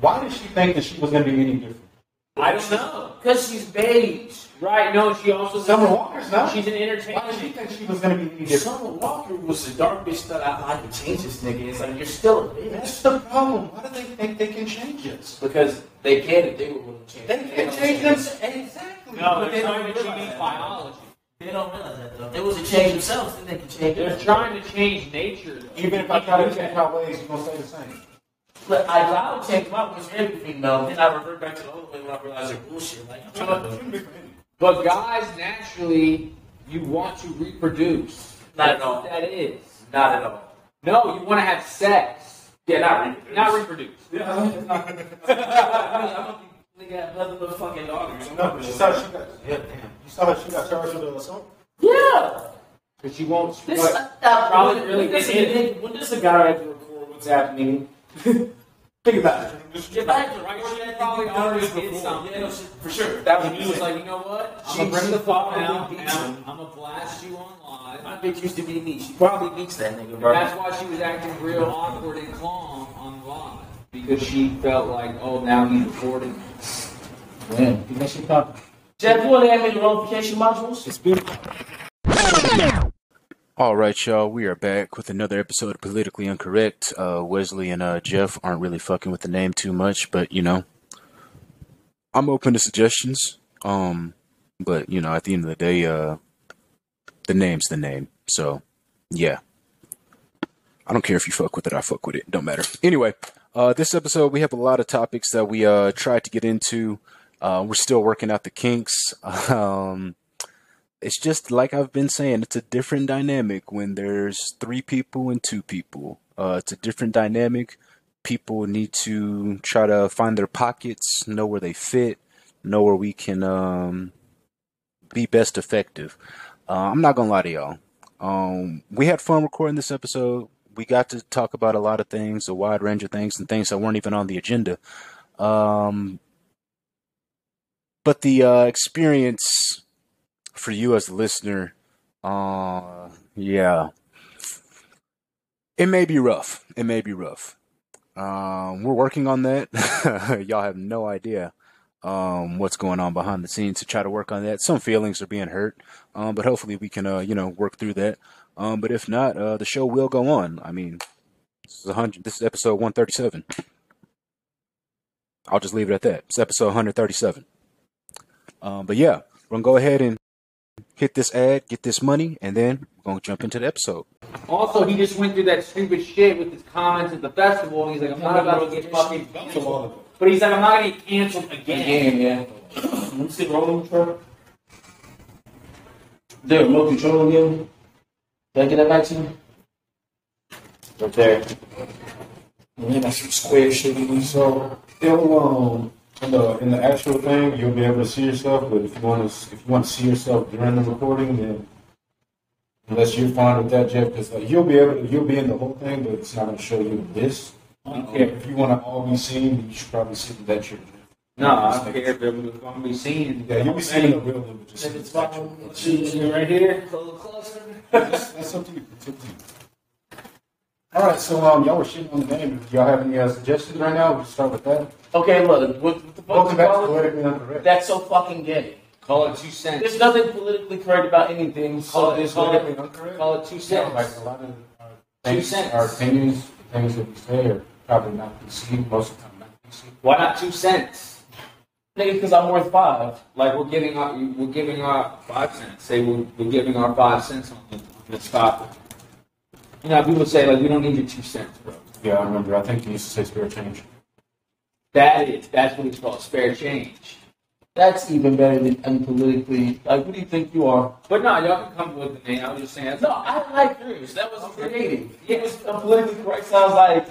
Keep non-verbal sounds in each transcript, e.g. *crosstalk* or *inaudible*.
Why did she think that she was going to be any different? I don't know. Because she's beige. Right, no, she also Summer Walker's not. She's an Why did she entertainer. think she was going to be any different? Summer Walker was the dark bitch that I, I could change this nigga. It's like you're still a bitch That's the problem. Why do they think they can change us? because they get it. They were willing to change. They it. can don't change it. themselves. Exactly. No, But they're they trying don't to realize change that. biology. They don't realize that though. If They was to change themselves, then they can change. They're it. trying to change nature. though. Even if I try to change my ways, you're going to stay the same. But I allowed to change my ways for everything though. Then I revert back to the old way when I realized they're bullshit. Like I'm trying to do it. But guys, naturally, you want to reproduce. Not at all. That's what That is. not at all. No, you want to have sex. Yeah, not reproduce. Not reproduce. I mean, I'm gonna be nigga have other motherfucking daughters. No, but you saw she got. Yeah, damn. You saw that she got charged with assault. Yeah. Because you won't. This but- uh, Probably when- really when does, it a, when does a guy have to record what's happening? Think about it. If I had to write shit, She I think probably we've done already this did before. something. Yeah, no, shit, for sure. That was you was like, you know what? I'm She- gonna bring the she thought probably out. beats I'm him. gonna blast you online. My bitch used to be me. She probably beats that nigga, bro. That's why she was acting real awkward and calm on live because she felt like, oh, now he's recording. Man, you think she thought Jeff, you want to add me the notification modules? it's beautiful? All right, y'all. We are back with another episode of Politically Incorrect. Uh, Wesley and uh, Jeff aren't really fucking with the name too much, but you know, I'm open to suggestions. Um, but you know, at the end of the day, uh, the name's the name. So, yeah, I don't care if you fuck with it. I fuck with it. Don't matter. Anyway, uh, this episode we have a lot of topics that we uh tried to get into. Uh, we're still working out the kinks. *laughs* Um it's just like I've been saying, it's a different dynamic when there's three people and two people. Uh, it's a different dynamic. People need to try to find their pockets, know where they fit, know where we can um, be best effective. Uh, I'm not gonna lie to y'all. Um, we had fun recording this episode. We got to talk about a lot of things, a wide range of things, and things that weren't even on the agenda. Um, but the uh, experience for you as a listener, uh, yeah, it may be rough. It may be rough. Um, we're working on that. *laughs* Y'all have no idea um, what's going on behind the scenes to try to work on that. Some feelings are being hurt, um, but hopefully we can, uh, you know, work through that. Um, but if not, uh, the show will go on. I mean, this is a hundred. This is episode one thirty-seven. I'll just leave it at that. It's episode one hundred thirty-seven. Um, but yeah, we're gonna go ahead and hit this ad, get this money, and then we're gonna jump into the episode. Also, he just went through that stupid shit with his comments at the festival, and he's like, I'm not about to get fucking canceled. But he's like, I'm not gonna get canceled again. Again, yeah. Let me see the rolling truck. There, remote control again. Did I get that back to you? Right there. And then that's some square shit in these. So it'll um in the in the actual thing you'll be able to see yourself, but if you want to if you want to see yourself during the recording, then unless you're fine with that, Jeff, because like, you'll be able to, you'll be in the whole thing, but it's not going to show you this. Yeah, if you want to all be seen, you should probably sit in that chair. No, I don't care if everyone's gonna be seen. Yeah, you'll be seeing the real images. If it's fine, Seen right here. That's, that's up to you. It's up to you. All right, so um, y'all were shitting on the name. If y'all have any uh, suggestions right now, we'll start with that. Okay, look, what, what the fuck Welcome is back to wrong? politically incorrect. That's so fucking gay. Call it two cents. There's nothing politically correct about anything. Call So it, there's call nothing. it, politically incorrect. call it two Yeah, like cents. a lot of our Two things, cents. our opinions, things that we say are probably not PC, most of the time not PC. Why not two cents? Nigga, because I'm worth five. Like we're giving our, we're giving our five cents. Say we're, we're giving our five cents on the, this topic. You know, people say like we don't need your two cents, bro. Yeah, I remember. I think you used to say spirit change. That is, that's what it's called, spare change. That's even better than unpolitically. Like, what do you think you are? But no, y'all can come up with the name. I was just saying. That's No, I like yours. That was creative. It Yeah. was politically correct. Sounds like,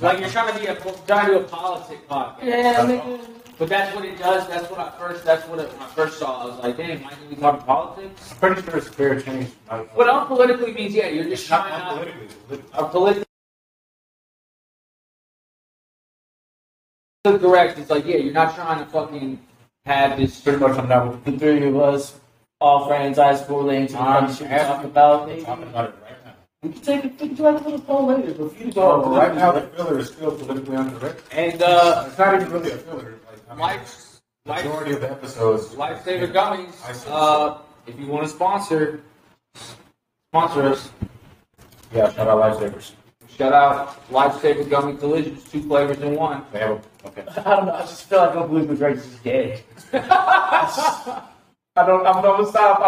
Like you're trying to be a trying to do a politic podcast. Uh-huh. yeah, nigga. But that's what it does. That's what I first. That's what it, when I first saw. it, I was like, damn, why do we talk politics? Pretty sure it's spirit change. Not, But unpolitically means yeah, you're just not, trying not not. politically. Polit- A politically correct. It's like yeah, you're not trying to fucking have this. Pretty much, I'm not. The three of us, all friends, high school, they ain't I'm talking shit Um, we asking- talk about. We're Maybe. talking about it right now. We can take a we can do like a little poll later, but if you go Well, right now, the politically- filler is still politically incorrect. And uh, It's not even really a filler. Like, I mean, life, life, majority of the episodes. lifesaver Yeah. gummies. Uh, if you want to sponsor, sponsor us. Yeah, shout out lifesavers. Shout out Lifesaver Gummy Collisions, two flavors in one. They have a, okay. *laughs* I don't know. I just feel like I believe Drake's is dead. I don't. I'm not. I'm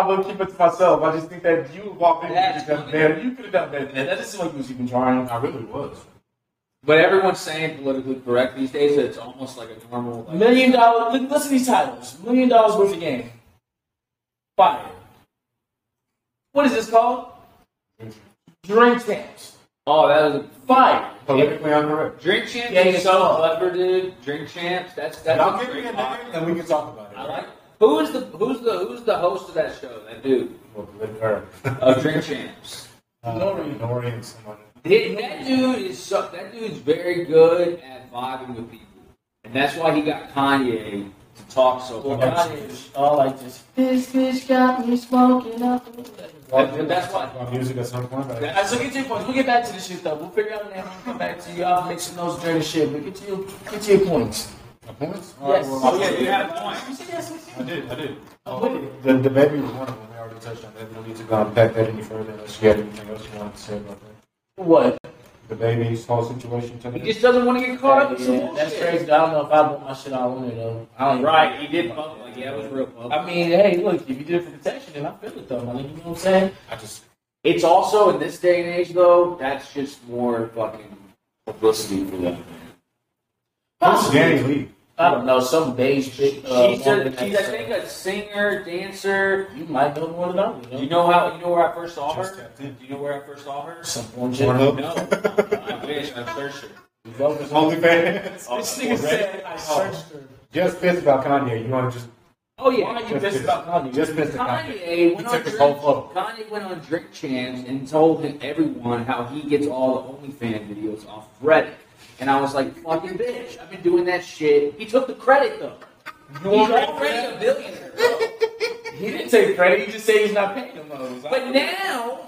gonna keep it to myself. I just think that you walked in, you That's could have done funny. better. You could have done better. than That is what you was even trying. I really was. But everyone's saying politically correct these days. It's almost like a normal. Like, Million dollar. Look, listen to these titles. Million dollars worth of game. Fire. What is this called? Drink champs. oh, that was a Fire. Politically incorrect. Drink Champs Yeah, is it's so all- clever, dude. Drink Champs. That's that's Y'all a give me a great name podcast. and we can talk about it. I like. Who is the who's the who's the host of that show? That dude Well, polit- *laughs* or- of Oh, Drink Champs. Uh, Nori. Nori and someone. That that dude is so, that dude's very good at vibing with people, and that's why he got Kanye to talk so Well, much. God is all like this. This bitch got me smoking up. That- that's why. About music at some point. Like, That- Alright, so get to your points. We'll get back to this shit though. We'll figure out a name. We'll come back to you. I'll make some notes during the shit. But get to your get to your points. my points? Yes. All right, well, Oh, yeah, you had a point. You said yes. yes, I yes. did, I did. I'm with it. The, the baby was one of them. We already touched on that. No need to go unpack that any further unless you had anything else you wanted to say about that. What? The baby's whole situation He today. just doesn't want to get caught up in some Yeah, that's bullshit. crazy. I don't know if I want my shit all in there though. I don't even- Right, he did public. Yeah, it was real public. I mean, hey, look, if you did it for protection, then I feel it though, man. You know what I'm saying? I just It's also in this day and age, though. That's just more fucking publicity for them. Oh, Who's Danny Lee? I don't know, some beige bitch. Uh, she's, a, woman she's I that's, think uh, a singer, dancer. you might know more than I would, You you know. know how? You know where I first saw Just her? tapped Do in. you know where I first saw her? Some porn shit. Pornhub? No, I wish. I searched her. You go for some- OnlyFans. *laughs* This nigga said I searched her. Oh. Just pissed about Kanye. You want to just Oh Why yeah. are you pissed about Kanye? just pissed at Kanye? Kanye He went, on took his drink, whole flow. Kanye went on Drink Champs and told him- everyone how he gets all the OnlyFans videos off Reddit. And I was like, fucking bitch, I've been doing that shit. He took the credit, though. He's already a billionaire, bro. He didn't take credit. He just said he's not paying them those. But now,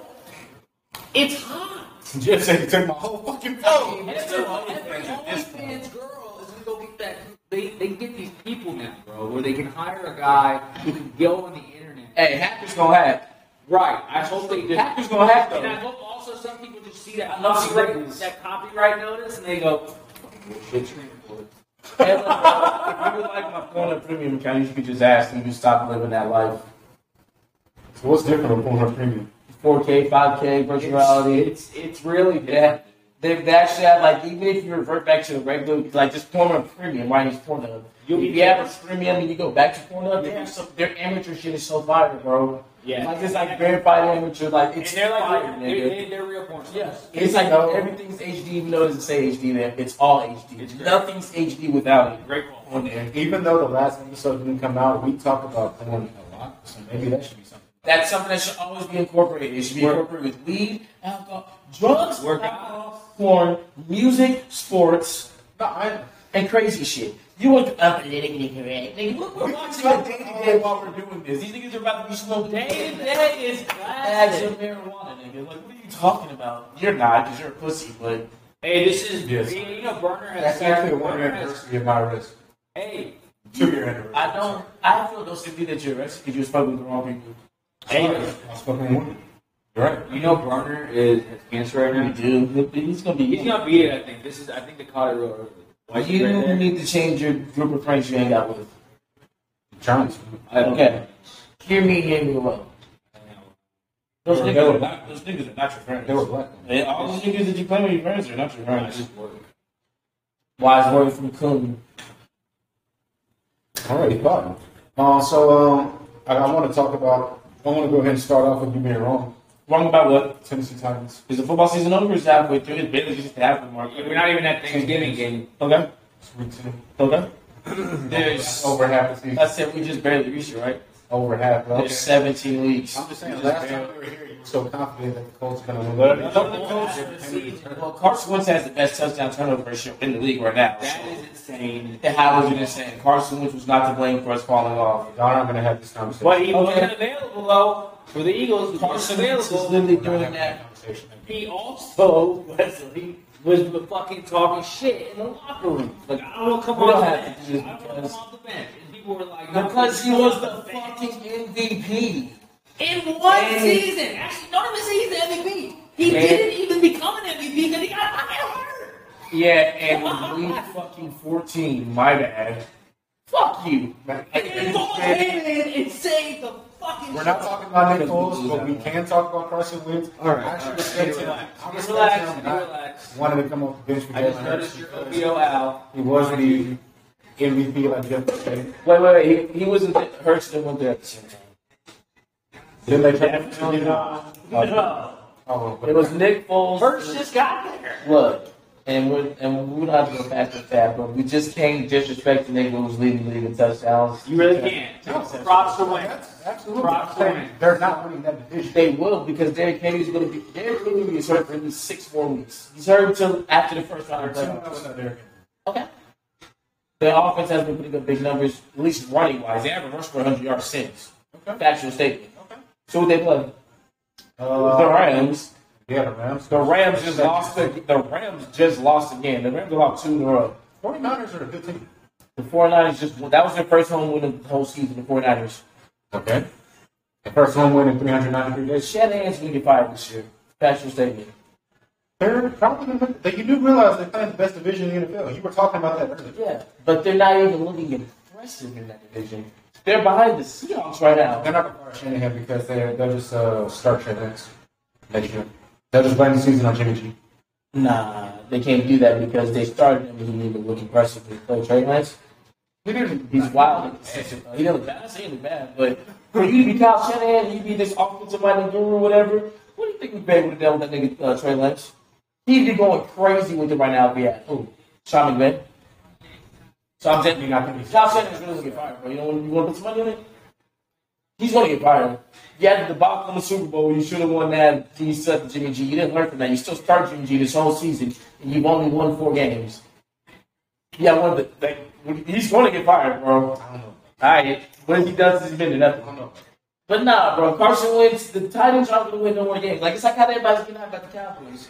it's hot. Just said he took my whole fucking phone. Oh. Every every OnlyFans girl is gonna go get that. They, they get these people now, bro, where they can hire a guy who can go on the internet. hey, Hacker's gonna hack. Right. I hope they do. Hacker's gonna hack And I though. hope also some people just see that I love copyright, singles. that copyright notice and they go, it's Hey, look, bro, if you would like my phone at premium account, you could just ask and you stop living that life. So what's different with Pornhub Premium? 4K, 5K, virtuality. It's, it's, it's really Yeah, bad. they they actually have like even if you revert back to the regular like just Pornhub Premium, why use Pornhub? You'll if be- you have a premium and you go back to Pornhub, Yeah. yeah. so, their amateur shit is so fire, bro. Yeah. like it's like verified amateur, like And it's they're like, fire, they're, nigga. they're, they're real porn stars. Yes. It's like No. everything's HD, even though it doesn't say HD there. It's all HD. It's great. Nothing's HD without it. Great call. On there. And even though the last episode didn't come out, we talked about porn a lot, so maybe that should be something. That's something that should always be incorporated. It should be We're- incorporated with weed, alcohol, drugs, We're God. alcohol, porn, music, sports, No, I. and crazy shit. You want to up politically correct? Nigga, we're, we're watching it day to day while we're doing this. These niggas are about to be smoked day to day is bags of marijuana, nigga. Like, what are you talking about? You're not, because you're a pussy, but Hey, this is, Yes. you know, Burner has. That's actually one Burner has- anniversary of my risk. Hey, Two year anniversary. I don't. I feel no sympathy that you're arrested because you was fucking with the wrong people. hey, I was fucking with you. You're right. you know, Burner is has cancer right now. Dude, he's gonna be. He's gonna beat it, I think. This is, I think they caught it real early. Why is he you right there? need to change your group of friends you hang out with. Johnson. I don't Okay. Hear me, hear me well. know. Those They niggas were are not. Those niggas are not your friends. They were black. They- all those niggas that you claim are your friends are not your I friends. just work. Wise word from Coon. All right, fine. Uh, so um, I, I want to talk about. I want to go ahead and start off with you being wrong. Wrong about what? Tennessee Titans. Is the football season over? Is halfway through? It's barely just halfway mark. We're not even at Thanksgiving game. Okay. It's week two. Okay. There's. Over half the season. I said we just barely reached it, right? over half. Bro. There's 17 leagues. I'm just saying. Last time we were here, you were so confident that the Colts were going to win. Well, Carson Wentz has the best touchdown turnover ratio in the league right now. That is insane. And how was it insane? Carson Wentz was not to blame for us falling off. Y'all aren't going to have this conversation. But he Okay. wasn't available though for the Eagles. He wasn't Carson Wentz is available. literally doing that conversation. He also, Wesley, was fucking talking shit in the locker room. Like, I don't want to come We don't off the have to bench. do this I don't want to because- come off the bench. And people were like, no, Because he come was off the bench. fucking MVP. In one And- season. Actually, not even say he's the MVP. He And- didn't even become an MVP because he got fucking hurt. Yeah, and in week fucking 14, my bad. Fuck you. And then Paul came in and saved the fucking We're not show. talking about Nick Foles, but we can talk about Carson Wentz. All right, I actually all right. respect him. Relax, I respect relax, him. not relax. Wanted to come off the bench for I just Jalen noticed Hurts. your OBO out. He was the MVP like Jeff said. Wait, wait, wait. He, he wasn't there. Hurts didn't went there at the same time. Then they turned it down. Oh, but It was Nick Foles. Hurts just got there. Look, and we're, and we would have to go past the fact, but we just can't disrespect the nigga who's leading the league in touchdowns. You really can't. Props to Wentz. Absolutely. Props to Wentz. They're not winning that division. They will because Derrick Henry's going to be Derrick Henry is hurt for at least six more weeks. He's hurt until after the first round of They're playoffs. not there. Okay. The offense has been putting up big numbers, at least running wise. They haven't rushed for 100 yards since. Okay. Factual statement. Okay. So who they play? the Uh, Rams. yeah, the Rams. The Rams just lost. The, the Rams just lost again. The Rams lost two in a row. 49ers are a good team. The 49ers just that was their first home win of the whole season. The 49ers. Okay. The first home win in 393 days. Shanahan's gonna get fired this year. Factual statement. They're probably the, they, you do realize they're playing the best division in the NFL. You were talking about that earlier. Yeah, but they're not even looking impressive in that division. They're behind the Seahawks right now. They're not going to fire Shanahan because they, they'll just uh, structure next, next year. They'll just blame the season on Jimmy G. Nah, they can't do that because they started him and he didn't even look impressive. They played Trey Lance. He didn't. He's wild. He doesn't look bad. I say he look bad, but for you to be Kyle Shanahan, you be this offensive-minded guru, whatever. What do you think we'd be able to do with that nigga uh, Trey Lance? He'd be going crazy with it right now if he had. Who? Sean McVay. So I'm saying, You're not gonna be- Kyle Shanahan's really gonna get fired, bro. You know, you want to put some money on it? He's gonna get fired. You had the debacle in the Super Bowl. You should have won that. You set Jimmy G. You didn't learn from that. You still start Jimmy G. This whole season, and you've only won four games. Yeah, one of the like, he's going to get fired, bro. I don't know. Alright, what he does is been to I nothing. don't know. But nah, bro, Carson wins. The Titans aren't going to win no more games. Like, it's like how everybody's getting out about the Cowboys.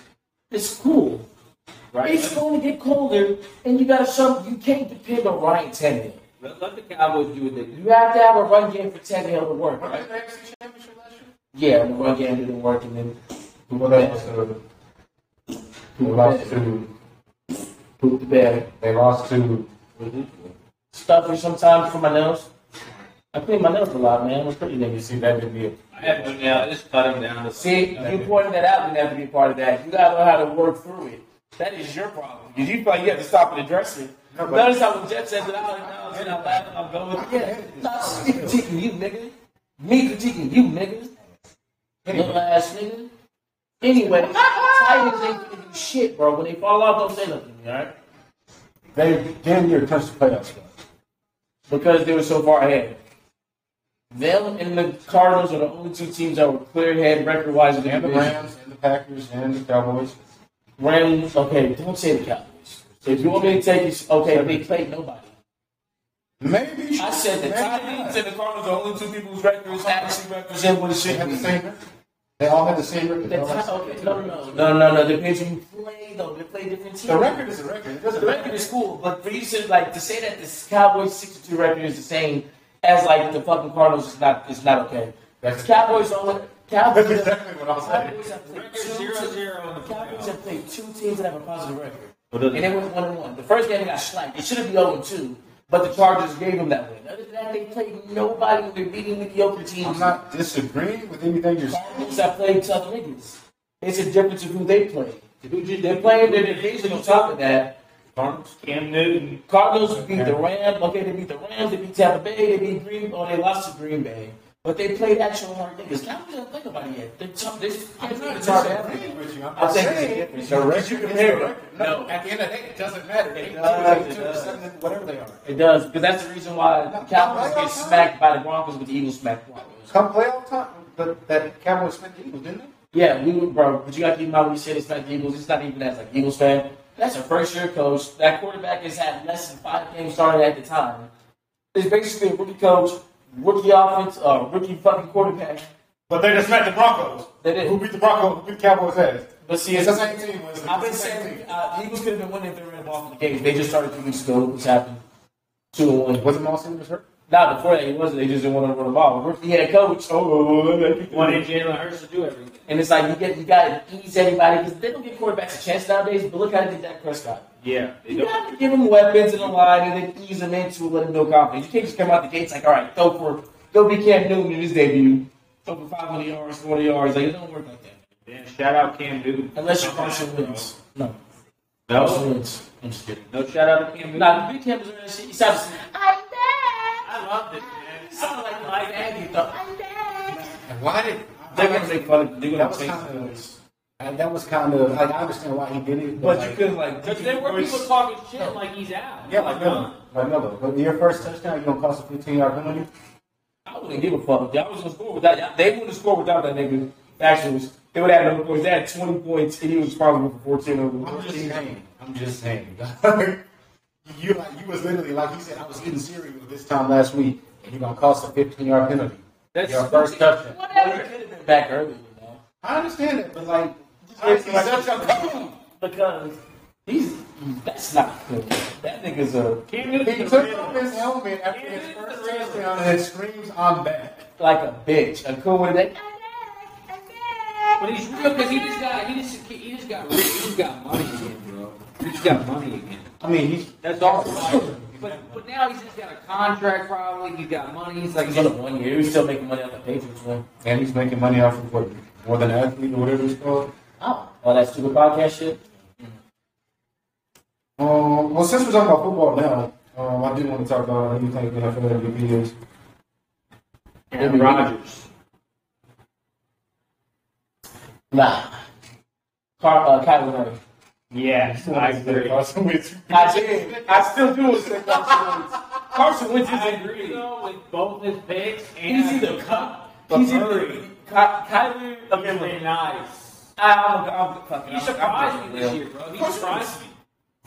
It's cool. Right? It's going to get colder, and you got to show you can't depend on Ryan Tannehill. Let, let the Cowboys do what they do. You have to have a run game for Tannehill to work, Right? right? The AFC Championship last year? Yeah, the run game didn't work, and then Well, that was uh, they lost to poop the bed. they lost to Stuffing sometimes for my nails. I clean my nails a lot, man. I'm pretty you niggas. see that didn't be it. I have no doubt. Just cut him down. See, you pointed that out. You have to be part of that. You gotta know how to work through it. That is your problem. Because you feel like you have to stop and address it. No, but- Notice how when Jeff says it, I'll acknowledge it, I'll laugh, and I'll go with it. Yeah, not me critiquing you, nigga. Me critiquing you, nigga. Little ass nigga. Anyway, *laughs* Titans ain't gonna do shit, bro. When they fall off, don't say nothing, alright? They damn near touched the playoffs. bro. Because they were so far ahead. Them and the Cardinals are the only two teams that were clear ahead record wise in the And the division. Rams and the Packers and the Cowboys. Rams, okay, don't say the Cowboys. If you want me to take it, okay, they played nobody. Maybe I said the maybe Titans not. and the Cardinals are only two people whose records actually represent what it They should had be. the same. record. They all had the same record. The They all had Ti- the same okay, no, no, no, no, no. Depends who you play, though. They play different teams. The record is a record. It doesn't the record is cool, but for you to like to say that the Cowboys sixty-two record is the same as like the fucking Cardinals is not is not okay. That's- Cowboys only Cowboys. That's exactly what I'm saying. Cowboys have played Record two zero, teams- zero on the Cowboys playoffs. have played two teams that have a positive record. does- And they went one and one. The first game they got slapped. They should have been 0 2, but the Chargers gave them that win. Other than that, they played nobody when they're beating mediocre teams. I'm not disagreeing with anything you're saying. Cardinals have played tough niggas. It's a difference of who they play. Who did They're playing their division on top of that. Cardinals? Cam Newton. Cardinals beat the Rams. Okay, they beat the Rams. They beat Tampa Bay. They beat Green Bay. Oh, they lost to Green Bay. But they played actual hard niggas. Cowboys don't think about it yet. They're tough. They're, they're, disagreeing with you. I'm just I'm saying saying it's the a record difference. is You the compare it. record. No, No. at the end of the day, it doesn't matter. They does, do it does. whatever they are. It does, because that's the reason why the Cowboys get smacked by the Broncos, but the Eagles smack the Broncos. Come playoff time, but that Cowboys smacked the Eagles, didn't they? Yeah, we would, bro. But you got to keep in mind when you say they smack the Eagles, it's not even as like Eagles fan. That's a first year coach. That quarterback has had less than five games started at the time. It's basically a rookie coach, rookie offense, uh, rookie fucking quarterback. But they just met the Broncos. They did. Who beat the Broncos? Who beat the Cowboys ass? But see, It's the same team. It's the I've been same saying team. uh, Eagles could have been winning if they were involved in the game. They just started two weeks ago. Look what's happened. Two and one. Wasn't Moss Sanders hurt? Not before that, he wasn't. They just didn't want to run the ball. He had a coach, *laughs* oh, Wanted Jalen Hurts to do everything. and it's like you get you got to ease everybody because they don't give quarterbacks a chance nowadays. But look how they did Dak Prescott. Yeah, they You don't. got to give them weapons in the line and then ease them into it, let them build confidence. You can't just come out the gates like, all right, go for go be Cam Newton in his debut, go for 500 yards, 40 yards. Like it don't work like that Damn, shout out Cam Newton. unless you're Carson Wentz. No, Carson No, Wentz. I'm just kidding. no shout out to Cam Newton. Nah, the big Cam is in that shit. He sounds Oh. I loved it, man. sounds like like Aggie though. And why did They're gonna make fun of. They're that gonna was make kind fun of. of and that was kind of like I understand why he did it, but, But you like, couldn't like. Because there were people talking shit like he's out. yeah, like Miller, like Miller. But your first touchdown, you gonna cost a fifteen yard penalty. I wouldn't give a fuck. Y'all was gonna score without. Y'all, they wouldn't score without that nigga. Actually, they would have no points. They had 20 points, and he was responsible for 14 of them. I'm just saying. I'm just saying. *laughs* you like you was literally like you said. I was getting cereal this time last week, and you gonna cost a fifteen yard penalty. That's your first touchdown. Well, you could have been back earlier, you know. I understand it, but like, It's it's like- such a problem. because he's that's not good. That nigga's a Cam He Newton's a took real- off his helmet after his It is first the real- touchdown and screams, "I'm back." like a bitch, a cool one. That But he's real because he just got he just he just got rich. He just got money again, bro. He just got money again. I mean, he's That's all. but but now he's just got a contract probably. He's got money. He's like he's on a one year. He's still making money on the Patriots one. and he's making money off of what more than an athlete or whatever it's called. Oh, all that stupid podcast shit. Um, well, since we're talking about football now, um, I do want to talk about who you think the NFL MVP is. Aaron Rodgers. Nah, Car- uh, Kyler Murray. Yeah, *laughs* Carson Wentz. I did. I still do say Carson Wentz. Carson Wentz I is agree agree. though with both his picks and He's either Ky- But he's either Murray. Ky- Kyler. He's been nice. I'm, I'm, I'm fucking. He surprised me this year, bro. He surprised me.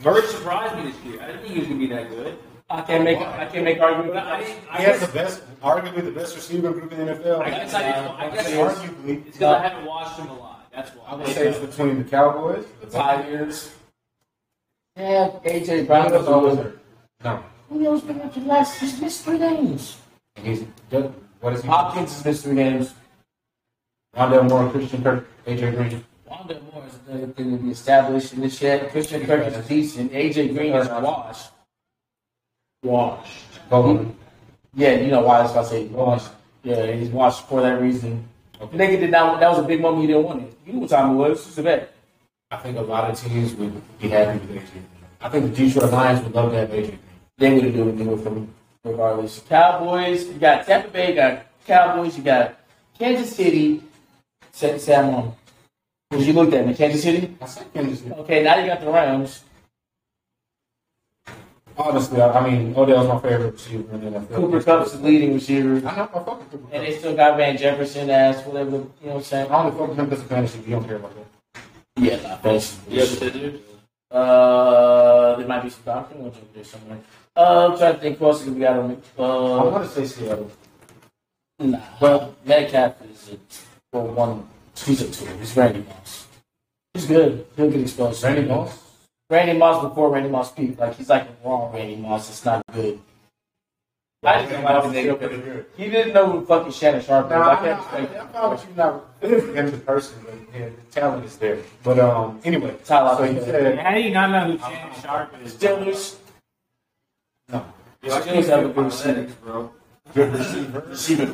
Murray surprised me this year. I didn't think he was gonna be that good. I can't make. I can't make But I, arguments. didn't- I He has the guess- best, arguably the best receiver group in the NFL. I guess I didn't. I guess It's it's arguably, because I haven't watched him a lot. That's why. I would say it's between the Cowboys, the Tigers, Yeah, AJ and Brown the was always. Wizards. No, Julio's been up to the last. He's missed three games. And he's what is he? Hopkins has missed three games. Rondell Moore, Christian Kirk, AJ Green. Wanda Moore is another thing to be established in this shit. Christian Kirk is decent. AJ Green is washed. Washed. Bowman. Yeah, you know why that's why I say he's washed. Yeah, he's washed for that reason. Nigga did not. That was a big moment he didn't want it. You knew what time it was. It's a bet. I think a lot of teams would be happy with AJ. Green. I think the Detroit Lions would love to have AJ. Green. They would have do it anyway for me, regardless. Cowboys. You got Tampa Bay. You got Cowboys. You got Kansas City. Sam, Sam on. What you looked at me? Kansas City. I said Kansas City. Okay, now you got the Rams. Honestly, I, I mean Odell's my favorite receiver in the NFL. Cooper Cup's the leading receiver. I know I fuck with Cooper Cup. And they still got Van Jefferson ass, whatever, you know what I'm saying? I only fuck with him because of fantasy. You don't care about that. Yeah, nah, thanks. dude. Uh, there might be some doctor ones over there somewhere. Uh, I'm trying to think who else we got on it. I Uh, want to say Seattle. nah. Well- Metcalf is a, well, one, he's a two. He's Randy Moss. He's good. He'll get exposed. Randy Moss. Randy Moss before Randy Moss peaked. Like, he's like a wrong Randy Moss. It's not good. I just don't like the nigga. Pretty 'cause good. He didn't know who fucking Shannon Sharp was. Now, I I, I, can't I, respect I found with you not him the person, but yeah, the talent is there. But um, anyway, Tyler, so you okay. said How do you not know who Shannon Sharp is? Steelers. no. Yo, I can't Steelers have a do good analytics, bro. Good receiver.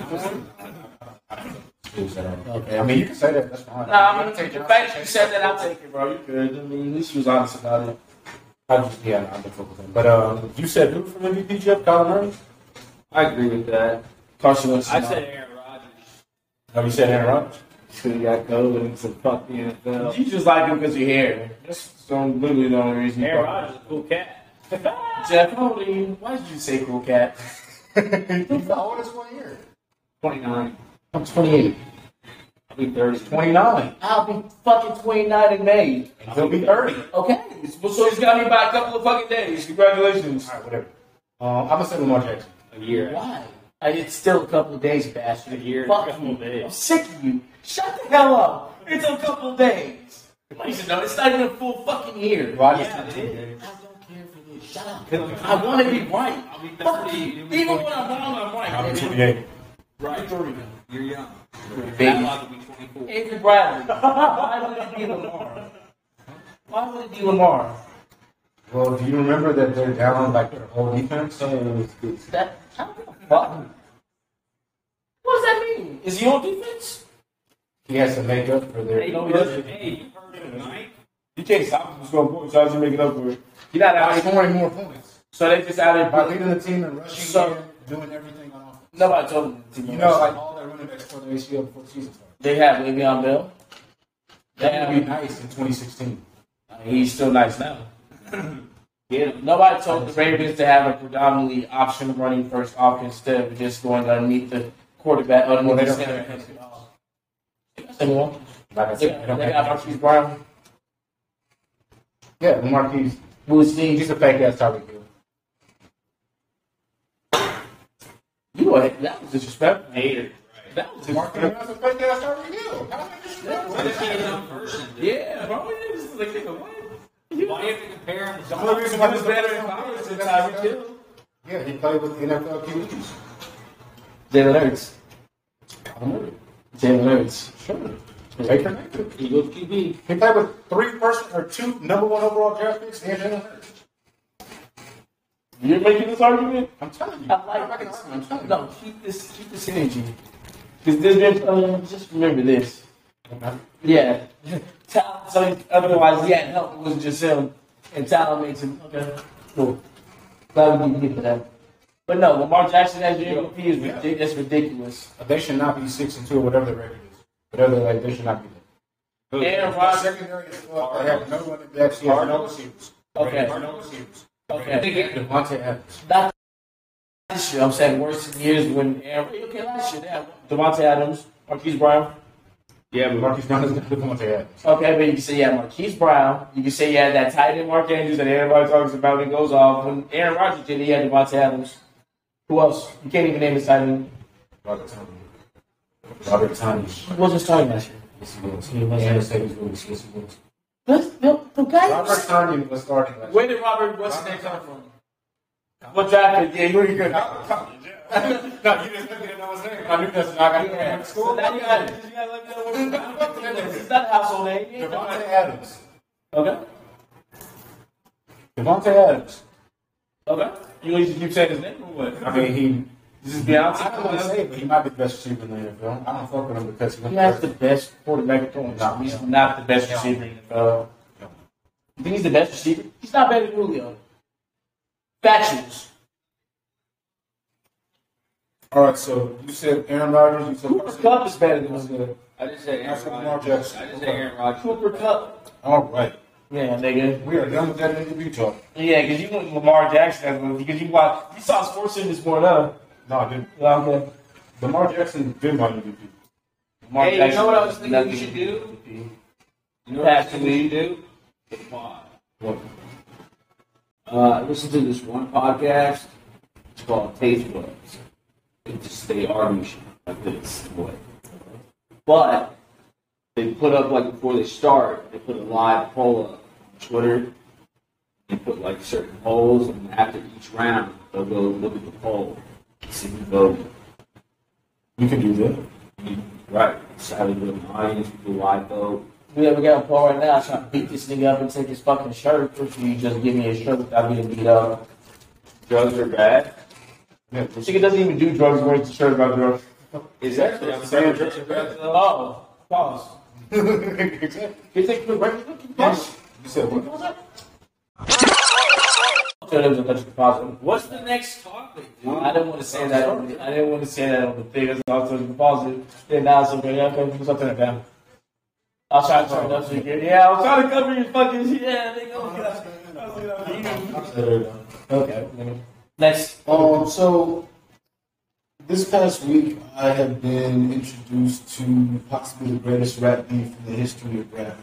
Okay, I mean you can say that. That's fine. Nah, You I'm can gonna take take the Johnson. fact that you said that, I'll take it, bro. You good. I mean, at least you was honest about it. I just, yeah, I'm gonna fuck with him. But um, you said who from MVP, Jeff? Kyler Murray? I agree with that. Carson Wentz. is I not. said Aaron Rodgers. No, you said Aaron Rodgers. Should have got golden and said fuck the NFL. You just like him because you're here. That's so literally the only reason. you Aaron fuck Rodgers is a cool cat. *laughs* with him. Jeff, how old are you? Why did you say *laughs* cool cat? He's the oldest one here. 29. I'm 28. I'll be 30. 29. I'll be fucking 29 in May. And he'll be 30. Okay. Well, so he's got me by a couple of fucking days. Congratulations. All right, whatever. Um, I'm gonna say Lamar Jackson. A year. Why? Like, it's still a couple of days, bastard. A year, Fuck a couple you. of days. I'm sick of you. Shut the hell up. It's a couple of days. Like, you know, it's not even a full fucking year. Why Yeah, it is. I don't care for this. Shut up. I want to be right. I mean, that's Fuck the- you. Even when I'm wrong, I'm right. I'm 28. Right. You're young. Baby. Not allowed to be 24. Avery Bradley. *laughs* Why would it be Lamar? Why would it be Lamar? Well, do you remember that they're down like their whole defense? Uh, That, I don't give a fuck. What does that mean? Is he on defense? he has to make up for their. Hey, No, you he heard, doesn't. hey, you heard it tonight? You can't stop him. It's going points. How's he making up for it? He not By out. scoring more points. So they just added. By leading the team in rushing So- and doing everything on offense. Nobody told him. to do You that. know, like all their running backs for the ACL before the season started. they have Le'Veon Bell. They That would be have, nice in 2016. he's still nice *clears throat* now. yeah, nobody told the Ravens to have a predominantly option running first offense instead of just going underneath the quarterback underneath Well, they the don't center. have at all. Anyone? Like I They said, they got don't they have- got Marquise Brown, Yeah, Marquise. Bruce Lee. He's a fake ass Tyreek Hill. You know what? That was disrespectful. Hater. That was Marquise disrespectful. Brown's a fake ass Tyreek Hill. How is this disrespectful? Right. This is a young person, dude. Yeah, bro. It was like, nigga, what? Why do you have to compare him to The someone? only reason why It was this better better if I was than in Tyreek Hill. Yeah, he played with the NFL QBs. Jalen Hurts. I don't know. Jalen Hurts. Sure. Baker Mayfield. Eagles QB. He played with three person or two number one overall draft picks and Jalen Hurts. You're making this argument? I'm telling you. I I'm not like gonna this. argue, I'm telling you. No, keep this, keep this energy. Because there's been, um, just remember this. Yeah. Tal, so otherwise, yeah, help was just him. And Tal makes him, okay, cool. Glad we didn't get to that. But no, Lamar Jackson as your MVP is ridic- that's ridiculous. They should not be six and two or whatever the record is. Whatever they like, they should not be there. Aaron Our Rodgers. secondary is fucked. They have no running backs. They have no receivers. Okay. They have no receivers. Okay. Devontae Adams. Not this year. I'm saying worse than years when Aaron. Okay, last year they had Devontae Adams, Marquise Brown. Yeah, Marquise Brown is going to Devontae Adams. Okay, but you can say you had Marquise Brown. You can say you had that tight end Mark Andrews that everybody talks about when he goes off. When Aaron Rodgers did, it, he had Devontae Adams. Who else? You can't even name his tight end. Robert Tony. Robert Tony. He wasn't starting last year. Yes, he was. He was. Anderson Davis Lewis. Yes, he was. The, the, the guy. Robert Tony was starting last year. Where did Robert? What's his name Robert come from? What draft? pick? Yeah, you're good. Robert Tony, yeah. no, you didn't look at know his name. I knew that's not going Yeah. to So school. now you got it. You got to let me know what- It's not a household name. He ain't Devontae nobody- Adams. Okay. Devontae Adams. Okay. You want to keep saying his name or what? I mean, he. This is Beyonce. I don't want to say, it, but he might be the best receiver in the NFL. I don't fuck with him because he went He to has the best quarterback going. No, he's no. not the best receiver in the NFL. No. You think he's the best receiver? He's not better than Julio. Factuals. All right, so you said Aaron Rodgers. You said Cooper Carson Cup is better than Wentz, Julio. you said- I just said That's Aaron Lamar Rodgers. Jackson. I just said Aaron Rodgers. Cooper Cup. All right, Yeah, nigga. we are done with that interview talk. Yeah, because you went Lamar Jackson as well, because you watched, you saw Sports Center this morning, huh? No, I didn't. Yeah, okay. Lamar Jackson did my MVP. Lamar Hey, you know what I was thinking nothing we should to do? with You know what I Pass think the we lead. should do? The pod. What? Uh, I listened to this one podcast. It's called Taste Buds. It just they argue shit like this, boy. But they put up like before they start, they put a live poll up on Twitter. They put like certain polls, and after each round, they'll go look at the poll, see who voted. We can do that. Right. Sadly, with an audience, people live vote. We have we got a Paul right now trying to beat this nigga up and take his fucking shirt. First of all, you just give me a shirt without getting beat up. Drugs are bad. Yeah, This nigga doesn't even do drugs. Wears the shirt about drugs. Is actually I'm saying saying drugs are bad. Oh, pause. exactly. You take the break? You said what? So there was a touch of pause. What's the next topic? dude? I didn't want to say that. On the, I didn't want to say that on the thing. That's why I was touching positive. Then now it's okay. Yeah, okay, do something like that. I was trying to turn it up so you can. Yeah, I was trying to cover your fucking shit. Yeah, they go. I said it. Okay. Next. Um, so this past week, I have been introduced to possibly the greatest rap beef in the history of rap,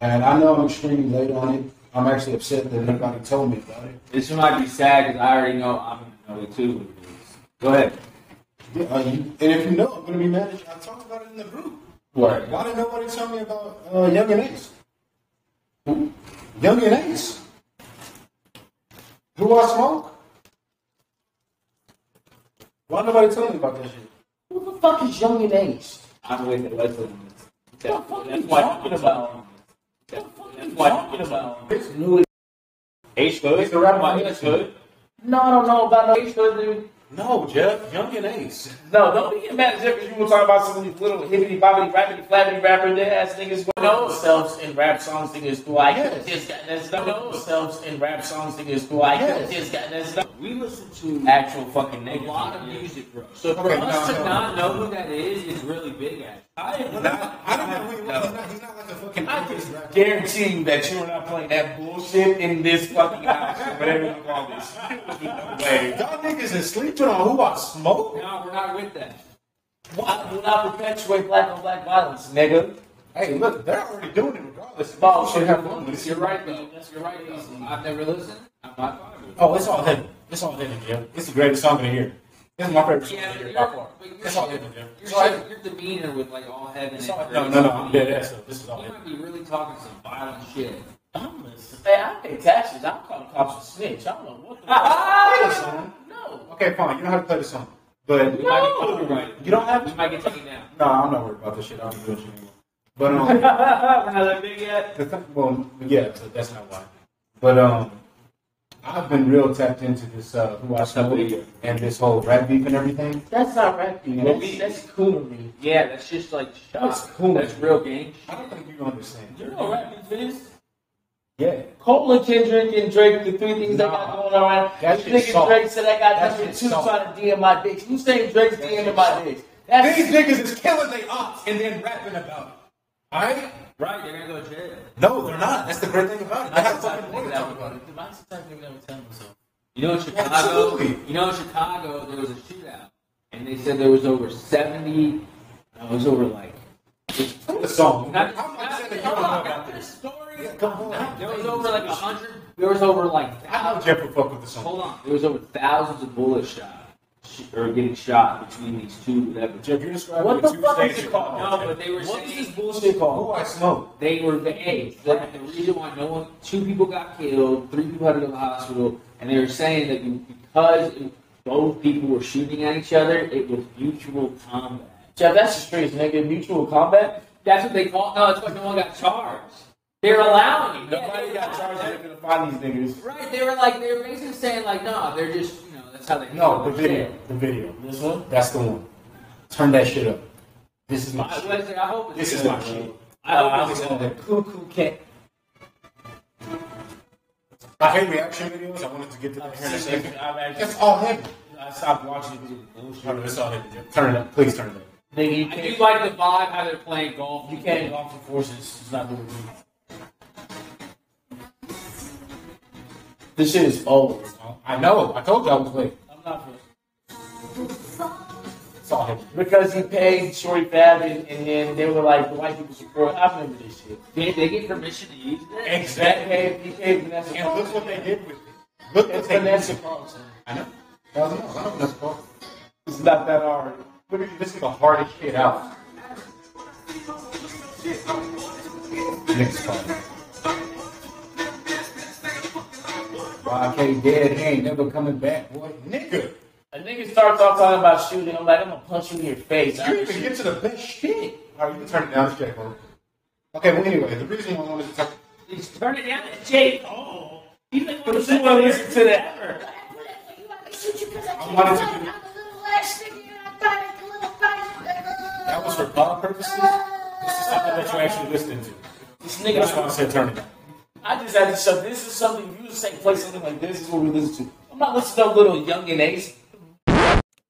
and I know I'm extremely late on it. I'm actually upset that nobody told me about it. This might be sad because I already know I'm gonna know it too. Go ahead. Yeah, uh, you- and if you know, I'm gonna be mad at you. I talked about it in the group. Right. Why did nobody tell me about uh, Young and Ace? Young and Ace. Do I smoke? Why nobody tell me about that shit? Who the fuck is Young and Ace? I'm with it. Leslie. What the fuck are you That's why talking about? What the fuck are you talking about? H Hood. He's the rapper from H Houston. Hood. No, I don't know about no Ace Hood, dude. No, Jeff. Young and Ace. No, don't be getting mad at Jeff because you were talking about some of these little hippity bobbity rappity flappity rapper dead ass niggas going on themselves in rap songs niggas who I Yes. this guy that's done themselves in rap songs niggas who I Yes. this guy that's done We listen to actual fucking a niggas. lot of music, bro. So So for Okay, us no, to no. not know who that is is really big. Actually. I, I don't know who he was. He's not, he's not like a fucking. I can guarantee you that you are not playing that bullshit in this fucking house or whatever you call this. Hey, Y'all niggas is sleeping on who I smoke. No, we're not with that. I will not perpetuate black on black violence, nigga. Hey, look, they're already doing it regardless. Ball Should have fun with it. You're right though. You're right though. I've never listened. I'm not. Oh, it's all heaven. It's all heaven, Jim. It's the greatest song of the year. It's my favorite song Yeah, of the but year you're, by far. but It's all heaven, you're, Jim. you're, It's all heaven. your demeanor with like all heaven. It's and all- earth. No, no, no. I'm dead ass. though. This is all You heaven. might be really talking some violent shit. I'm a, hey, I pay taxes. I'm calling cops a snitch. I don't know what the Play the fuck. song. no. Okay, fine. You don't have to play the song. But We might be copyrighted. you don't have We to. might get taken down. No, I'm not worried about this shit. I don't do this shit anymore. But, um. we're not that big yet. The th- well, yeah, so that's not why. But um, I've been real tapped into this uh, who I smoke and this whole rap beef and everything. *laughs* That's not rap beef. Well, That's, that's coonery. Yeah, that's just like shot. That's cool. That's real game. I don't think you understand. You know what rap beef is? Yeah, Cole and Kendrick and Drake, the three things that Nah. got going on. That This shit's nigga soft. Drake said I got That number shit's two soft. trying to DM my bitch. Who saying Drake's DMing my bitch? That's these niggas is killing they ops and then rapping about it. All right? Right, they're gonna go to jail. No, they're not. That's the great thing about it. They have fucking money to talk about it. You know, in Chicago, Absolutely. you know, in Chicago, there was a shootout, and they said there was over seventy. No, it was over like. Play The song. Not, I'm not- upset that you no, don't know not about the this. story. Yeah, come on. There was over like a hundred. There was over like. I know Jeff would fuck with the song. Hold on. There was over thousands of bullets shot sh- or getting shot between these two whatever. Jeff, you're describing What the fuck Tuesday is shit. it called? No, but they were What is saying this bullshit Who called? I smoke. they were the hey, the, the reason why no one, two people got killed, three people had to go to the hospital, and they were saying that you- because it- both people were shooting at each other, it was mutual combat. Yeah, that's the streets, nigga. Mutual combat. That's what they call. No, that's why no one got charged. They're allowing. it. Yeah, Nobody they got allowed charged. it. They're gonna find these niggas. Right? They were like they were basically saying like, no, they're just you know that's how they. No, the video. The video. This one. That's the one. Turn that shit up. This is my I, shit. Wesley, I hope it's This is good, my bro. shit. I hope Uh, it's I good. was on the cuckoo cat. I hate reaction videos. I wanted to get to that here in a second. It's all him. I stopped watching it because it was Oh, no, bullshit. it's all him. Turn it up. Please turn it up. Nigga, you I do can't. like the vibe how they're playing golf. You can't offer forces. It's not doing it. This shit is old. I know. I told you I was late. I'm not for It's all him. Because he paid Shorty Fab and, and then they were like, the white people support. I remember this shit. Did they get permission to use it? That paid, he paid Vanessa And look Carlson. what they did with it. Look what It's they did. Vanessa Carlson. I know. No, no, I don't know. That's wrong. It's not that hard. Look at you. This is the hardest shit out. Next part. YK dead. He ain't never coming back, boy. Nigga. A nigga starts off talking about shooting. I'm like, I'm gonna punch you in your face. You didn't even get to the best shit. All right, you can turn it down, Jack. bro. Okay, well, anyway, the reason why I wanted to talk. Just turn it down to Jake. Oh, he's like But you wanna listen to that? I wanted to do- That That was for pod purposes. This is something that you actually listened to. This That's why I nigga, said turn it down. I just had to show. This is something you say. Play something like this is what we listen to. I'm not listening to little young and ace.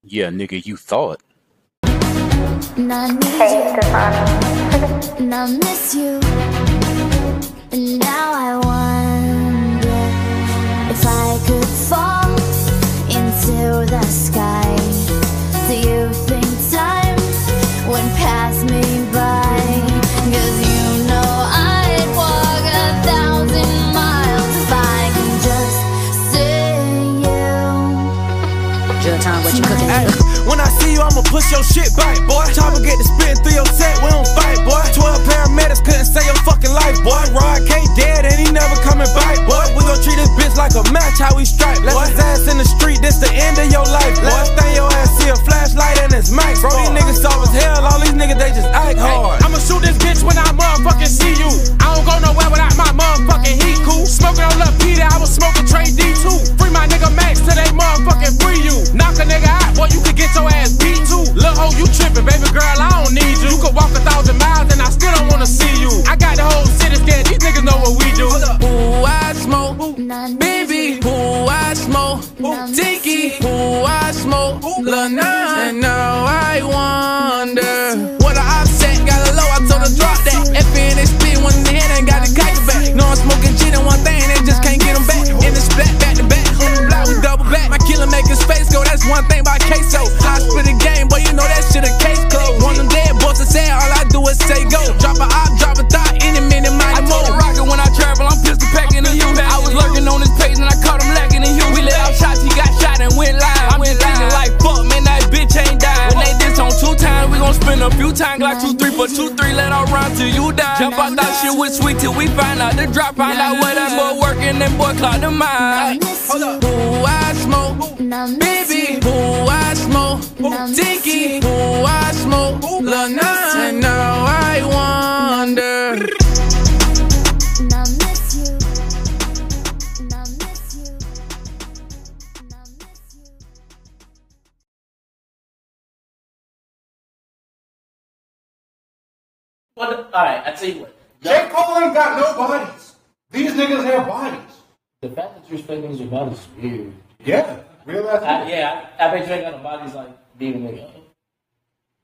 Yeah, nigga, you thought. And I miss you. And now I wonder if I could fall into the sky. Do you think time would pass me by? Cause you know I'd walk a thousand miles if I could just see you. Drill time, what you cooking? Ay, when I see you, I'ma push your shit back, boy. Chopper get to spitting through your set, we don't fight, boy. 12 paramedics couldn't save your fucking life, boy. Rod K dead and he never coming back, boy. We gon' treat this bitch like a match, how we strike, boy. Left his ass in the street, this the end of your life, boy. Last thing your ass see a flashlight and it's max, bro. These niggas soft as hell, all these niggas, they just act hard. I'ma shoot this bitch when I motherfucking see you. I don't go nowhere without my motherfucking heat cool. Smoking on Lil Peter, I was smoking Trey D2. Free my nigga Max till they motherfucking free you. Knock a nigga out, boy, you could get your ass beat too. Lil hoe, you tripping, baby girl, I don't need you. You could walk a thousand miles and I still don't wanna see you. I got the whole city scared, these niggas know what we do. Ooh, I smoke, baby, ooh, I smoke, Tiki, ooh, I smoke, Lil Nas, and now I wonder what I upset, got a low, I told her drop that. F in they split one in the head, ain't got the kite back. No, I'm smoking gin and one thing, they just can't get them back. In the splat, back to back, on the block, we double back. My killer make his face go, that's one thing by queso. I spit a game, boy, you know that shit a case closed. One of them dead boys that said, all I do is say go. Drop a op, drop a thought, any minute, my I told rocket when I travel, I'm pistol packing the youth. I was lurking on his page and I caught him lacking in you. We let out shots, he got shot and went live. I'm just thinking like, fuck, man, that bitch ain't died. When they diss on two times, we gon' spin a few times. Glock two, three, for two, three, let all rhyme till you die. Jump out that shit with sweet till we find out the drop. Find out where that boy working and boy clock the mind. Hold up. Ooh, I smoke. Baby, ooh, I smoke. Tiki, ooh, I smoke. Lil Nas, and now I wonder. But, all right, I tell you what. J. Cole ain't got no bodies. These niggas have bodies. The fact that you're spending your money is weird. Yeah. Realize I, that? yeah, I, I bet you ain't got no bodies like being a nigga.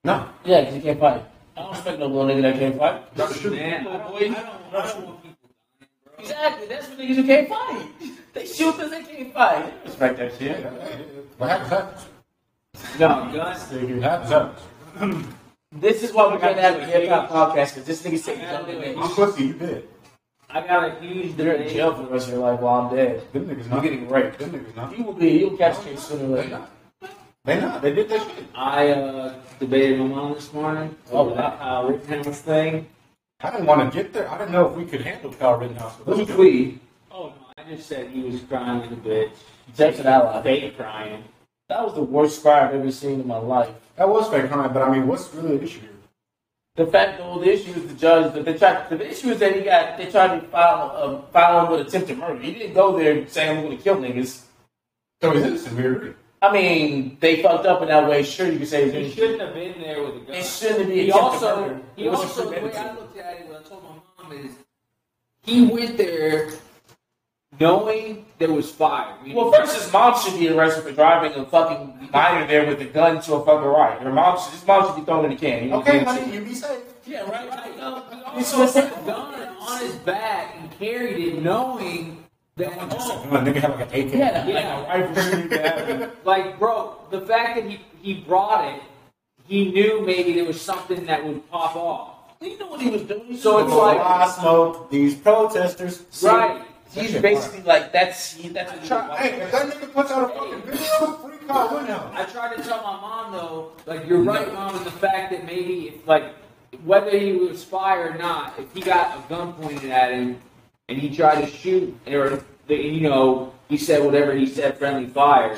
No. Yeah, 'cause you can't fight. I don't respect no little nigga that can't fight. Man, I don't, I don't, I don't want people. Exactly, that's for niggas who can't fight. They shoot because they can't fight. Respect that shit. What happens, happens. No, guns. It happens, happens. This is why we're gonna have a hip hop podcast because this nigga said something. I'm pussy, you dead. I got a huge They're in debate. jail for the rest of your life while I'm dead. Them niggas You're not. getting raped. Them niggas not. You will be, you'll catch kids sooner They or later. not. They not. They did that shit. I uh, debated my mom this morning Oh, about uh, Rick Hamilton's thing. I didn't want to get there. I didn't know if we could handle Kyle Rittenhouse. Let me tweet. Oh, no, I just said he was crying like a bitch. That's an ally. Fake crying. That was the worst fire I've ever seen in my life. That was fake crime, but I mean, what's really the issue here? The fact, though, the issue is the judge. That they tried. The issue is that he got. They tried to file, uh, file him with attempted murder. He didn't go there saying I'm going to kill niggas. So he's innocent. We agree. I mean, they fucked up in that way. Sure, you can say He it's shouldn't have been there with a gun. It shouldn't be He attempted also, murder. he It was also, the way I premeditated. looked at it, what I told my mom is, he went there knowing there was fire. Meaning- Well, first, his mom should be arrested for driving a fucking minor there with a gun to a fucking riot. Her mom, should, his mom should be thrown in the can. He was Okay, doing shit. honey, you be safe. Yeah, right. right. No, he It's also so- had a gun on his back and carried it knowing that, oh, My nigga have like an AK. Yeah, like Yeah. a rifle you have. like, bro, the fact that he, he brought it, he knew maybe there was something that would pop off. You know what he was doing. So it's Well, like, I smoke these protesters. right. he's basically like that's he, that's what he was Hey, if that nigga puts out a fucking bitch, free Kyle Rittenhouse. I tried to tell my mom though, like you're right, mom, with the fact that maybe if like whether he was fire or not, if he got a gun pointed at him and he tried to shoot, or the, you know, he said whatever he said, friendly fire,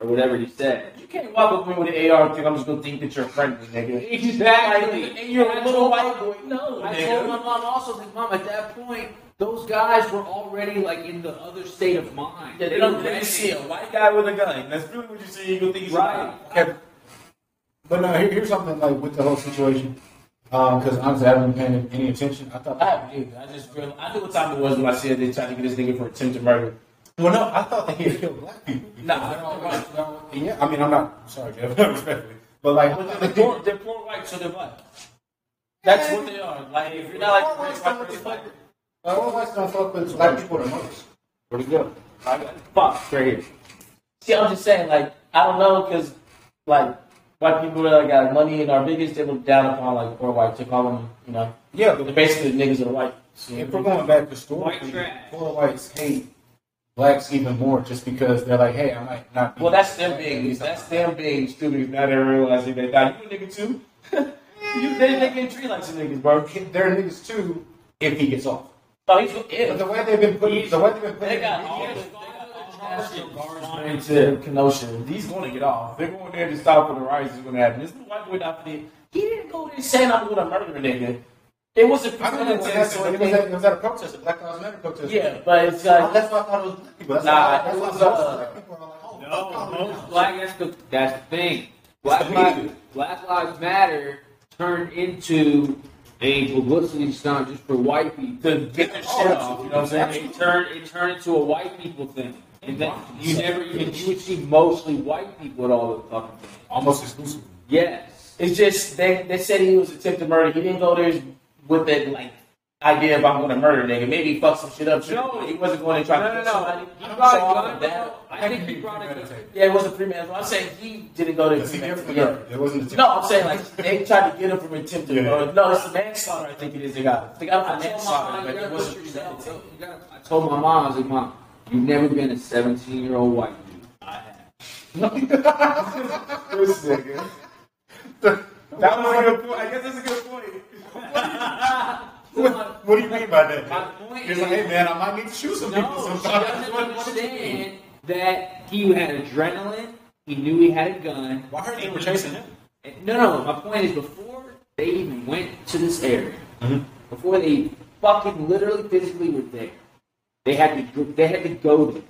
or whatever he said. You can't walk up to me with an AR and think I'm just gonna think that you're friendly, nigga. Exactly. Like, and you're a little white boy. No, I nigga. told my mom also that mom at that point those guys were already like in the other state of mind. Yeah, they They don't were really ready. see a white guy with a gun. That's really what you see. You gonna think he's Right. Okay. But no, here, here's something like with the whole situation. Because honestly, I haven't been paying any attention. I thought. I haven't either. I just real I knew what time it was when I said they tried to get this nigga for attempted murder. Well, no, I thought that he had killed black people. Nah, they're all white. Yeah, I mean, I'm not sorry, Jeff, *laughs* respectfully, but like, But they're, poor, they're poor white, so they're black. That's what they are. Like if you're not Poor like whites white, white, don't white, really fuck with- like, all whites don't fuck with black people the most. Where'd he go? Fuck, right here. See, I'm just saying, like, I don't know, because, like, white people that got money and are biggest, they look down upon, like, poor white, to call them, you know, Yeah, they're but basically the niggas of the white. if we're going back to school, White trash. poor whites hate blacks even more just because they're like, hey, I might not. Be Well, that's them being that's them being stupid. Now they're realizing they thought you a nigga *laughs* too. you they they getting treated like some niggas, bro. they're niggas too if he gets off. No, he's oh, yeah. But the way they've been putting, the way they've been putting, They got all the into Kenosha. He's going to get off. They're going there to stop for the riots. Is going to happen. This is white boy not for the- He didn't go there saying I'm going to murder a nigga. It wasn't I don't know. It was, presented at, it, was at, it was at a protest, a Black Lives Matter protest. Yeah, but it's Oh, like that's why I thought it was black people. That's Nah, why, that's it why I was, thought uh, black people are like, oh, fuck all of them. Black, that's the that's the thing. Black the Lives, media. Black Lives Matter turned into a publicity stunt just for white people. to get their shit off. You know what I'm saying? It turned it turned into a white people thing, and then you never even you would see mostly white people at all the fucking things. uh, Almost exclusively. Yes. It's just they, they said he was attempted murder. He didn't go there with that like idea of I'm gonna murder a nigga. Maybe he fucked some shit up. No. he wasn't going to No, try no, to kill no. somebody. He So brought all a of gun. that- I think he brought a gun. Yeah, it wasn't premeditated. I'm saying he didn't go there. Because he gave the yeah. gun. It wasn't. No, I'm saying like they tried to get him from attempted Yeah. murder. No, it's a manslaughter. I think it is. They got. They got him for manslaughter, but it wasn't premeditated. I told my mom, I was like, Mom, you've never been a 17 year old white dude. This nigga. That was a good point. I guess that's a good *laughs* point. what, what do you mean by that? My point He's like, is- hey man, I might need to shoot some people No, she sometimes. *laughs* doesn't understand that he had adrenaline. He knew he had a gun. Why are they were chasing him? And- No, no. My point is, before they even went to this area, Mm-hmm. before they fucking literally physically were there, they had to gr- they had to go there.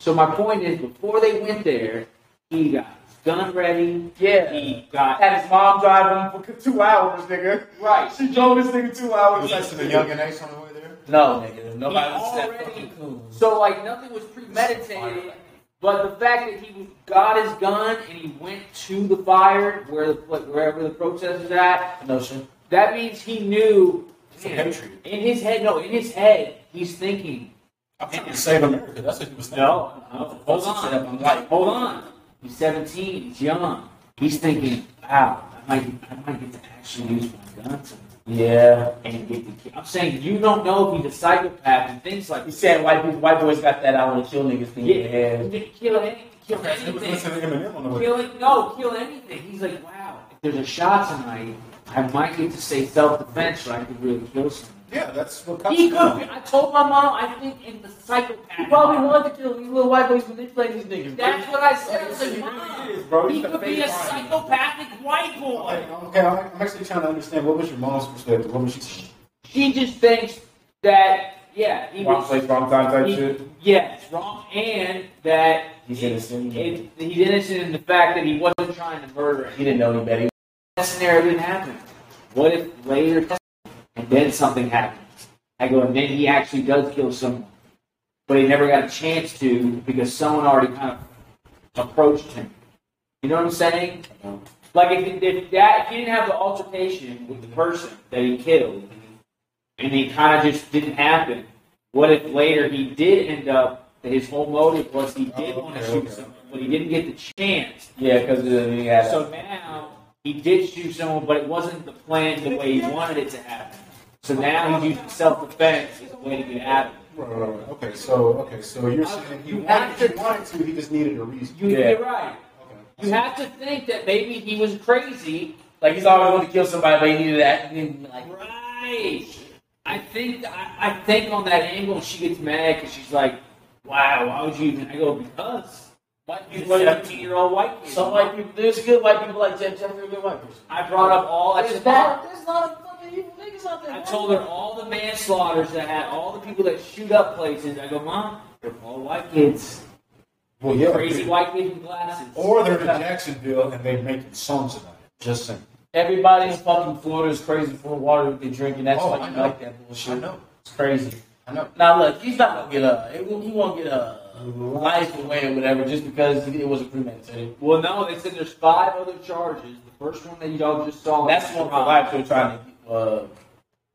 So my point is, before they went there, he got his gun ready. Yeah. he got Had his mom drive him for two hours, nigga. *laughs* right. She drove this nigga two hours. Was that some young and ace on the way there? No, nigga. Nobody was that already fucking cool. so like nothing was premeditated but the fact that he was- got his gun and he went to the fire where the like, wherever the protest is at Notion. that means he knew a man, patriot. in his head no in his head he's thinking I'm trying to save America. That's what he was thinking. no no, hold on hold on he's 17 he's young he's thinking wow i might i might get to actually use my gun tonight Yeah. and get the kid i'm saying you don't know if he's a psychopath and things like You saying white people, white boys got that I want to kill niggas thing in their Yeah, head. kill any- kill He was anything. listening to Eminem on the way. Kill it, no, kill anything. He's like, wow, if there's a shot tonight, I might get to say self-defense, or I could really kill someone. Yeah, that's what He cops could. do. I told my mom, I think in the psychopath. He probably wanted to kill these little white boys manipulating these niggas. That's what I said. I was like, mom, is, bro. he He's a could be fake a artist. psychopathic white boy. Like, Okay, I'm I'm actually trying to understand what was your mom's perspective? What was she saying? She just thinks that, yeah, he Wrong was- place, wrong time type he- shit. Yes, wrong, and that He's it- innocent. it- he's innocent in the fact that he wasn't trying to murder. anyone. He didn't know any better. that scenario didn't happen? What if later and then something happens? I go, and then he actually does kill someone, but he never got a chance to because someone already kind of approached him. You know what I'm saying? Like if, if that if he didn't have the altercation with the person that he killed, and it kind of just didn't happen. What if later he did end up? that His whole motive was he did Oh, want to okay, shoot okay. someone, but he didn't get the chance. Yeah, because he had So now he did shoot someone, but it wasn't the plan the way he wanted it to happen. So now he's using self defense as a way to get out of it. Right, right, right. Okay, so okay, so you're saying he You wanted, have he to- wanted to, he just needed a reason. You, Yeah. You're right. You have to think that maybe he was crazy. like he's always wanted to kill somebody, but he needed that. He needed, like, Right. I think I, I think on that angle she gets mad because she's like, "Wow, why would you even?" I go because white people are seventeen year old white kids. some white people, there's good white people like Jeff Jeffrey, good white person. I brought up all I There's said, not, there's not fucking evil niggas out there. I told her all the manslaughters that had all the people that shoot up places. I go, Mom, they're all white kids. Well, yeah. Crazy white kids with glasses. Or they're in Jacksonville and they're making songs about it. Just saying. Everybody in fucking Florida is crazy for the water that they drink, and that's Oh, why I you know. like that bullshit. I know. It's crazy. I know. Now look, he's not gonna get a he won't- he won't get a life away or whatever just because it wasn't premeditated. well, no, they said there's five other charges. The first one that y'all just saw. That's one for life they're trying to uh,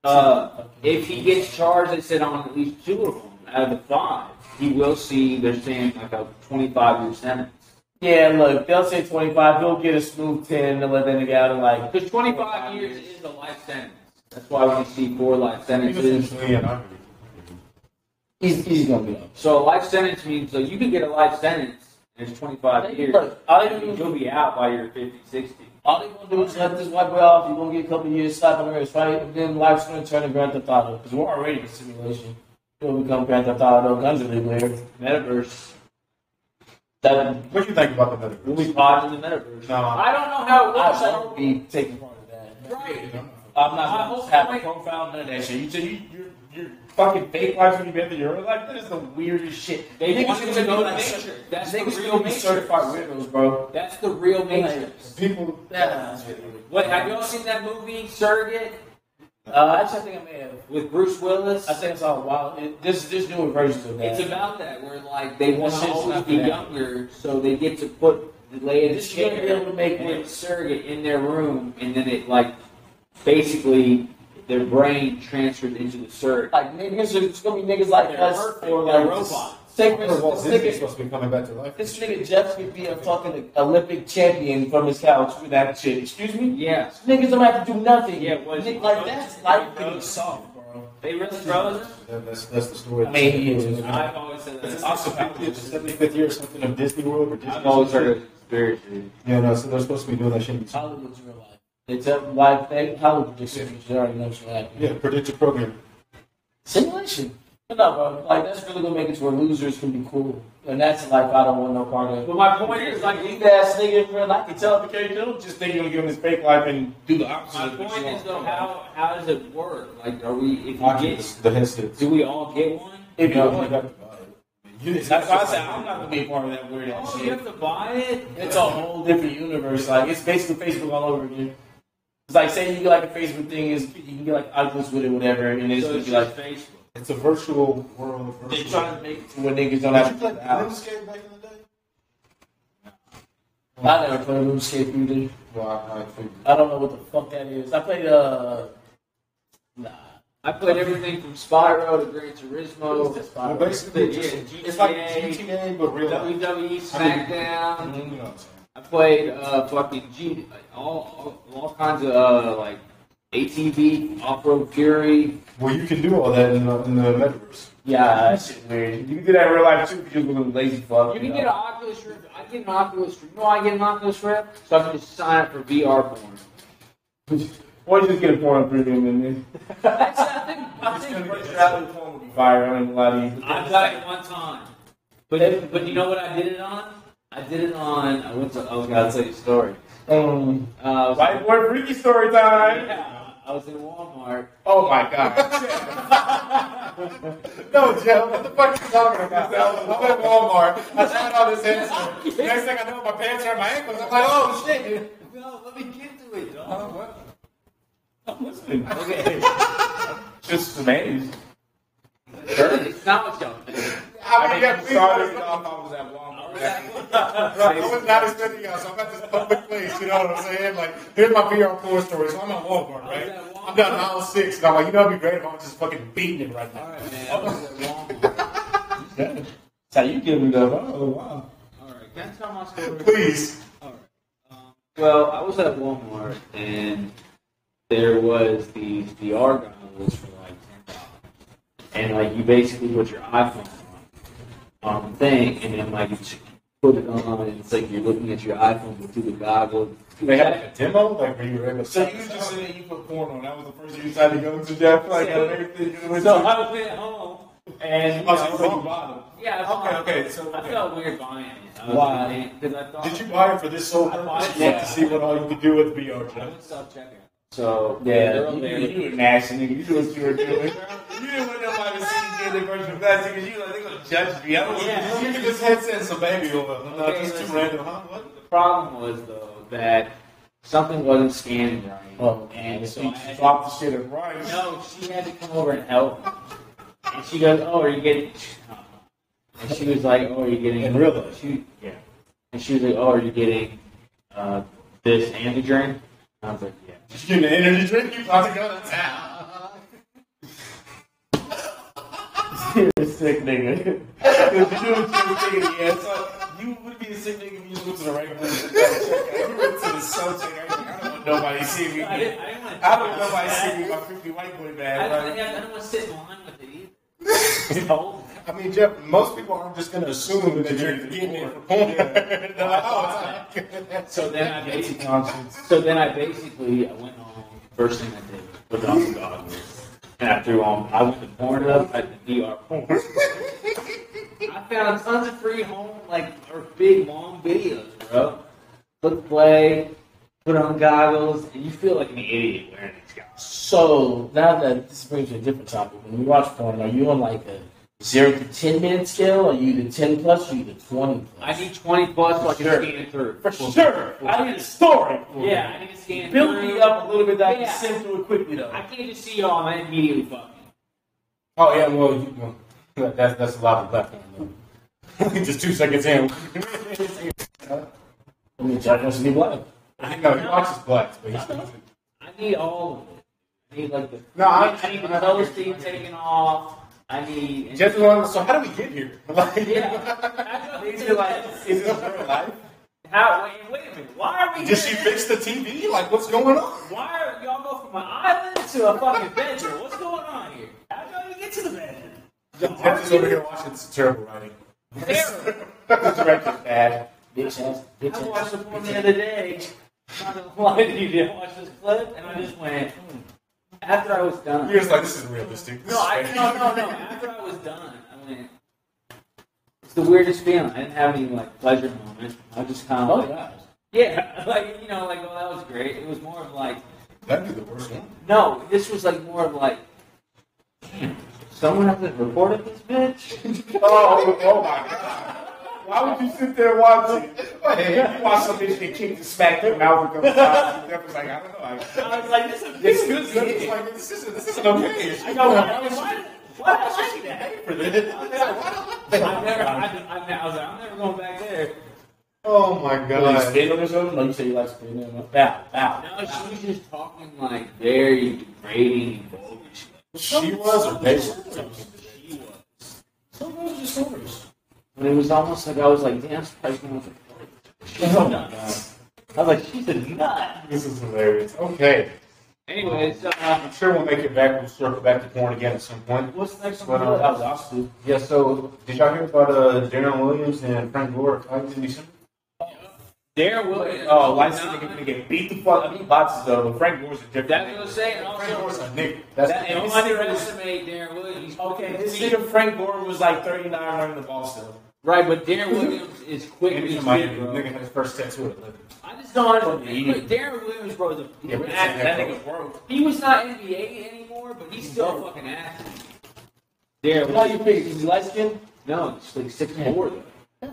Uh, if he gets charged, they said on at least two of them out of the five, he will see. They're saying like a 25 year sentence. Yeah, look, they'll say twenty five, he'll get a smooth ten, they'll let that nigga out in like Because 25 years is a life sentence. That's why we see four life He was sentences. essentially an army. He's, he's gonna be out. So a life sentence means so you can get a life sentence and it's 25 years. Look, I don't- You'll be out by your 50, 60. All they gonna do is let this white boy off. You're gonna get a couple years slap on the wrist, right? And then life's gonna turn to Grand Theft Auto because we're already in simulation. It'll become Grand Theft Auto, guns are everywhere, metaverse. That What do you think about the metaverse? we'll be pods in the metaverse. No, I- I don't know how it I works. I won't don't, be taking part of that. right. I'm I not hope gonna have a somebody- profile, none of that shit. You tell you your your fucking fake life when you been through your own life. That is the weirdest shit. They Niggas want you to gonna know be the like- nature. That's niggas the real gonna be nature. certified weirdos, bro. That's the real Matrix. People. What, have y'all seen that movie, Surrogate, Uh, actually, I think I may have. with Bruce Willis? I think it's all wild. It, this this newer version of that. It's about that, where like they want That to shit's always not be bad. younger, so they get to put lay in This the chair gonna be able to make and one. it's surrogate in their room, and then it like basically their brain transfers into the surrogate. like niggas. It's gonna be niggas like They're us perfect. or They're like robots. This, First of all, this, Disney's nigga, supposed to be coming back to life. this nigga Jeff could be a fucking Olympic champion from his couch with that shit. Excuse me. Yeah, Niggas don't have to do nothing. Yeah, what is Nick, it? like that's life could be soft, bro. they really frozen. That- that's, that's the story. I mean, he is. I've always said It's that. the 75th year or something of Disney World. Or Disney I've always heard of conspiracy. Yeah, no, so they're supposed to be doing that shit. Hollywood's real life. They tell life they Hollywood predicts the future. They already know what's gonna happen. Yeah, predictive programming. Simulation. But no, bro. Like that's really gonna make it to where losers can be cool, and that's the life I don't want no part of. But my point is like. Like, ass nigga, bro. I can tell the character don't just think you're gonna give him his fake life and do the My opposite. of what point you is want. though, how how does it work? Like, are we if you Oculus, get the headsets. do we all get one? If you No, want- you have to buy it. You- That's why I said I'm not gonna be a part of that weird ass Oh, you shit. have to buy it. It's a whole different universe. Like it's basically Facebook all over again. It's like say you get like a Facebook thing is you can get like Oculus with it, whatever, and it's So gonna it's be just like Facebook. It's a virtual world. they're Virtual. trying to make it to where niggas don't Did have you to play play the house. RuneScape back in the day? I never played RuneScape either. No, I, I figured. I don't know what the fuck that is. I played uh nah. I played everything from Spyro to Gran Turismo. Well, basically, it's just- Yeah, it's like GTA, GTA, but real life. WWE I E, SmackDown. mean, you know what I'm saying. I played uh, fucking G, all, all all kinds of uh, like ATV, off road fury. Well, you can do all that in the, in the metaverse. Yeah, that shit weird. You can do that in real life too because we're lazy fuck. You can know? get an Oculus Rift. I get an Oculus Rift. You know why I get an Oculus Rift? So I can just sign up for VR porn. *laughs* Or just get a porn premium in there. I think virtuality porn would be fire. I ain't gonna lie to you. I got it one time. But but you know what I did it on? I did it on. I went to. I was gonna tell you a story. Um, Uh, I was- white boy freaky story time. yeah, I was in Walmart. Oh my god. *laughs* No, Joe, what the fuck are you talking about? I was I was at Walmart. I tried all this headset. Next thing I know, my pants are on my ankles. I'm like, oh shit. No, let me get to it, dog. okay. Just amazed. it's not what y'all think. I mean, yeah, I'm please. sorry, I dog, I was at Walmart. was not expecting y'all, so I'm at this public place, you know what I'm saying? Like, here's my PR four story, so I'm at Walmart, right? I'm down aisle six, and I'm like, you know, it'd be great if I was just fucking beating it right now. Alright, man. I was at Walmart. That's how you give me that. Oh, wow. Alright, can I tell my story? Please. Well, I was at Walmart and there was these VR goggles for like ten dollars. And like you basically put your iPhone on on the thing and then like you t- put it on and it's like you're looking at your iPhone but through the goggles. They had like a demo, like where you were able to. So you was just sitting there, you put porn on. That was the first thing you decided to go to Jeff, like, Yeah. everything. you went So to. I was at home and Oh, so you bought it. yeah, I Okay, bought it. okay, so, I okay. felt weird buying it. Why? Because I thought Did you buy it for this sole purpose? You want to see what all you could do with VR, Jeff? self checkout? So Yeah, they're you, there. you, *laughs* you were nasty, nigga. You knew what you were doing. you didn't want nobody to see you get the version of that because you like they gonna judge me. I don't Yeah. You can just headset some baby over. them. No, Okay, just too listen. random. Huh? What? The problem was though that something wasn't scanning right, Oh, and so I had to, drop the shit and run. no, she had to come over and help. me. And she goes, "Oh, are you getting?" And she was like, "Oh, are you getting?" In real life. she, yeah. And she was like, "Oh, are you getting uh, this and the drink?" And I was like, "Yeah." You getting an energy drink? You about to go to town? You're a sick nigga. If you knew what you were thinking, yeah, so you would be a sick nigga if you just went to the regular You went to the self check. I don't want nobody seeing me. I I didn't, I didn't want to. don't want nobody seeing me with my 50 white boy I bag. don't Like, want to sit in line with it either. It's cold. I mean, Jeff, most people aren't just going to assume that you're getting it for porn. They're like, oh, it's not. So then I basically, so then I basically I went home. First thing I did was off the dog, and I threw on. I went to Pornhub, I did DR *laughs* porn. I found tons of free home like or big long videos, bro. Click play, put on goggles, and you feel like an idiot wearing these goggles. So now that this brings you a different topic, when you watch porn, are you on like a zero to ten minute scale? Are you the ten plus? Or are you the twenty plus? I need 20 plus so I can Sure. scan it through. for sure. I need a story. Yeah, I need to scan Build through. me up a little bit that I Yeah. can send through it quickly though. I can't just see y'all and I immediately fuck. Oh, yeah, well, you, well that- that's, that's a lot of left hand, though. *laughs* just two seconds in. I mean, Jack wants to be black. I know, he watches blacks, but he's. I need all of it. I need like the No, I- I need the nose thing taken off. I need Jeff is one, so how do we get here? *laughs* Like, yeah. I He's like, is this real life? How? Wait, wait a minute. Why are we? Did she here? fix the TV? Like, what's going on? Why are y'all go from an island to a fucking bedroom? What's going on here? How y'all even get to the bedroom? Jeff is over here watching some terrible writing. Terrible. This director's bad. bitch ass, bitch I ass. watched the porn the other day. I'm not gonna lie to you, dude. I watched this clip and I just went. hmm. After I was done. You're just like, this isn't realistic. This No, is I, fake. no, no, no. After I was done, I went. It's the weirdest feeling. I didn't have any like pleasure moment. I just kind of Oh, like, yeah. yeah, like you know, like oh that was great. It was more of like, That'd be the worst one. no, this was like more of like, damn, someone hasn't reported this bitch. Oh, oh my god. Why would you sit there watching? Hey, you watch some bitch get kicked and smacked in the mouth and comes out. That was like, I don't know. Like, I was like, this is this, this, this, like, this, isn't, this isn't okay. I no, why, why, why did I like that? for this. I never, I, I, I was like, I'm never going back there. Oh my Like god. spit on or something? Like you say you like spit on him? Bow, bow. No, she was just talking like very degrading and vulgar. She She was or they were? Some girls are stories. But it was almost like I was like, damn, I'm surprised no one's reported. She's a nut. I was like, she's a nut. This is hilarious. Okay. Anyways, uh, I'm sure we'll make it back. We'll circle back to porn again at some point. what's the next But, one? um, That was awesome. Yeah, so did y'all hear about uh, Darren Williams and Frank Gore fighting in December? Darren Williams. Oh, Lyson nigga gonna get beat the fuck. I mean, boxes though. but Frank Gore's a different. That's what nigga. I'm saying. and Frank Gore's Also, a nigga. That's That- don't underestimate Darren Williams. Okay, this nigga Frank Gore was like 39 running the ball still. Right, but Darren Williams is quick. Maybe as somebody shit, bro. nigga had his first tattoo at 11. I just don't Fucking understand. Darren Williams, bro, is a Yeah, but That, that that nigga nigga broke. he was not NBA anymore, but he's still a fucking athlete. Darren How you Williams. pick? Is he light skinned? No, he's like six four though.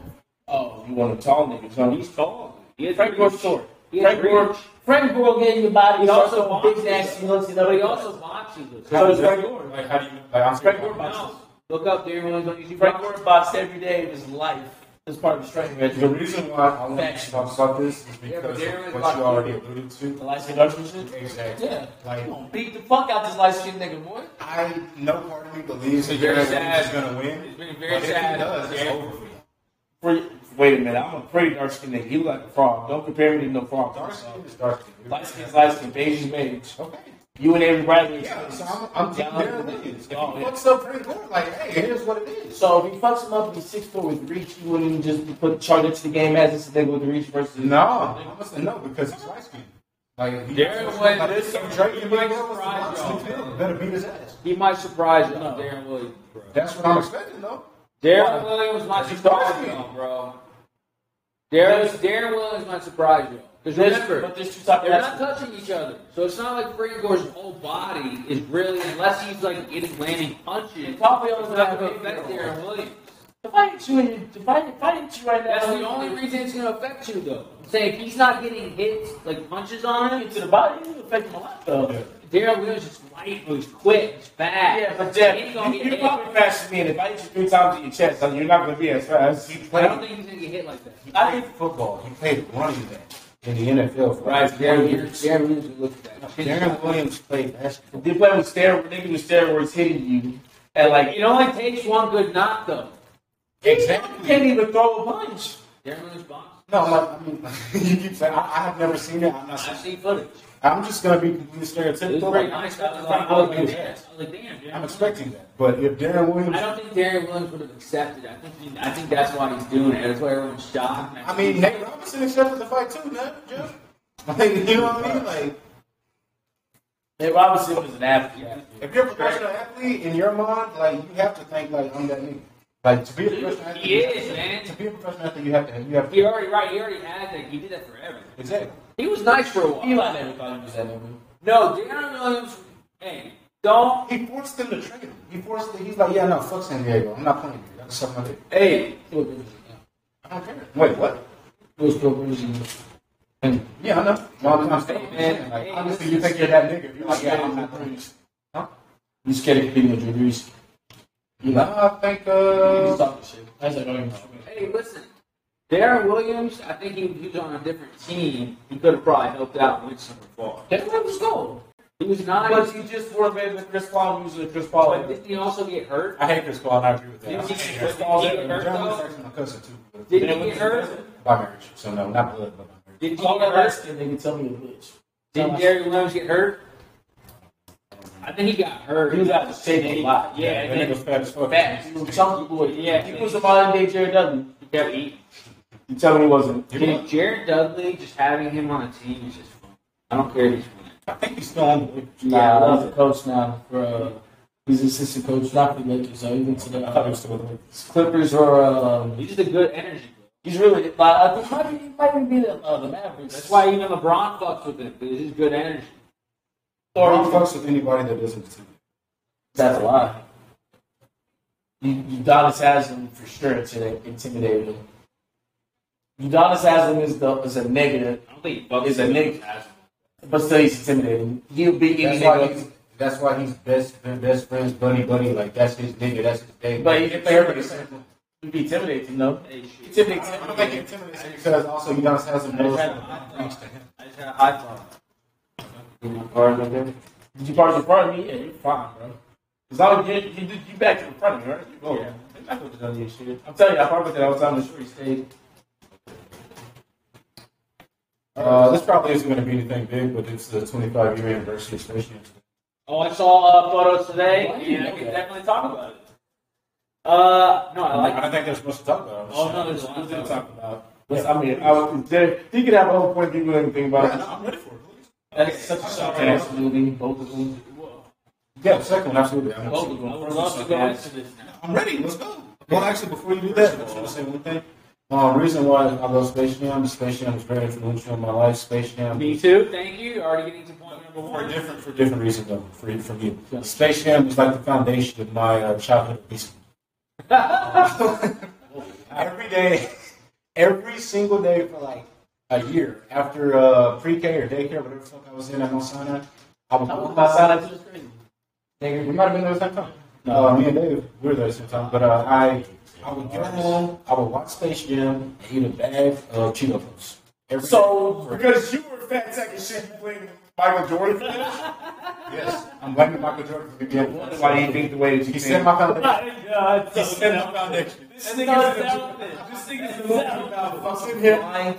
Oh, you want a tall nigga? Huh? He's tall. He has Frank reach. Gore's short. He has Frank Gore. reach. Frank Gore gave you body. He's He also also big boxes. nasty looks. You know, But he he also. also boxes us. So does Frank Gore. Like, how do you, like, I'm Frank Gore boxes. No. Look up Darren Williams on YouTube. Frank Gore boxed every day of his life. As part of his training The regimen. reason why I want to talk about this is because Yeah, but of what you already alluded to. The light skinned Dutchman shit. Exactly. Yeah. Like, You gonna beat the fuck out this light skinned nigga, boy. I no part of me believes that very Darren sad. Williams is gonna win. It's been very but if sad. he does, it's Yeah. over for me. Pretty, wait a minute, I'm a pretty dark skinned nigga. You like a frog. Don't compare me to no frog. Dark skin is dark skin. Light skin's light skin, beige is beige. Okay. You and Avery Bradley. Yeah, so I'm, I'm taking Yeah, Darren Williams. If he Oh, yeah. fucks up Frank Gore, like, hey, here's what it is. So if he fucks him up, he's six four with reach. You wouldn't even just put charge into the game as this nigga with reach versus No, I must say no because he's light skinned. Like, he- Darren Williams- like, this some Drake and Big L was the Surprise, light-skinned y'all. kid. better beat his ass. He might surprise you. No. Darren Williams, bro. That's what I'm expecting though. Darren Williams might He's surprise dark-skinned. you, bro. Darren, Darren Williams might surprise you. Because There's- remember, but there's two types of they're not basketball. touching each other. So it's not like Frank Gore's whole body is really, unless he's like getting landing punches. Probably it's only not going gonna to affect affect Darren Williams. If I hit you, in your, if I if I hit you right now, That's the only reason it's going to affect you, though. I'm saying if he's not getting hits, like punches on him, to the body. You affect him a lot though. Yeah, Darren Williams is light, he's quick, he's fast. but Jeff, He's gonna you, get you're hit. probably faster than me. And if I hit you three times in your chest, then you're not gonna be as fast. You I play. don't think he's gonna get hit like that. I played football. He played running back in the NFL. for Right, like Darren 20 years. Williams. Darren Williams would look at that. Darren Williams played basketball. They play with steroids. Nigga with steroids hitting you, and like It only takes one good knock, though. exactly, you can't even throw a punch. Darren Williams box. No, like, I mean, *laughs* you keep saying I, I have never seen it. I'm not. I've saying- seen footage. I'm just gonna be completely It was stereotypical. great. I'm I was expecting like, Frank I Gore to was like, be his damn. I ass. was like, damn, I'm yeah. expecting that. But if Darren Williams, I don't think Darren Williams would have accepted. it. I think he, I think that's why he's doing it. That's why everyone's shocked. I mean, Nate Robinson accepted the fight too, man. Jeff. Like, you know what I mean? Like, Nate Robinson was an athlete. if you're a professional athlete in your mind, like you have to think like I'm that nigga. Like to be a professional athlete, He is, man. To be a professional athlete, you have to. You have to. He already right. He already had that. He did that forever. Exactly. He was nice for a while. Eli never thought he was that nigga. No, Darren Williams. Hey, don't. He forced them to trade him. He forced. Them, he's like, yeah, no, fuck San Diego. I'm not playing here. That's something I did. Hey, He was Bridges. I don't care. Wait, what? He was Phil Bridges. And Yeah, I know. No, I'm, I'm Hey, saying, man. man. Like, Hey, obviously, this you is- think you're that nigga. You're like, Yeah, yeah, I'm I'm not not playing. he's scared of competing with Drew Brees. No, I think. He's Uh, talking shit. I was like, I don't even talk. hey, listen. Darren Williams, I think he, he was on a different team. He could have probably helped out and went somewhere far. That man was gold. He was nice. But he just forfeited with Chris Paul using Chris But Paul. didn't he also get hurt? I hate Chris Paul. and I agree with that. Didn't he, Chris didn't Paul's he get hurt German's though? actually my cousin too. but Didn't he get hurt? By marriage, so no, not blood, but by marriage. Didn't he All get that hurt? last skin nigga tell me a bitch. Didn't Darren Williams get hurt? I think he got hurt. He was out of shape a lot. Yeah, and that then nigga's fat as fuck. fat. He was a chunky boy. Yeah. He was a modern day Jared Dudley. he kept eating. You tell me he wasn't. You know Dude, Jared Dudley, just having him on a team is just fun. I don't care if he's winning. I think he's still on. the- Yeah, I Nah, love the coach now. For, uh, he's assistant coach, not for the Lakers. So he went to the I thought he uh, was still with me. Clippers or um, He's just a good energy. he's really. Like, I think might be, he might even be the, uh, the Mavericks. That's why even LeBron fucks with him. Because he's good energy. Or he fucks with anybody that doesn't see. That's a lot. You- Udonis Haslam for sure intimi- intimidated him. Udonis Haslam is the is a negative, I don't think he fucks He's a with nigga. him. but still he's intimidating. He'll beat any That's why nigga. he's. That's why he's best best friends, buddy, buddy. Like that's his nigga. That's his day. But if they ever he'd be intimidating though. Hey, shit. Intimidating. I don't think it's intimidating because also Udonis has some nose. I just had a high thought. You park in front of me, yeah, you're fine, bro. As long as you you, you, you back in front of me, right? You go. I'm telling you, I park with that all the time. I'm sure he stayed. Uh, this probably isn't going to be anything big, but it's the 25 year anniversary of Space Jam. Oh, I saw uh, photos today, Why do you and I know can that? definitely talk about it. Uh, no, I like I don't think there's much to talk about. Oh, no, there's a lot to talk about. That's- I mean, I was, there, he could have a whole point. People didn't think about it. *laughs* I'm ready for it. please. That's such a shock. Absolutely, both of them. Yeah, the second one, absolutely. I'm, Both of them. I would love to go into this now. I'm ready. Let's go. Well, actually, before you do that, I just want to say one thing. Uh, reason why I love Space Jam, Space Jam was very influential in my life. Space Jam Me too. Thank you. You're already getting to point number for one. different for different reasons though. For you, for you, Space Jam was like the foundation of my uh, childhood obesity. *laughs* every day, every single day for like a year after uh, pre-K or daycare, whatever the fuck I was in at Mount Sinai, I would I go was outside. outside. I was crazy. Nigga, we might have been there at the same time. Uh, me and Dave, we were there at the same time. But uh, I, I would get home, I would watch Space Jam, and eat a bag of Cheeto Puffs. Every So, day. because you were fat sack of shit, you blamed Michael Jordan for this? *laughs* yes, I'm blaming Michael Jordan for the game. Why do you think the way that you He think? set my foundation. *laughs* God, He set my foundation. this nigga's the I'm sitting here. I'm, like,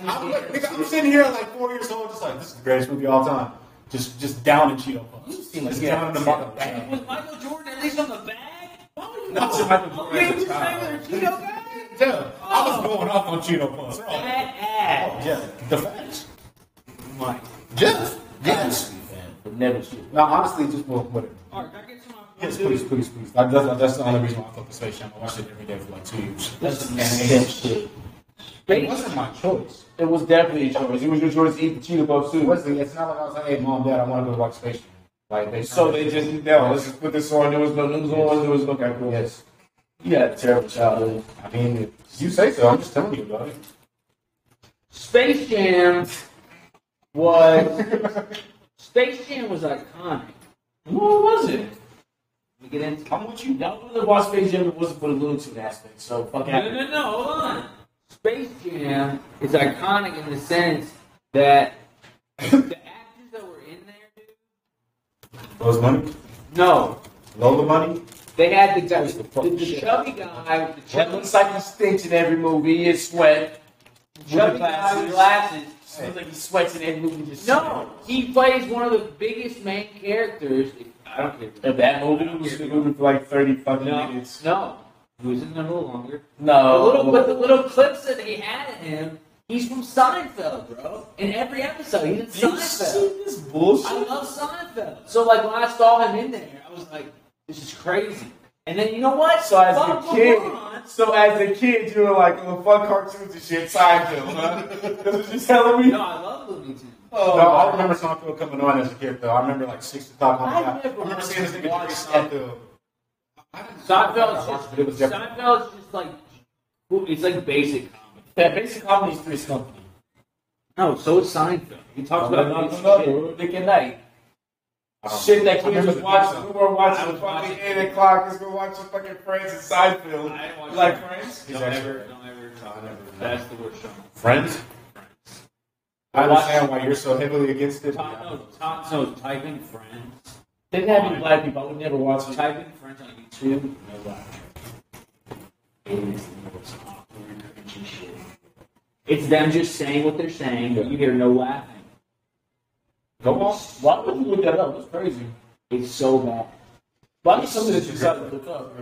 nigga, I'm sitting here like four years old, just like this is the greatest movie of all time. Just, just down in Cheeto Puffs. Just down in the Michael bag. Was Michael Jordan at least on the bag? Not to Michael Jordan at the time. That Yeah, I was going off on Cheeto Puffs. bro. ass. Yeah, the facts. Mike. Yes, yes. But never shoot. Now, honestly, just well, whatever. All right, can I get some of my Yes, please, please, please. That, that's, that's the only reason why I fuck with Space Jam. I watched it every day for like two years. That's some damn shit. It wasn't my choice. It was definitely a choice. It was your choice to eat the Cheetah Puffs It too. wasn't. It's not like I was like, "Hey, mom, dad, I want to go watch Space Jam." Like they. So they just, no, let's just put this on. There was no news on. There was no okay, cool. Yes. You had a terrible childhood. I mean, if you say so. I'm just telling you about it. Space Jam was Space Jam was iconic. What was it? Let me get into. I'm with you. That was the Boss Space Jam. It wasn't for the Looney Tunes aspect. So fuck No, no, it. no, no, hold on. Space Jam is iconic in the sense that the actors that were in there, dude, Those money, no, Lola money. they had the guy, the, the fucking the chubby guy, with the That chubby looks like he stinks in every movie. He is sweat. Chubby guy glasses. with glasses. She looks like he sweats in that movie. Just No, he plays one of the biggest main characters. I don't care. If that movie It was was good for like 30 fucking No, minutes. no. He was in there a little longer. The no, little, but the little clips that they had of him, he's from Seinfeld, bro. In every episode, he's in Do you Seinfeld. see this bullshit? I love Seinfeld. So like when I saw him in there, I was like, this is crazy. And then you know what? So as Fuck a kid, LeBron. so as a kid, you were like, "Oh fuck, cartoons and shit, Seinfeld." Huh? That's what you're telling me. No, I love Looney Tunes. No, I remember Seinfeld coming on as a kid, though. I remember like 6 o'clock on the I night. never I remember seeing this nigga watched watch Seinfeld. I didn't- Seinfeld's but it was just, different. Seinfeld's just like, it's like basic comedy. That basic comedy is Three's Company. No, so is Seinfeld. He talks No, about no, basic no, shit. no. Dick at night. Um, Shit that I kids remember was the watching. pizza. We were I watching was fucking watching- eight o'clock. Let's go watch some fucking Friends and Seinfeld. I didn't watch You like that. Friends? Don't ever, don't ever. That's the worst show. Friends? I understand why you're so heavily against it. Top no, top no. Type in friends. They didn't have any black people. I would never watch it. Type in friends on YouTube. No black. It is the most awkward, cringy shit. It's them just saying what they're saying, but you hear no laughing. Go on. Why would you look that up? That's crazy. It's so bad. Why is something that you decided to look up?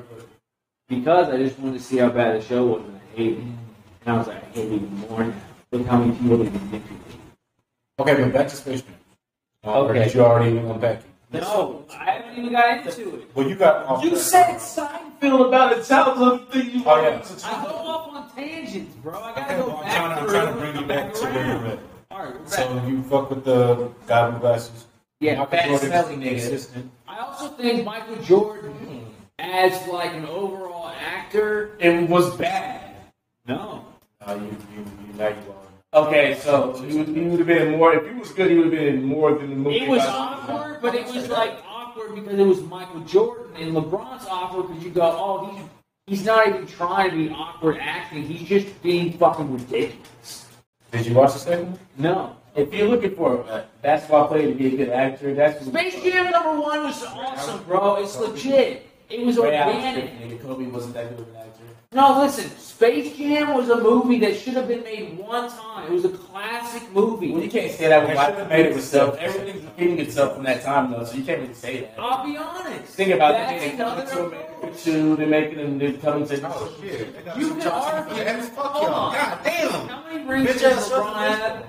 Because I just wanted to see how bad the show was, and I hated it. And I was like, I hate it even more now. Look how many people they can think Okay, but back to Space Jam. Uh, or Okay. did you already unpack it? No, I haven't even got into it. Well, you got off You track. said Seinfeld about a thousand things. You Oh, yeah. I go off on tangents, bro. I gotta Okay, go well, I'm back trying, to, I'm through trying to and bring come you back to where around. you're at. All right, we're back. So you fuck with the guy with glasses. Yeah, Michael fat Jordan's smelly nigga. consistent. I also think Michael Jordan, as like an overall actor, It was bad. no. Uh, you, you, you, now you are. Okay, so he would, he would have been more. If he was good, he would have been more than the movie. It was about- awkward, but it was like awkward because it was Michael Jordan, and LeBron's awkward because you go, oh, he's he's not even trying to be awkward acting. He's just being fucking ridiculous. Did you watch the second one? No. If you're looking for a basketball player to be a good actor, that's what Space Jam number one was awesome, bro. It's legit. It was Ray Allen's organic. different, nigga. Kobe wasn't that good of an actor. No, listen. Space Jam was a movie that should have been made one time. It was a classic movie. Well, you can't say that when They Michael should've made made it it himself. with- Everything's repeating itself from that time, though, so you can't really say that. I'll be honest. Think about That's that. another They're coming to approach. America, too. They're making them they're coming to. Oh, shit. They got You some can Johnson argue- fans. Fuck Hold y'all. on. God damn. How many rings Bitch does ass LeBron Celtics. have?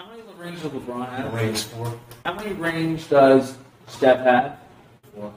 How many rings does LeBron have? Rings four. How many rings does Steph have? four.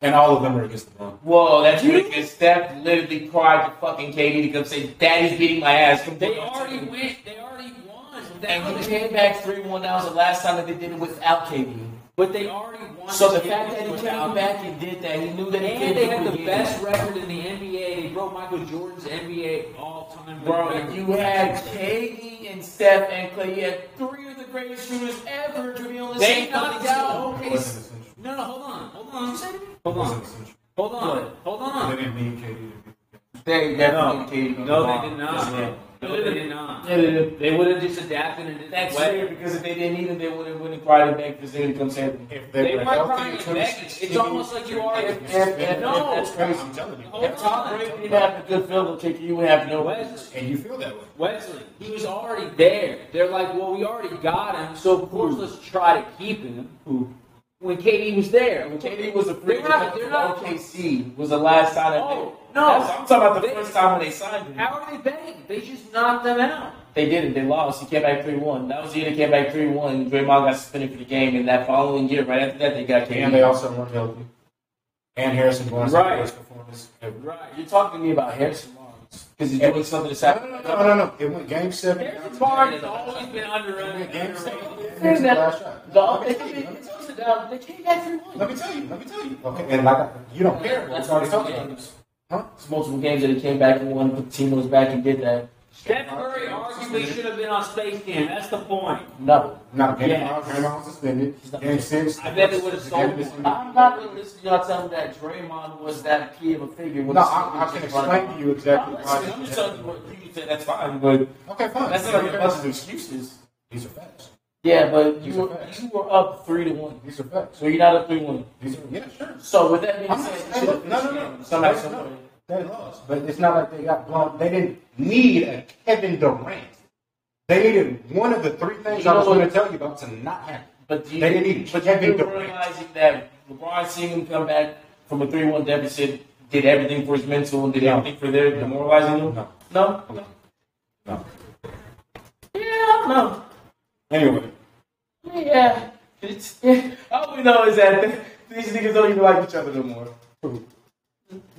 And all of them are against the run. Whoa, that's ridiculous. Steph literally cried to fucking Katie to come say, Daddy's beating my ass. Come They put on already TV." went. They already won. And we came back 3 1. That was the last time that they did it without KD. But they already won. So the the fact that he championship came without- back and did that, he knew that he And couldn't they do had it the again. best record in the NBA. They broke Michael Jordan's NBA all-time Bro, record. you had KD and Steph and Clay. You had three of the greatest shooters ever to be on the They same knocked fucking out team. Wasn't OKC. essential. No, no, hold on, hold on, hold Wasn't on, essential. hold on, hold They on. didn't need KD to be. They definitely KD. No, they did not. No, they did not. They did it. They would have just adapted and did That's that weird because if they didn't need him, they wouldn't wouldn't cry to beg for Ziggy to come say it. If They were weren't healthy, crying it could've back. succeeded. It's almost like you are- It If- could've if- if- succeeded. No. that's crazy. I'm telling you. Hold If Tom on. Brady didn't have a good field goal kicker, you would have no way. Wes- And you feel that way. Wesley, he was already there. They're like, well, we already got him, so of course let's try to keep him. When KD was there, when KD was a free They're not. They're not. OKC was the last time that Oh, they. no. That's- I'm talking about the They- first time when they signed him. How are they betting? They just knocked them out. They did it. They lost. He came back 3 1. That was the year they came back 3 1. Draymond got suspended for the game, and that following year, right after that, they got KD. And they also weren't healthy. And Harrison Barnes had Right. the worst performance ever. Right. You're talking to me about Harrison Barnes because he's doing something that's No, happening. no, no, no, no. It went game seven. Harrison Barnes has always been underrated. Game seven. Fair enough. The- Let they me came tell you. back- it's also down- they came back 3 1. Let me tell you. Let me tell you. Okay, and like I- you don't care. That's That's how already it's talked about. games. Huh? It's multiple games that he came back and won. The team was back and did that. Steph Curry arguably should have been on Space Jam. That's the point. No. Not game Yeah. five. Game was suspended. Game six. I bet they would've sold one. I'm not going to listen to y'all tell me that Draymond was that key of a figure. when No, I, the I team can was explain running. to you exactly why. I'm this just telling you happened. what you said. That's fine, but Okay, fine. that's not like a bunch of excuses. These are facts. Yeah, but you These are were, facts. you were up three to one, These are facts. so you're not up three one. These are yeah, sure. So with that being I'm said, not, you hey, should've look, no, no, finished the no. game. Somebody, They somebody. lost. They lost, but it's not like they got blown. They didn't need a Kevin Durant. They needed one of the three things You I was know going to what- tell you about to not happen. But do you, They didn't even but check you into do it. realizing that LeBron seeing him come back from a 3 1 deficit did everything for his mental and did No. everything for their demoralizing him? No. No? No. Yeah, no. Anyway, Yeah. It's, yeah. All we know is that *laughs* these niggas don't even like each other no more.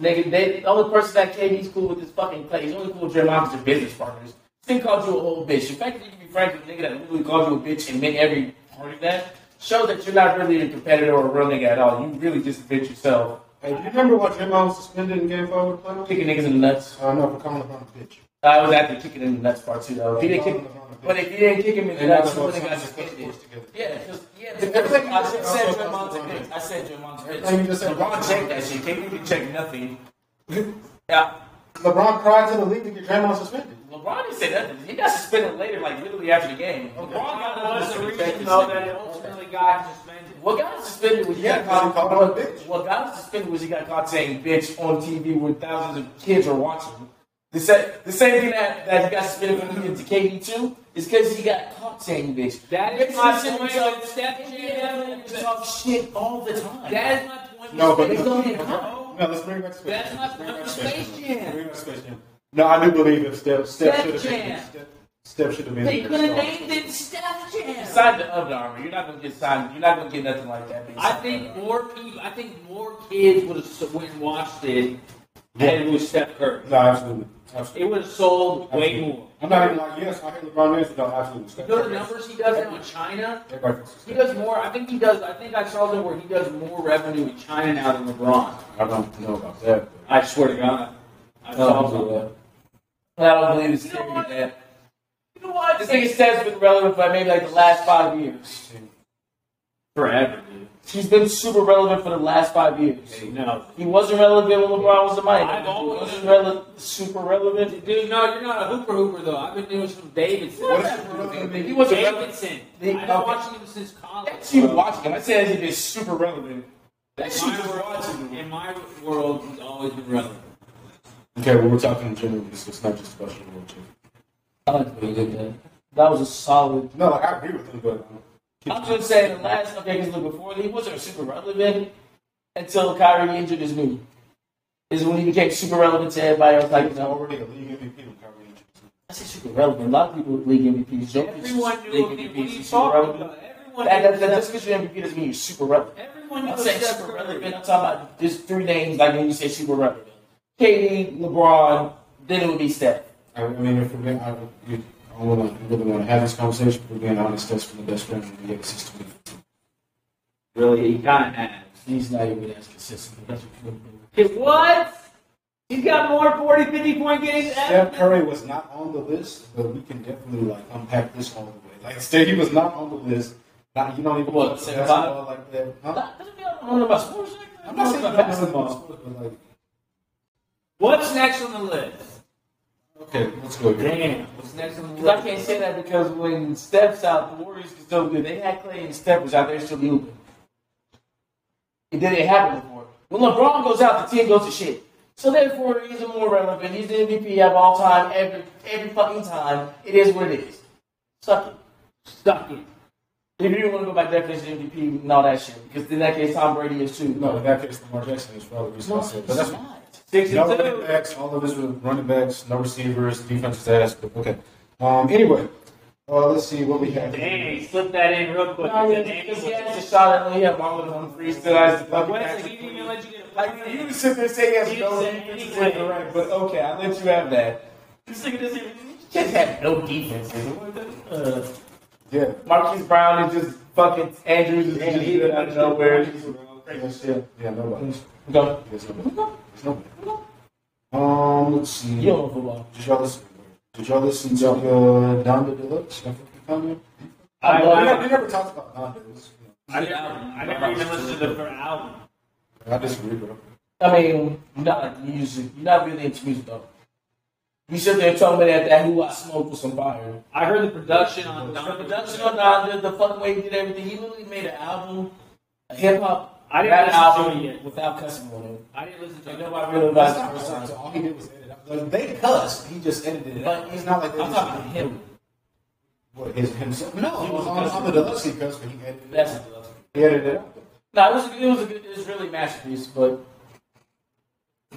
Nigga, they, the only person that KD's cool with is fucking Clay. He's only cool with Draymond 'cause they're business partners. This thing called you a whole bitch. The fact that you can be friends with a nigga that literally called you a bitch and meant every part of that shows that you're not really a competitor or a real nigga at all. You really just a bitch yourself. hey, do you remember what Draymond was suspended in Game Four with Cleveland? Kicking niggas in the nuts. I know Uh, for coming up on the pitch. I was after kicking in the nuts part too, though. If he didn't kick, but if he didn't kick him in the And that's nuts, he what wouldn't have got some of the suspended. sports together. Yeah, 'cause- yeah. Everything I said- you said just- Draymond's a bitch. I said Draymond's a bitch. Everything you just said- LeBron checked that shit. KD didn't check nothing. *laughs* yeah. LeBron cried to the league to get Draymond suspended. LeBron didn't say nothing. He got suspended later, like literally after the game. LeBron got What's the suspended. reason though that it ultimately got him suspended? What got him suspended was he Yeah, got caught. 'cause he called him a bitch. What got him suspended was he got caught saying "bitch" on TV when thousands of kids are watching. The, sa- the same thing that, that he got suspended when he went to KD too is because he got caught saying "bitch." That is Basically, my shit point himself- with Steph Yeah, Curry. he talk shit all the time. That is my point. No, but it's no, gonna be a let's bring it back to Space That's Jam. not- Bring it back to Space Jam. Bring it back to Space Jam. No, I do believe if Steph, Steph Space should have been, Jam. Steph, Steph shoould've been They the could have star. named it Steph Jam. Sign to Under Armour. You're not gonna get signed. You're not gonna get nothing like that. being I signed to Under think Armour. more people. I think more kids would have went and watched it had it was Steph Curry. No, absolutely. absolutely. It would have sold way Absolutely. more. I'm not even like, yes, I think LeBron is. No, absolutely. You Steph know the Curry is- numbers he does now in China. Everybody thinks He he's- does more. I think he does. I think I saw somewhere he does more revenue in China now than LeBron. I don't know about that. but- I swear to God. I saw something. I don't believe this You know theory, what? man. You know what? This nigga Steph's been relevant for maybe like the last five years. forever, dude. He's been super relevant for the last five years. No, He wasn't relevant when LeBron was the Miami. I've always- he wasn't rele- super relevant. dude. No, you're not a hooper hooper though. I've been doing some Davidson. What is super relevant? He wasn't relevant. Davidson. They- I've been okay. watching him since college. That's you watching him. I said he's been super relevant. That In shit was my watching world, him. in my world, he's always been relevant. Okay, well, we're talking generally. It's it's not just about the World Championship. I like the way he did that. That was a solid. No, like, I agree with him, but I'm just saying the last okay, because look before he wasn't super relevant until Kyrie injured his knee. Is when he became super relevant to everybody else. Like, he's already a league MVP when Kyrie Irving. I say super relevant. A lot of people with league MVPs. Jokic is Everyone knew league him. What MVP. are He's you super talking relevant. about? Everyone That, that, that, knew just because you're MVP doesn't mean you're super relevant. Everyone I'm knew saying Steph super Curry. relevant. I'm talking about just three names, like when you say super relevant. KD, LeBron, then it would be Steph. I I mean, if we're being, I, you- I don't wanna, I really want to have this conversation. If we're being honest, that's been the best friend in the league since 2015. Really, he kind of has. He's not even as consistent. That's what people do. Cause what? He's got more 40, 50 point games. Steph Curry was not on the list, but we can definitely like unpack this all the way. Like, Steph, he was not on the list. Not, you don't even What, watch say basketball like that. Huh? That doesn't mean I don't know about sports. like, I I'm not know saying about that was basketball. but like, What's next on the list? okay, let's go here. Damn. What's next on the Because I list? can't say that because when Steph's out, the Warriors can still do. They had Clay and Steph was out there still be hooping. It didn't happen before. When LeBron goes out, the team goes to shit. So therefore, he's a more relevant. He's the MVP of all time, every every fucking time. It is what it is. Suck it. Stuck it. If you want to go by definition of MVP and all that shit, because in that case, Tom Brady is too. No, in that case, Lamar Jackson is probably the reason I said. But it's that's not. Six and No two. running backs, all of his were running backs, no receivers, defense is ass, but okay. Um, anyway, uh, let's see what we have. Dang, slip that in real quick. I mean, It's an because he ambulance. has a shot at Leah Ballard on free still has the But fucking Wesley, he back. didn't even let you get a Like, play for you in. to sit there and say yes, You no said defense is in the anyway. right, but okay, I'll let you have that. This nigga doesn't even. Just have no defense. Uh, Yeah. Marquise Brown is just fucking Andrews is just good out of nowhere. That's it. Yeah, nobody. Go. There's nobody. There's nobody. Um, let's see. You don't know football. Did y'all listen? Did y'all listen to uh, Donda Deluxe? That fucking comment? I, Uh, We I, never, we never talked about Donda. It was, I, never, I never even listened to the first album. I disagree with him. I mean, you're not into music. You're not really into music though. You sit there telling me that that who I smoked was some fire. I heard the production on The Don. production on Donda, the fucking way he did everything. He literally made an album, a hip hop I didn't rap listen to album it yet. without cussing on it. I didn't listen to And it. nobody really That's likes not the what first I'm time. saying. All he did was edit out. Like, They cussed. He just edited it out. But It's not like they I'm listened to talking him. What, his, himself? No, it was on, on the Deluxe because he edited it. That's a deluxe. He edited it out. No, it was a, it was a good, it was really a masterpiece, but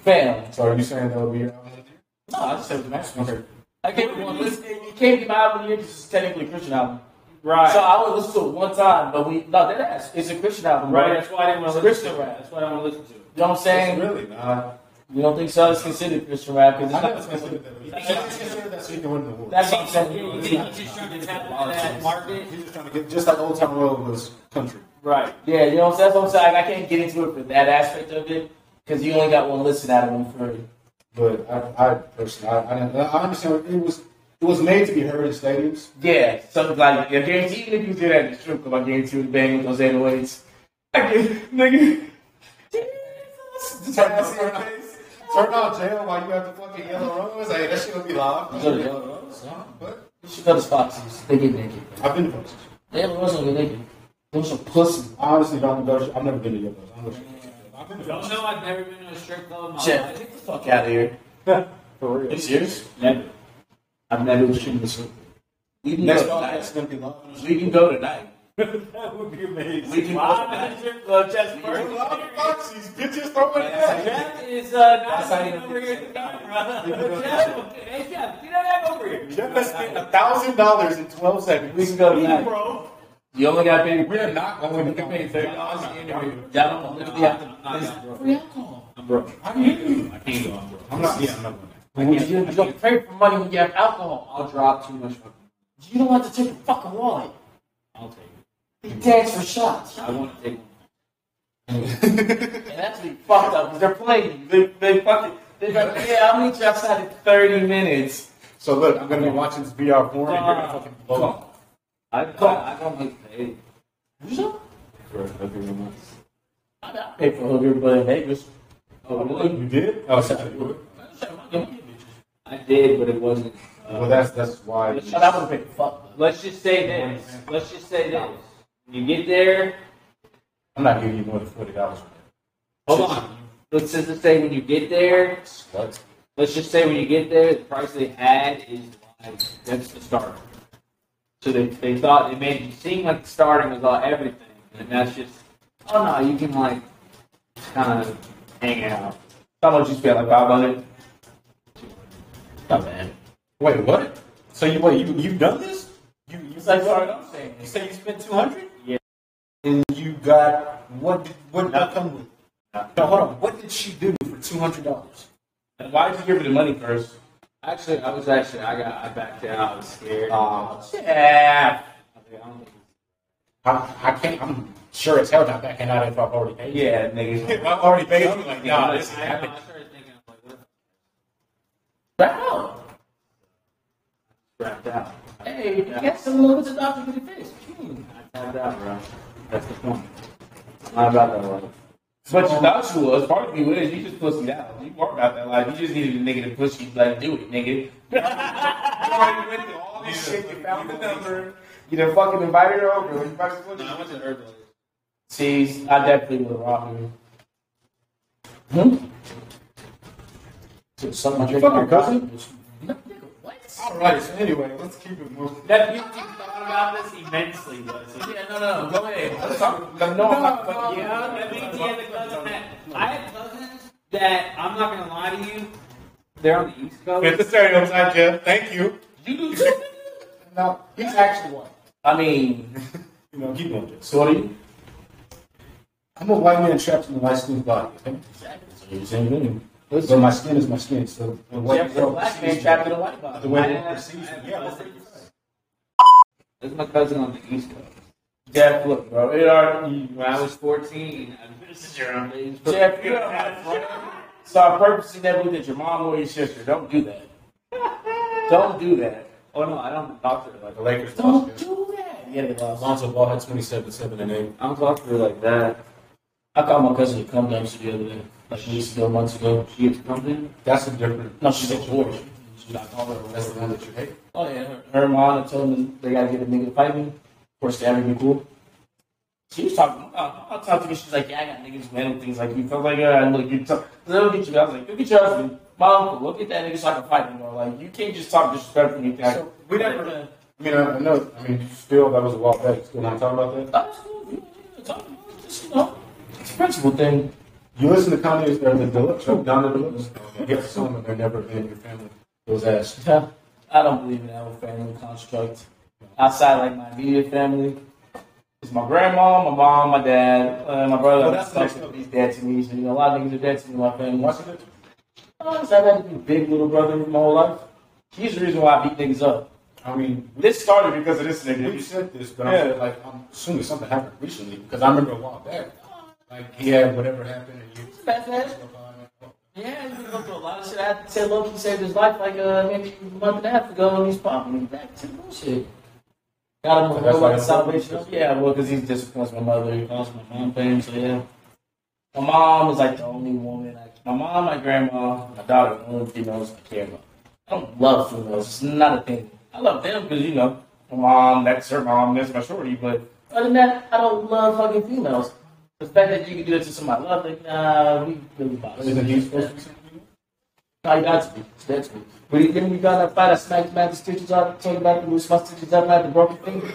fam. So are you saying that would be your album? of the year? No, I just said it was a masterpiece. Okay. I can't remember. It, it can't be my album of the year because it's technically a Christian album. Right. So I only listened to it one time, but we no that ass. It's a Christian album, right. bro. That's why I didn't want to It's Christian listen to it. rap. That's why I don't want to listen to it. You know what I'm It's saying? really not. You don't think so? It's considered Christian rap because I it's never not. considered that. I never considered that so he can win the award. That's what I'm saying. Just trying to tap into that market. He's just trying to get, just like Old Town Road was country. Right. Yeah, you know what I'm saying? That's what I'm saying. I can't get into it for that aspect of it because you only got one listen out of them for But I, I personally, I, I, didn't- I understand it was it was made to be heard in stadiums. Yeah, so like, I guarantee even if you did that in the strip club, I guarantee you would bang with those 808s. *laughs* I get, nigga. Jesus. Turn out, turn out, turn out jail while you have the fucking yellow rose. Hey, that shit gonna be Go to live. Yellow Rose, huh? But You should go to Foxy's. They get naked. I've been to places. They Yellow Rose don't get naked. Those are pussy. I honestly don't go. to- I've never been to yellow rose. I'm not sure. I've been to Don't know I've never been to a strip club in my Jeff, life. get the fuck out of here. for real. serious? Never. I've never seen this one. We can Next go podcast is tonight. gonna be live. We can go tonight. That would be amazing. We can go Live in tonight. the strip club, Jeff We're Murray. live boxes. Bitches throwing it back. Jeff is uh, That's not how you sitting know over here at the it's- camera. Jeff, hey Jeff, get that over here. Jeff has spent a thousand dollars in twelve We seconds. can go tonight. Bro, You only got paid. We are not going to get paid thirty dollars an interview. Y'all don't I'm not- I'm not down, bro. I'm broke. I can't go. I'm broke. I'm not. Yeah, I'm not going. Would you, you don't pay for money when you have alcohol. I'll drop too much. You don't have to take a fucking wallet. I'll take it. You dance for shots. I want to take one. And that's what you fucked up because they're playing. you. They, they fucking. They're like, yeah, I'm gonna eat you outside in 30 minutes. So look, I'm gonna be watching this VR porn. and you're gonna fucking blow up. I, I, I don't make pay. I mean, I pay for hooker, but in Vegas. Oh, really? You did? Oh, sorry. I did, but it wasn't. Uh, Well, that's that's why. But I would pay for fuck. let's just say this. Let's just say this. When you get there, I'm not giving you more than forty dollars. hold on. Let's just say when you get there, What? let's just say when you get there, the price they had is like that's the starter. So they, they thought it made it seem like the starting was all everything, and that's just oh no, you can like kind of hang out. How much you spend? Like 500? Not bad. Wait, what? So you wait, you you've done this? You you It's say like you, what I'm saying. you say you spent two hundred? Yeah. And you got what? Did, what did I come with? No, hold on. What did she do for two hundred dollars? Why did you give her the money first? Actually, I was actually I got I backed out. I was scared. Uh, Yeah. I was like, I don't think- I, I can't. I'm sure as hell not backing out if I've already paid. Yeah, nigga. If I've *laughs* already paid, I'm like, nah, I, this is I, happening. I started thinking I'm like, what if Wow. I backed out? Hey, you got some little bit of doctor to the face. I backed out, bro. That's the point. I'm not about that life. But you thought you was. Part of you is you just pussied out. You weren't about that life. You just needed a nigga to push you like do it, nigga. you already went through all this shit. You found the number. You done fucking invited her over. You probably supposed to- went to Herbalife. Jeez, I definitely would have robbed her. Hmm? Took something Your fucking cousin? No, nigga, what? All right. So anyway, let's keep it moving. That you thought about this immensely, was it? Yeah, no, no, go ahead. No, no, no, yeah. Yeah, that means he had a cousin that I have cousins that I'm not gonna lie to you, they're on the East Coast. the stereotype, Jeff. Thank you. You do too. *laughs* No, he's actually white. I *laughs* mean, You know, keep going, Jeff. so what are you? I'm a white man trapped in a light skinned body. Okay? Exactly. Same thing. But my skin is my skin. So the way Jeff's a black man trapped in a white body. The way the I world have- perceives I me. have Yeah, cousins. That's my cousin on the East Coast. Jeff, look, bro. It already. E, When I I was was 14. I- This is your own age. Jeff, you don't start purposely that looked at your mom or your sister. Don't do that. Don't do that. Oh no, I don't talk to her like the Lakers Don't lost. do that. Yeah, they lost. Alonzo Ball had 27, 7, and 8. I don't talk to her like that. I called my cousin to come dumpster the other day, like weeks ago, months ago. She gets something. That's a different. No, she's a whore. She's not calling her. a That's whore. the one that you hate. Oh yeah, her, her mom had told them they gotta get a nigga to fight me. Of course, that would be cool. She was talking. I, I talked to me. She's like, "Yeah, I got niggas random things like you." I was like, "Yeah, look, you talk." They'll get you. I was like, "Go get your husband, my uncle. Look at that nigga so I can fight him." Or like, you can't just talk disrespectful. You think I- So we never, I mean, I, I know. I mean, still, that was a while back. Still want to talk about that? That's cool. You know, talk about it, just, you know, it's a principle thing. You listen to Kanye's or the deluxe, or Donna Deluxe. I guess some of them never been in your family. It was asked. Yeah, I don't believe in our family construct. Outside, like my immediate family, it's my grandma, my mom, my dad, uh, my brother. Well, Well, that's that's next up. He's dead to me, so you know a lot of niggas are dead to me. in My family. Once Watching it? I I've had to be big little brother my whole life. He's the reason why I beat niggas up. I mean, This started because of this we nigga. said this, but I'm, Yeah. like, I'm assuming something happened recently because I remember a while back. Like he had whatever happened, and you. Fat ass. Yeah, he's been going through a lot of shit. I had to say Loki saved his life like uh, maybe a month and a half ago, and he's popping me back to bullshit. Got him on the That's road like why a salvation. Yeah, well, because he disappoints my mother. He calls my mom fame, so yeah. My mom was like the only woman. Like, my mom, my grandma, my daughter, the only females I care about. I don't love females. It's not a thing. I love them because, you know, my mom, that's her mom, that's my shorty. But other than that, I don't love fucking females. The fact that you can do it to somebody I love, like, nah, we really bothers Isn't he supposed to be I got to be. That's me. But then we got in a fight. I smacked my stitches up. Talking about the loose my stitches up. I had the broken finger.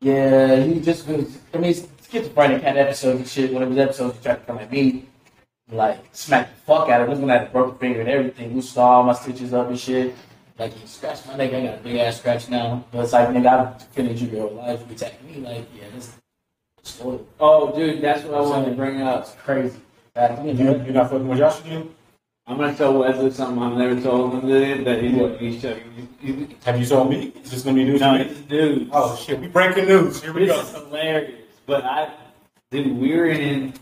Yeah, he just was. I mean, schizophrenic had episodes and shit. One of his episodes, he tried to come at me. Like, smack the fuck out of him. This one had a broken finger and everything. Loose all my stitches up and shit. Like, he scratched my neck. I got a big ass scratch now. But it's like, nigga, I've finished your whole life. You attack me. Like, yeah, this. it's loyal. Oh, dude, that's what I wanted to bring up. It's crazy. Like, you You, know, you're not fucking with Josh again? I'm gonna tell Wesley something I've never told him that- that he's gonna be checking. Have you told me? Is this gonna be news? to No, you? it's dude. Oh shit, we breaking news. Here we This go. is hilarious. But I, dude, we were in.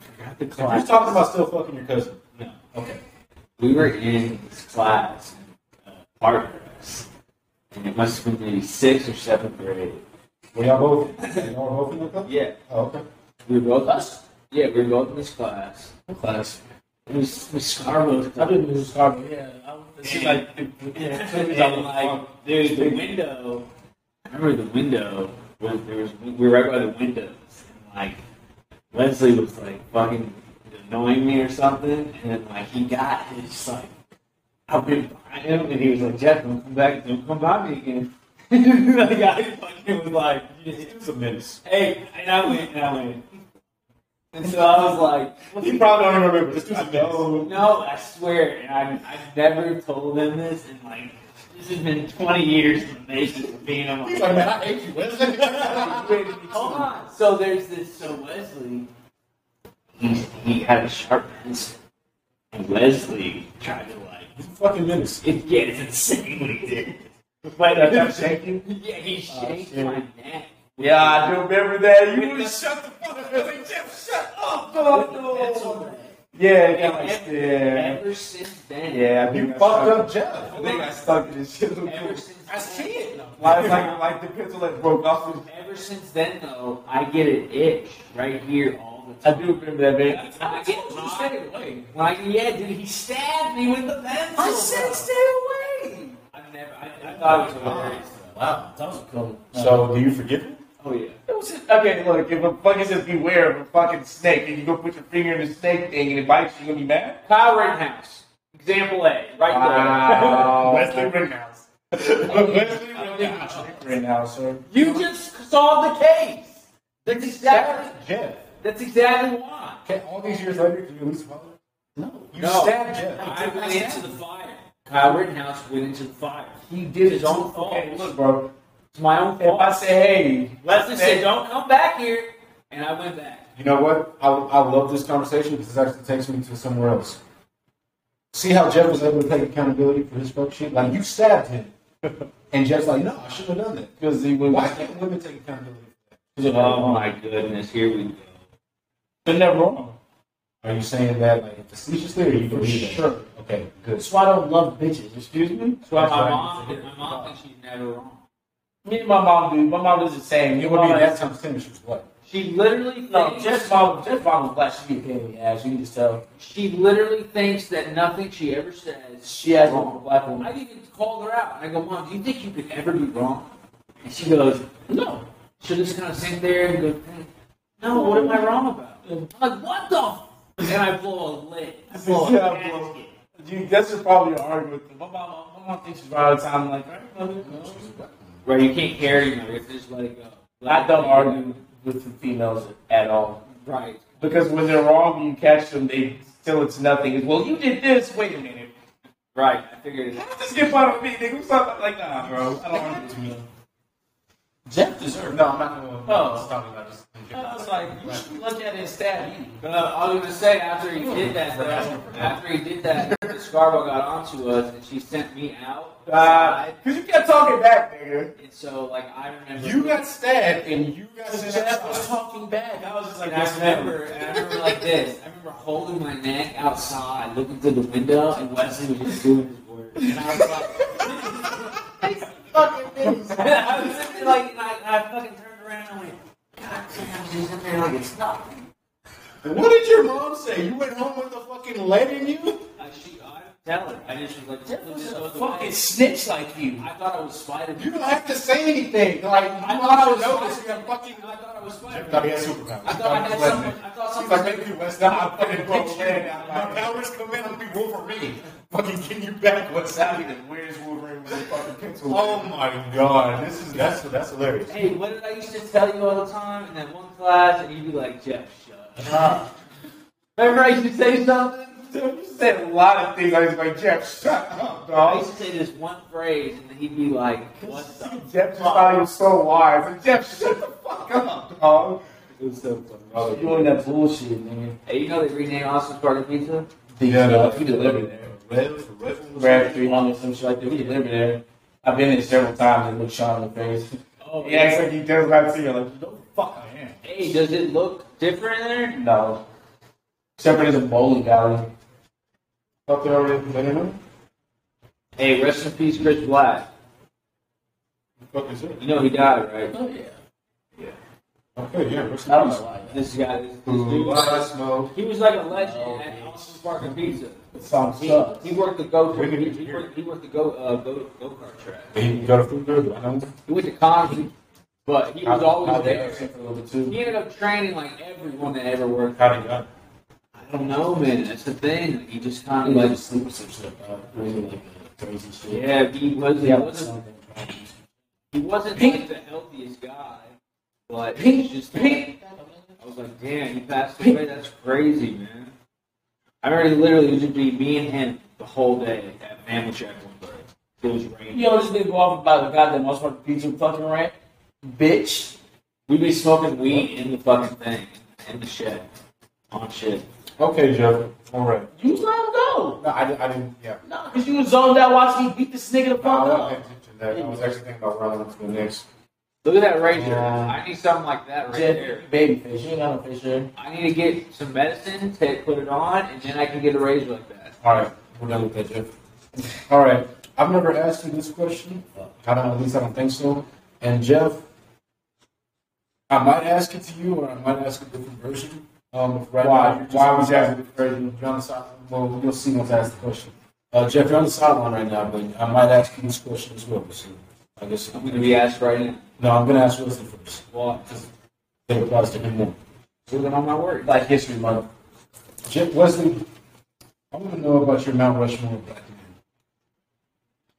Forgot the You're class. talking about still fucking your cousin. No. Okay. We were in this class, uh, art class, and it must have been maybe sixth or seventh grade. Were y'all both? Y'all both in the club? Yeah, Oh, okay. we were both us. Yeah, we were both in this class. class. It was, it was Scarborough. I didn't lose Carmen. Yeah, I was. She's like, *laughs* Yeah, yeah, and I'm like, dude, the window. I remember the window. Was, there was we were right by the windows, and like Leslie was like fucking annoying me or something, and then like he got his like I went by him, and he was like, Jeff, don't come back, don't come by me again. *laughs* like I fucking was like, It's a menace. hey, and I went, and I went, and so I was like, You probably don't even remember. This dude's a menace. no, I swear, and I, I've never told him this, and like, this has been 20 years in the making of being on He's my like, man, I hate you, Wesley. Hold on. So there's this, so Wesley, he, he had a sharp pencil, and Wesley tried to like, fucking menace. it, yeah, it's insane what he did. Wait, I kept shaking. Oh, Yeah, he shaked shit. my neck. Yeah, I do remember that. You was shut the fuck up, Jeff. Shut up. with a pencil neck. Yeah, it And got like, ever, yeah, ever since then, yeah. I You think I fucked stuck- up, Jeff. I think I stuck in this shit. ever since I see it. Like, like, like the pencil that broke off. his- Ever since then, though, I get an itch right here all the I time. do remember that, man. I get away. Like, yeah, dude, he stabbed me with the pencil. I said stay away. I never. I, I thought it was hilarious. Wow, that was cool. So, do you forgive him? Oh yeah. It was just, okay, look, if a fucking says beware of a fucking snake and you go put your finger in the snake thing and it bites you, you gonna be mad? Kyle Rittenhouse. Example A, right Wesley Rittenhouse. Wesley Rittenhouse. Rittenhouse, sir. there. You just solved the case. That's exactly. Jeff. That's exactly why. Okay, all these years later, did you lose father? No. You No. stabbed Jeff. I went into the fire. Kyle Rittenhouse went into the fire. He did his own fault. Okay, look, bro. It's my If own I fault. say, hey, Leslie hey, said, "Don't come back here," and I went back. You know what? I, I love this conversation because it actually takes me to somewhere else. See how Jeff was able to take accountability for his fuck shit? Like, you stabbed him. And Jeff's like, no, I shouldn't have done that. Because he went Why back. can't women take accountability? Oh my goodness, here we go. They're never wrong. Are you saying that like facetiously or you For believe that? sure. Okay, good. That's why I don't love bitches, excuse me? That's why That's my right. mom, my mom thinks she's never wrong. Me and my mom, dude. My mom does the same. It Your would mom be that has- time Tim she was *laughs* what? Oh, She literally No, thinks Jeff's mom, Jeff's mom was black. She be a pain in the ass. You can just tell. she literally thinks that nothing she ever says. She has is a wrong. black woman. I even called her out and I go, Mom, do you think you could ever be wrong? And she goes, No. She'll just kind of sit there and go, "Hmm, No, what am I wrong about? I'm like, what the? F-? And I blow a lid. I blow a Yeah, I blow- gasket. Dude, that's just probably an argument. My mom, my my things is right all the time. Like, all right, Right, you can't carry them. It's just like uh, I don't argue with the females at all Right. because when they're wrong, you catch them. They still it's nothing. It's, well, you did this. Wait a minute. Right. I figured it out. Just get part of me, nigga. What's up? Like, nah, bro. I don't argue with you. Jeff deserved. No, I'm not going to talk about this. Oh. I was like, you should look at it and stab you. Uh, I was gonna say after he did that, though, after he did that, Scarbo got onto us and she sent me out. Uh, Cause you kept talking back, nigga. And so, like, I remember. You got stabbed and you got Cause sent Jeff out. was talking back. I was just like, And I that's never. remember, and I remember like this. I remember holding my neck outside, looking through the window, and Wesley was just doing his work. And I was like, *laughs* fucking this. I was sitting there, like, and I, I fucking turned around and went, God damn, he's in there like it's not. What did your mom say? You went home with the fucking lead in you? I, she, I tell her. I just was like, Jeff look was this a other fucking way. snitch like you. I thought I was Spider. You don't have to say anything. Like, you I thought I was noticed you Spider. have fucking. I thought I was I Spider. thought he had superpowers. I thought I had someone. I thought She's someone. like, maybe West Now I'm fucking Wolverine. My powers come in, I'm gonna be Wolverine. Fucking get you back. What's happening? Where's Wolverine with the fucking pencil? Oh my god, this is that's that's hilarious. Hey, what did I used to tell you all the time in that one class? And you'd be like, Jeff, shut up. Remember I used to say something? Dude, you said a lot of things. I was like, Jeff, shut up, I dog. used to say this one phrase, and he'd be like, what the Jeff fuck? just thought he was so wise. And Jeff, shut the fuck up, dog. Oh, you on that bullshit, nigga. Hey, you know they renamed Austin's Party Pizza? Yeah, no, we delivered there. Red, Grab 300, some shit like that. We delivered there. I've been there several times and looked Sean in the face. Oh, He acts like he does not see you. Like, fuck I am. Hey, does it look different in there? no. Except for there's a bowling alley. Thought they already let him in? Hey, rest in peace, Chris Black. Fuck is it? You know he died, right? Oh, yeah. Okay, yeah. what's I don't know why. This guy, this, this Ooh, dude, I smell. he was like a legend Oh, at Austin's Party Pizza. That song He, sucks. he worked the go We can he, get he here. worked, he worked the go uh, go go kart track. He got a food good. I know. He went to Congress, but he was I always was there. for a little bit too. He ended up training like everyone that ever worked. How did got? I don't know, man. That's the thing. Like, he just I kind of like like, to sleep with some shit, bro. Uh, Really like crazy shit. yeah, he was. He Yeah, but wasn't. something. He wasn't like the healthiest guy, but he was just. I was like, damn, he passed away. That's crazy, man. I remember literally it would just be me and him the whole day at Mammal Shack one break. It was raining. You know, this nigga go off about the goddamn most fucking pizza fucking rant. Bitch. We'd be smoking weed in the fucking thing, in the shed, on shit. Okay, Jeff. All right. You was let him go. No, I, di- I didn't. Yeah. No, because you was zoned out watching me beat this nigga the I Oh, fuck was, up. that. I was actually thinking about running up to the next. Look at that razor. Yeah. I need something like that right there. Jeff, baby face. You ain't got no face there. I need to get some medicine, take, put it on, and then I can get a razor like that. All right, we're done with that, Jeff. All right, I've never asked you this question. I don't. At least I don't think so. And Jeff, I might ask it to you, or I might ask a different version. Um, if right Why- now you're just- why was that different version? You're on the side. Well, you'll see once I ask the question. Uh, Jeff, you're on the sideline right now, but I might ask you this question as well. So I guess I'm going to be asked right now. No, I'm gonna ask Wilson first. Well, It applies to him more. living on my word. Like History Month. Jeff Wesley, I want to know about your Mount Rushmore of black men.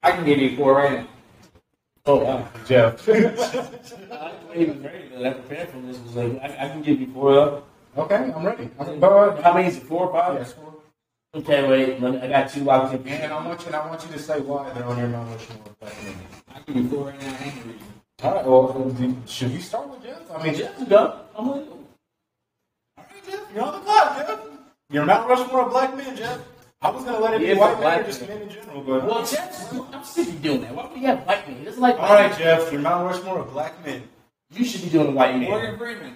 I can give you four right now. Oh, wow. *laughs* Jeff. I like the way he was ready. though. That prepared for this was like, I, I can give you four up. Okay, I'm ready. I'm Bud. How many is it? Four or five? Yes, four. Okay, wait. let me- I got two locked in. And I want you. I want you to say why they're on your Mount Rushmore of black men. I can give you four right now. Hang on. All right. Well, do- should we start with Jeff? I mean, Jeff. Just go. I'm like, All right, Jeff. You're on the clock, Jeff. Your Mount Rushmore of black men, Jeff. I was gonna let it be Yeah, but white men or black just men. men in general, but well, Jeff, I'm sick of doing that. Why would you have white men? He doesn't like all right, Jeff. Your Mount Rushmore of black men. You should be doing white Morgan man. Freeman,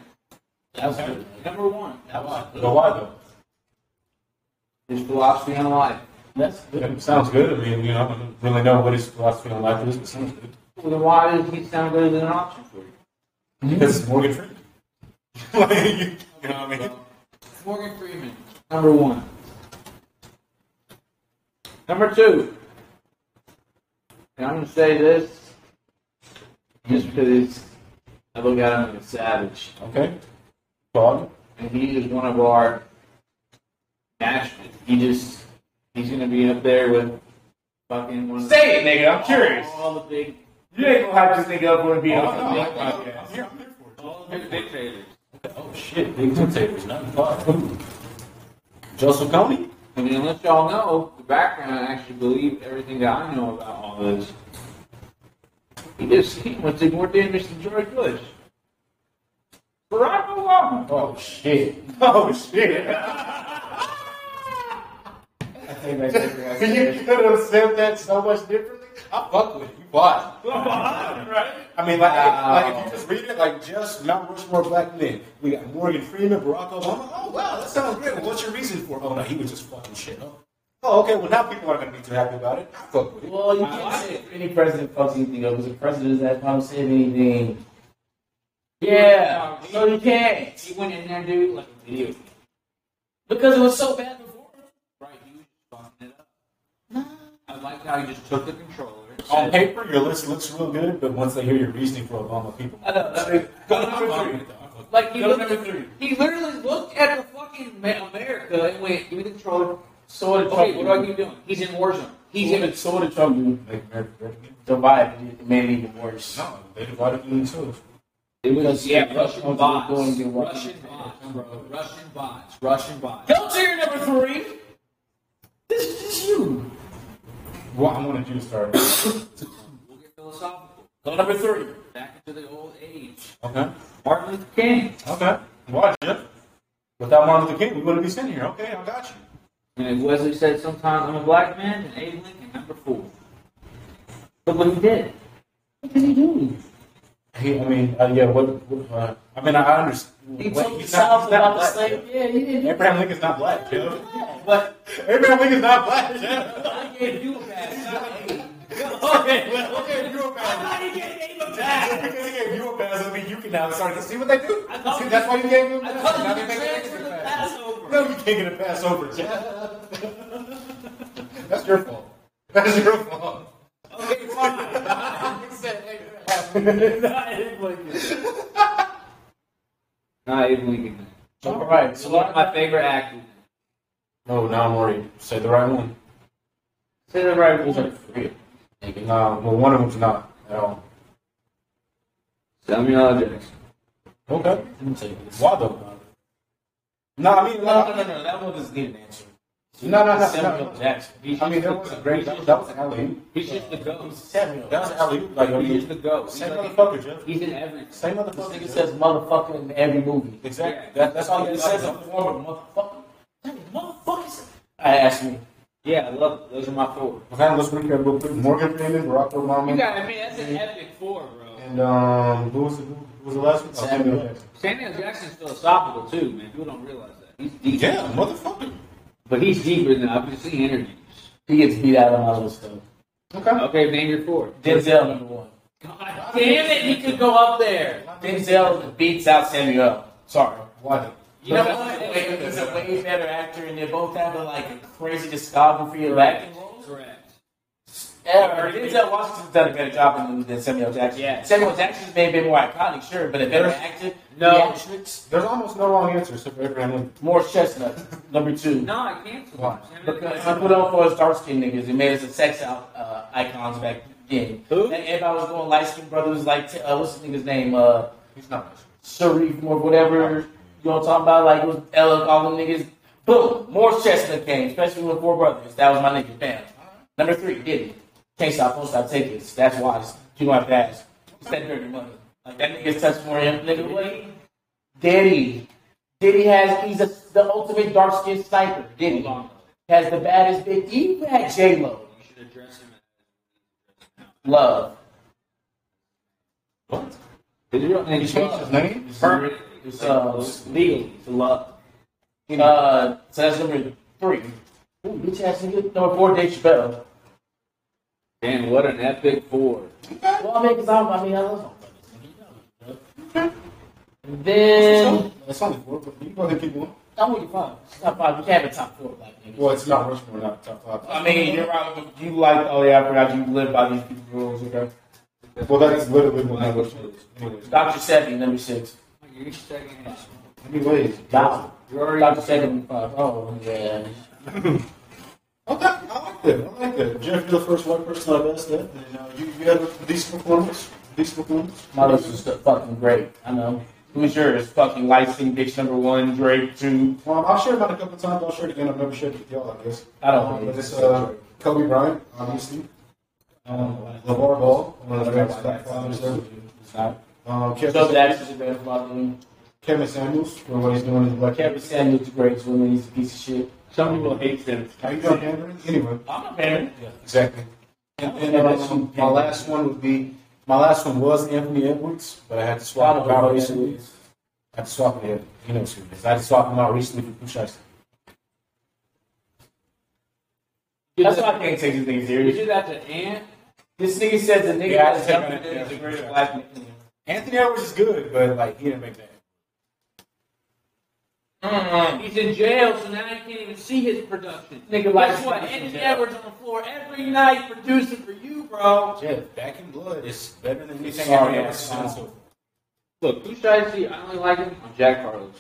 That was good. number one. That was good. But why though? His philosophy on life. That's good. It sounds good. I mean, you know, I don't really know what his philosophy on life is, but it sounds good. Well, then why does he sound better than an option for you? Because it's Morgan Freeman. *laughs* like, you, you know what I mean? Morgan Freeman, number one. Number two. And I'm going to say this just because I look at him like a savage. Okay. Bob. and he is one of our nationals. He just he's going to be up there with Fucking one of the, Say it, nigga. I'm curious. all the big You ain't gonna hype this nigga up when it be on Oh, no, the I- I- podcast. all the big dictators. Oh shit, big dictators, not the pod. Joseph Coney? I mean, unless y'all know the background, I actually believe everything that I know about all this. He just he went to more damage than George Bush. Barack Obama. Oh shit. Oh shit. you could have said that so much differently. I fuck with it. You bought it. I mean, like, Uh, if, like if you just read it, like just Mount Rushmore black men. We got Morgan Freeman, Barack Obama. Oh wow, that sounds great. Well, what's your reason for? it? Oh no, he was just fucking shit up. Oh okay, well now people aren't gonna be too happy about it. I fuck with it. Well, you can't say any president fucks anything up because the president at that time said anything. Yeah, so you can't He went in there, dude, like a video. game. because it was so bad before. Right, he was just fucking it up. I like how he just took the controller. On paper, your list looks real good, but once they hear your reasoning for Obama, people. I know. I mean, go to number three. Like he Go to looked, number three. he literally looked at the fucking Ma- America and went, "Give me the controller." So what did Trump Okay, what do I do? keep doing? He's in war zone. He's He's in. even so what did Trump do? Make America great again. Divide it, it made it even worse. No, they divided it in two. It was Yeah, Russian bots. Russian bots, Russian bro. Russian bots. Russian bots. Go to your number three. This is you. Well, I wanted you to start. We'll get philosophical. Go number three. Back into the old age. okay. Martin Luther King. Okay. Watch it. Without Martin Luther King, we wouldn't be sitting here. Okay, I got you. And Wesley said, "Sometimes I'm a black man." And Abe Lincoln, number four. Look what he did. He, I mean, uh, yeah. What? what uh, I mean, I, I understand. He Wait, told the he's not- South he's not about the black, slave. Jeff. Yeah, he did. Abraham Lincoln's not black, Joe. What? Abraham Lincoln's not black, Joe. I gave you a pass. okay, well, *laughs* okay, if you're a pass. Because he gave you a pass, I mean, you can now start to see what they do. See, that's why you gave him a pass. Now they make everything a pass. No, you can't get a pass over, Jeff. *laughs* that's your fault. That's your fault. Not Abe Lincoln. All right. So One of my favorite actors. No, now I'm worried. Say the right one. Say the right one. Three. No, well, one of them's not at all. Samuel L. Jackson. Okay. let me tell you this. Why though? No, I mean, No, like, no, no, no. That one doesn't get an answer. No, no, no, Samuel no. Jackson. He's I mean, just that the was a goat. great. He's That was, just- that was an alley. He's just the ghost. Samuel. That was an alley. Like, I He's just mean, the ghost. He's same like- motherfucker, Jeff. He's in everything. Same This motherfucker. nigga Jeff. says motherfucker in every movie. Exactly. That, that's all He he says says. a form of motherfucker. That motherfuckers. I asked me. Yeah, I love it. Those are my four. Okay, let's recap real quick. Morgan Freeman, Barack Obama, I mean, that's an epic four, bro. and um, who was the, who was the last one? Oh, Samuel. Samuel Jackson. Samuel Jackson's philosophical, too, man. People don't realize that. He's deep. Yeah, motherfucker. But he's deeper than I can see interviews. He gets beat out of my list though. Okay. Okay, name your four. Denzel number one. God damn it, he could go up there. Denzel beats out Samuel. Sorry. Why? You know what? He's a way better actor, and they both have a, like a crazy discography of acting roles. Correct. Yeah, Denzel Washington's done a better job than, than Samuel Jackson. Yeah. Samuel Jackson's may be more iconic, sure, but a better actor. No. theatrics, There's almost no wrong answer except for Abraham Lincoln. more chestnut. Number two. No, I canceled Why? him. Samuel Because Jackson. I put on for us dark skinned niggas. It made us a sex out, uh, icons back then. Who? And everybody was going light skinned brothers like, uh, what's this nigga's name? Uh, He's not. Sharif or whatever you know what I'm talking about, like it was Ella, all the niggas. Boom, more Chestnut came, especially with Four Brothers. That was my nigga, bam. Number three, Diddy. Can't stop, won't stop, take it. That's wise. You don't have to ask. It's that dirty money. Like that nigga's touched more him, nigga. What? Diddy. Diddy has, he's a, the ultimate dark skinned sniper. Diddy. Hold on. Has the baddest bitch. Even had J Lo. You should address him. Love. What? His real name He is changed his name. Permanently. Uh, Legally. To love. Uh, so that's number three. Ooh, bitch ass nigga. Number four, Dave Chappelle. Man, what an epic four. Well, I mean, because I'm, I mean, I love them. Then That's only four. But you go ahead and keep going. I'm with you five. Top five. We can't have a top four black niggas. Well, it's not Rushmore, not top five. I mean, you're right. but You like? Oh yeah, I forgot you live by these people's rules. Okay. Well, that's literally what I wish was. Anyways. Doctor Sebi, number six. You're second. Anyways. Wow. You're already Doctor Sebi, number five. Oh yeah. Okay, I like like that. I like that. Jeff, you're the first white person I've asked that. And, uh, you, you had a decent performance. Decent performance. My list is fucking great. I know. Who's yours? Fucking Lysing Dicks number one, Drake two. Um, I've shared mine a couple times. I'll share it again. I've never shared it with y'all, I guess. I don't Um, think but it's it's uh, Kobe Bryant, obviously. Um, LeVar Ball, one of the greatest black fathers ever. It's not. Um, So Kevin, that's just a bad problem. Kevin Samuels, for what he's doing in the black Kevin Samuel's the greatest woman. He's a piece of shit. Some people hate them. How you doing, Andrew? Anyway. I'm a parent. Exactly. And, and um, my last one would be my last one was Anthony Edwards, but I had to I swap don't him out know recently. Edwards. I had to swap him. He knows who it is. I had to swap him out recently for Kushai. That's why I can't take this nigga You serious. do that to Ant. This nigga says the nigga Yeah, I that's take jumping it. in Yeah, is the I greatest take it. black man. Anthony Edwards is good, but like he didn't make that. He's in jail, so now you can't even see his production. Nigga like- Guess what? Anthony Edwards on the floor every night producing for you, bro. Jeff, Back in Blood is better than anything Sorry, Anthony Edwards has I'm done sorry. so Look, who should I see? I only like him. I'm Jack Carlos.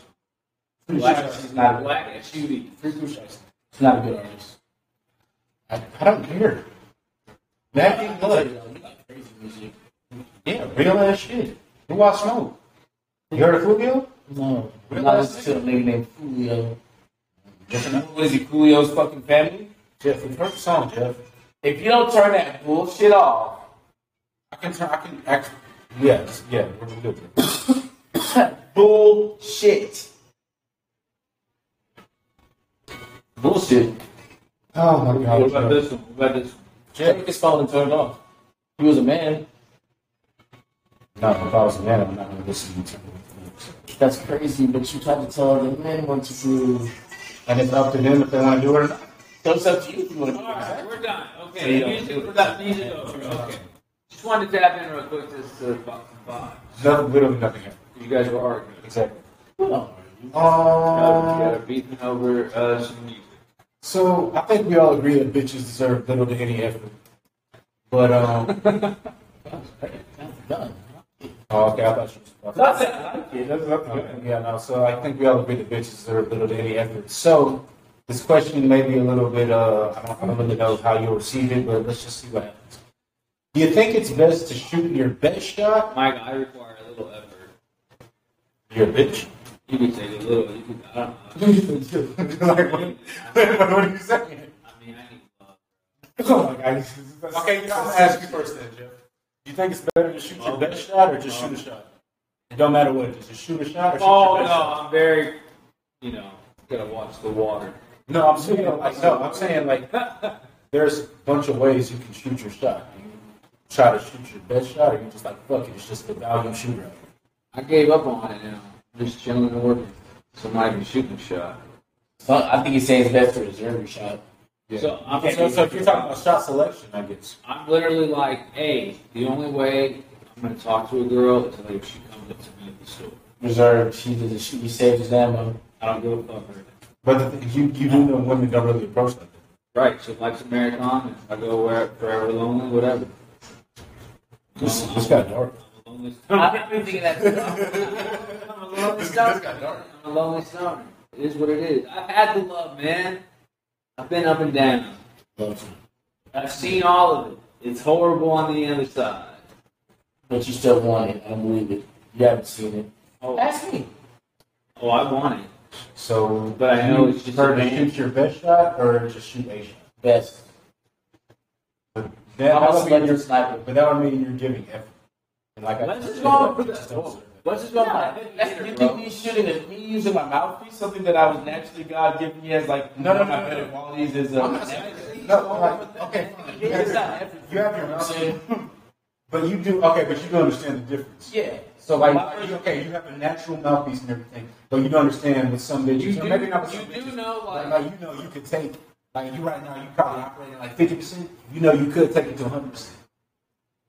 far. Black, she's not a black. Black and shooting. Free Kushai. She's not a good artist. I, I don't care. Back in Blood. Yeah, real ass shit. Who I smoke? You heard of Fluvio? No. I'm Really? not listening to a nigga named Coolio. What is it, Coolio's fucking family? Jeff, you've heard the song, Jeff. If you don't turn that bullshit off, I can turn. I can actually. Yes. Yeah. We're gonna do it. bullshit. Bullshit. Oh my What about this one? What about this one? Drake his phone and turned it off. He was a man. No, if I was a man, I'm not gonna listen to it. That's crazy, but you tried to tell the man what to do. And it's up to them if they want to do it or not. So it's up to you if you want to do it. Alright, we're done. Okay, you don't music for that music over. Okay. Just wanted to tap in real quick just to fuck some vibes. Nothing, literally nothing happened. You guys were arguing. Exactly. No. Oh. Uh, you Um, guys were beefing over uh, some music. so I think we all agree that bitches deserve little to any effort. But um. Done. oh, okay, I thought you was. That's it. I like it. That's, that's good. Okay, Yeah, no, so I think we all agree that bitches deserve little to any effort. So this question may be a little bit, uh, I, don't, I don't really know how you'll receive it, but let's just see what happens. Do you think it's best to shoot your best shot? Mike, I require a little effort. Your bitch. *laughs* You could say a little. You could, I don't know. like, what, what *laughs* are you saying? I mean, I need love. Oh my God. Okay, I'm going to ask you first then, Jeff. Do you think it's better to shoot your best shot or just shoot a shot? It don't matter what it is. Just shoot a shot or shoot Oh, your no, best shot? I'm very, you know, gotta watch the water. Oh, No, I'm saying like no, I'm saying like *laughs* there's a bunch of ways you can shoot your shot. You can try to shoot your best shot, or you just like fuck it, it's just a value shooter. out there. I gave up on it now. I'm just chilling and working. So I'm not even shooting a shot. So I think he's saying it's best to reserve your shot. So I'm, So, so if you're talking about shot selection, I guess. I'm literally like, hey, the only way I'm gonna talk to a girl is like if she comes up to me at the store. Reserve. She did. it. She he saved his ammo. I don't give a fuck for her. But the thing- you you do know women don't really approach like that. Right, so life's Americana. I go where forever lonely, whatever. This, this got dark. Lonely stoner. I've been thinking that. *laughs* I'm a lonely stoner. I'm a lonely stoner. It is what it is. I've had the love, man. I've been up and down. I've seen all of it. It's horrible on the other side. But you still want it. I believe it. You haven't seen it. Oh, Ask me. oh I want it. So, But I do know you it's just prefer a to man. shoot your best shot or just shoot a shot. Best. But That, that I'm a would mean slender you're, sniper. but that would mean you're giving effort. And like Let's just said, go on for like, this. just don't deserve it. What's this Yeah, about? that's- you think me shooting at me using my mouthpiece, something that I was naturally God given me as like No, no, one of no, my no, better no. qualities is uh, No, like, okay. You have it's your not effort. you have your mouthpiece, but you do okay, but you do understand the difference. Yeah. So like, My first- okay, you have a natural mouthpiece and everything, but you don't understand with some bitches. You or do- maybe not with you some do bitches, know, but, like- you know, you could take like you right now, you probably operating at like fifty percent. You know, you could take it to one hundred percent,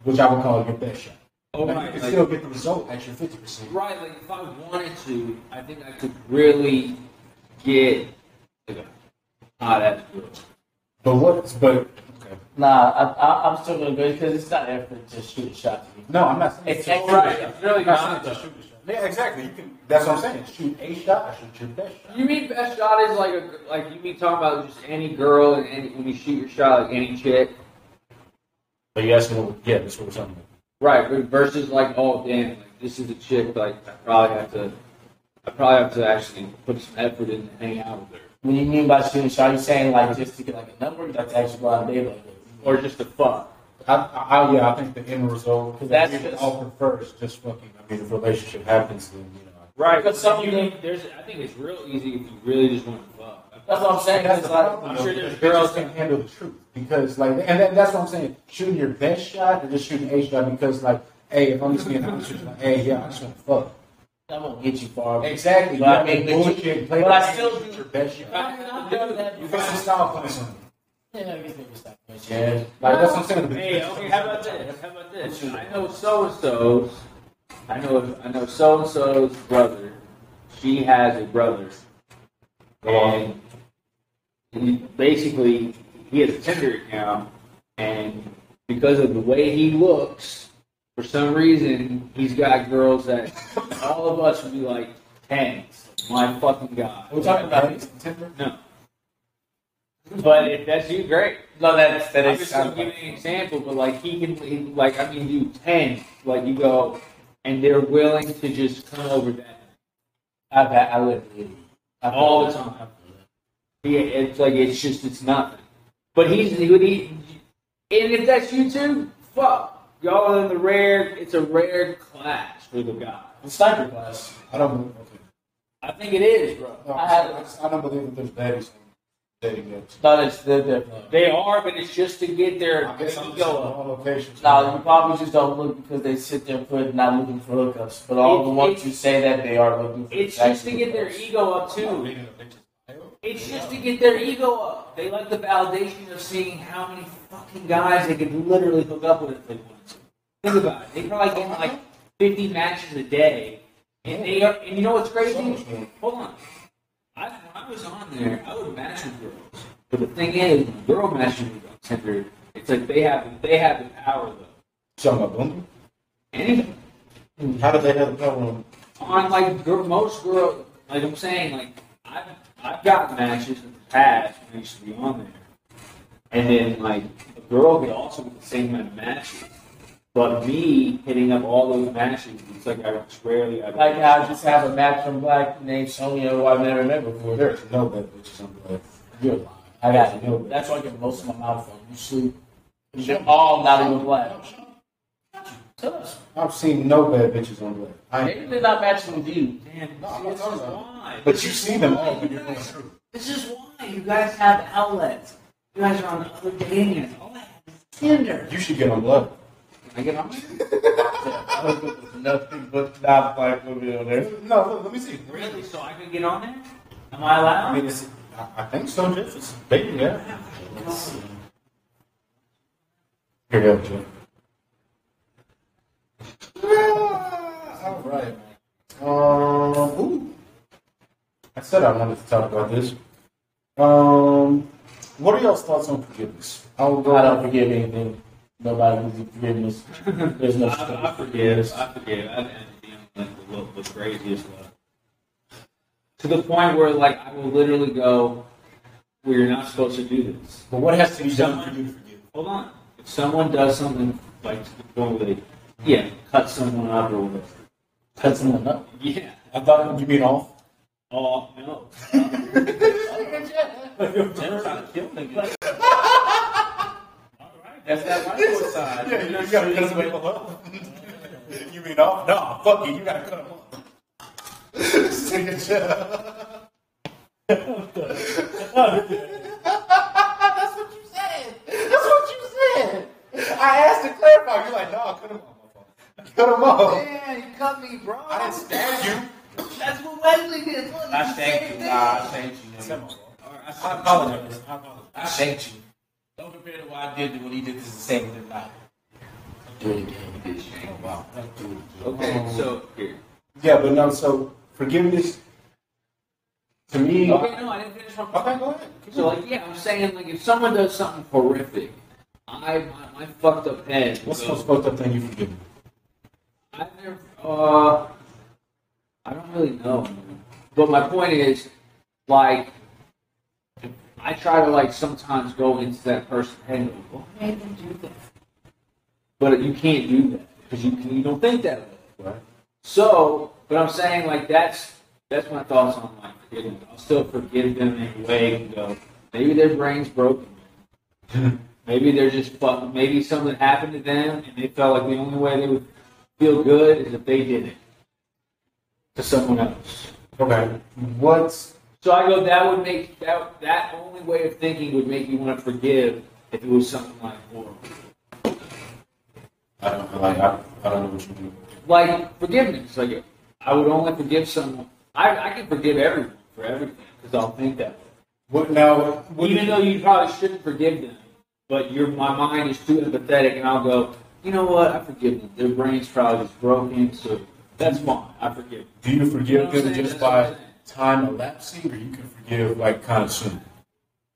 which I would call your best shot. Oh, Like, you right. can Like, still get the result at your fifty percent. right, like if I wanted to, I think I could really get not as good. But what? But okay. Okay. Nah, I, I, I'm still gonna go because it's not effort to shoot a shot to me. No, I'm not saying It's shoot a accurate. shot. It's really I'm not not, saying to shoot a shot. Yeah, exactly. You can, that's what I'm saying. Shoot a shot. I should shoot that shot. You mean best shot is like a, like you mean talking about just any girl and any, when you shoot your shot like any chick, But you asked me what? Yeah, that's what we're talking about. right? but Versus like oh damn, like, this is a chick like I probably have to, I probably have to actually put some effort in to hang out with her When you mean by shooting a shot, you saying like just to get like a number, like to actually go out and date like or just to fuck. I, I, I, yeah, I think the end result because That's that's we just- all prefer is just fucking. I mean, if a relationship happens, then you know. Right, Because some you of them- need- there's I think it's real easy if you really just want to fuck. That's what I'm saying. That's It's the like, problem. I'm though, sure because there's girls girls. can handle the truth because, like, and that, that's what I'm saying. Shooting your best shot or just shooting a shot because, like, hey, if I'm just being honest, with you, like, hey, yeah, I just want to fuck. I won't get you far. Exactly. But I mean, but you- bullshit. Play but the I game, still shoot do- your best shot. I've done that You got some style points on you. Yeah, I guess maybe stop. Yeah, like that's what I'm saying. Hey, okay, how about this? How about this? I know so and so's. I know I know so and so's brother. She has a brother, and he, basically he has a Tinder account, and because of the way he looks, for some reason he's got girls that all of us would be like tens. My fucking god. We're talking about it. No. But if that's you, great. No, that's that I'm is. just gonna give you an example, but like he can, he, like I mean, do ten, like you go, and they're willing to just come over that I've had. I live in Italy. I've all the had- time. Yeah, it's like it's just it's nothing. But he's he would he, and if that's you too, fuck y'all are in the rare. It's a rare class for the guy. The sniper class. I don't believe. Okay. I think it is, bro. No, I I, had- I, don't believe that there's baddies dating apps. No, that's they're different. They are, but it's just to get their I guess I'm just in ego up. all locations. No, you probably just don't look because they sit there put not looking for hookups, but all It- the ones it- who say that they are looking for It's sex just to get their hookups. ego up too. It's just to get their ego up. They like the validation of seeing how many fucking guys they could literally hook up with if they wanted to. Think about it. They probably get like 50 matches a day. And they are, and you know what's crazy? Hold on. I, when I was on there, I would match with girls. But the thing is, when a girl matches with on Tinder, it's like they have they have the power though. Talking about women? Anybody Hmm, How do they have the power on? on like gir- most girls, like I'm saying, like I've I've gotten matches in the past when I used to be on there, and then like a girl could also get the same amount of matches, but me hitting up all those matches, it's like I rarely I Like how I just have a match from black named Sonya who I've never met before. There's no bad bitches on black. You're lying. I got you. That's why I get most of my mouth from. You sleep. They're all not even black. Tell us. I've seen no bad bitches on black. I, Maybe they're not matching with you. Damn, No, I'm not this talking is about it. why. but you see them all when you're going through. This is why you guys have outlets. You guys are on other dating apps. All I have is Tinder. You should get on blood. I get on. Nothing but not black women on there. No, look, let me see. Really? So I can get on there? Am I allowed? I mean, it's, I, I think so, Jeff. It's big, yeah. Here you go, Jeff. Yeah, Ah, All right. Um, ooh. I said I wanted to talk about this. Um, what are y'all's thoughts on forgiveness? I'll go I don't forgive anything. Nobody needs forgiveness. There's no such thing I, I as forgive. forgiveness. I forgive. I've ended like the, lo- the craziest love. To the point where, like, I will literally go, "We're not supposed to do this." But what has to be If done for someone- you to forgive? Hold on. If someone does something like to the point where they, yeah, cut someone up or whatever. Cut someone up. Yeah. I thought you mean off. Oh no. They're trying to kill niggas. That's that white boy side. *laughs* Yeah, you, gotta cut them up. *laughs* you mean off? No, fuck you. You gotta cut them up. That's what you said. That's what you said. I asked to clarify. You're like, no, cut them off. Cut them off. Man, you cut me, bro. I didn't stab you. That's what Wesley did. I thank you. Nah, I thank you. nigga. I apologize. I apologize. I thank you. Don't compare to what I did to what he did. This is the same thing. Not. Do it again. Oh, wow. Do it again. Okay, so here. Yeah, but no. So forgiveness to me. Okay, no, I didn't finish my. Okay, go ahead. So like, yeah, I'm saying like if someone does something horrific, I my, my fucked up head. What's the most goes- fucked up thing you forgive me? I never. Uh, I don't really know. man. But my point is, like, I try to like sometimes go into that person's head and go, "Well, why did you do that?" But you can't do that because you can, you don't think that way. Right. So, but I'm saying like that's that's my thoughts on like forgiveness. I'll still forgive them in a way and go, maybe their brain's broken. *laughs* maybe they're just fuck. Maybe something happened to them and they felt like the only way they would feel good is if they did it to someone else. Okay. What's So I go, that would make that that only way of thinking would make you want to forgive if it was something like horrible. I don't know, like I, I don't know what you mean. Like forgiveness. Like I would only forgive someone. I, I can forgive everyone for everything because I'll think that. way. What now? What Even though you probably shouldn't forgive them, but your my mind is too empathetic, and I'll go, you know what? I forgive them. Their brain's probably just broken, so that's fine. I forgive. Them. do you You know forgive what I'm them saying? just That's what I'm by saying. time elapsing, or you can forgive like kind of soon?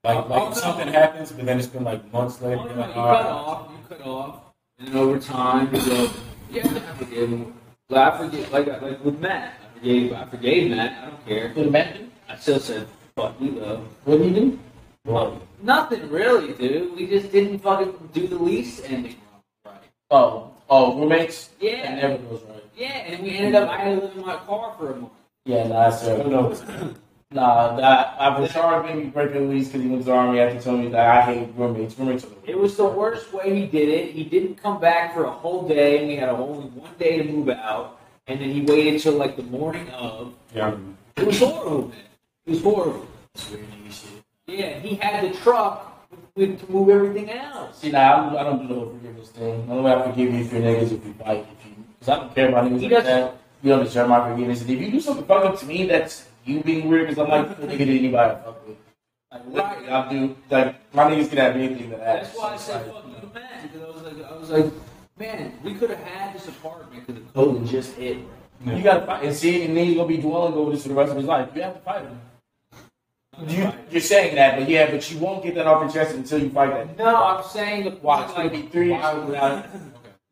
Like like Oh, no. if something happens, but then it's been like months later. Oh, you're no, you like, cut all right. off, you cut off, and then over time you go, yeah, I forgive him. Like I forgive, like like with Matt, I forgave, I forgave Matt. I don't care. What did Matt do? I still said, fuck you though. What did he do? Well, Nothing really, dude. We just didn't fucking do the lease ending right. Oh, oh, roommates. Yeah. That never goes right. Yeah, and we ended up. I had to live in my car for a month. Yeah, nah, I sir. don't know. Nah, that I Rashard made me break the lease because he went to the army after telling me that I hate roommates. Roommates are the It was the worst way he did it. He didn't come back for a whole day, and we had only one day to move out. And then he waited till like the morning of, Yeah. I remember. It was horrible, man. It was horrible. Yeah, he had the truck with, to move everything else. See, now I don't do the whole forgiveness thing. The only way I forgive you if you're niggas, if you fight, if you, because I don't care about niggas He like doesn't- that. You don't deserve my forgiveness. And if you do something fucked up to me, that's you being weird. Because I'm like, the nigga did anybody I fuck with. Like, literally, I do. Like, my niggas can have anything that happens. That's why I said fuck you, man. Because I was like, I was like, man, we could have had this apartment because the COVID just hit. You gotta fight. And see, and then he's gonna be dwelling over this for the rest of his life. You have to fight him. You, you're saying that, but yeah, but you won't get that off your chest until you fight that. No, I'm saying the Why? point. It's gonna Like, be he three hours without.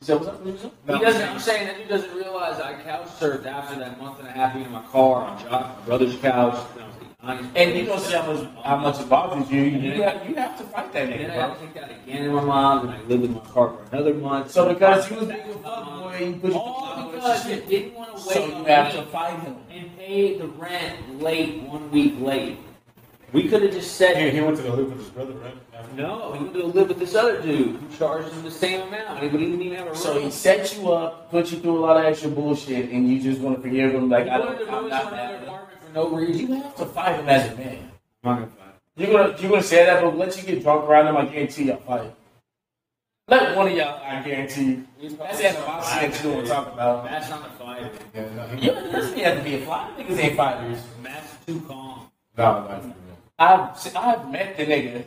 So what's up? What's up? doesn't. I'm saying that he doesn't realize I couch surfed after that month and a half being in my car on Josh, my brother's couch. And I was like, I'm- And you don't see how much how much it bothers you. You got, you have to fight that And nigga, then I got bro. kicked out again in my mom, and I lived in my car for another month. So because he was being a fuckboy, you put All because Oh you didn't want to wait so you a have to week fight him. and pay the rent late, one week late. We could have just said, He, he went to go live with his brother, right? no, he would have lived with this other dude who charged him the same amount. He wouldn't even have a room. So he set you up, put you through a lot of extra bullshit, and you just want to forgive him. Like He I wanted to don't, I'm move not to mad another at him. apartment for no reason. You have to fight him as a man. I'm not gonna fight. You're gonna you're gonna say that, but let you get drunk around him. I guarantee y'all fight. Let one of y'all. I guarantee. you. That's the animosity that you don't talk about. Matt's not a fighter. Yeah. No, he, You doesn't have to be a fly. Niggas ain't fighters. Matt's too calm. no, no, no. I've se- I've met the nigga.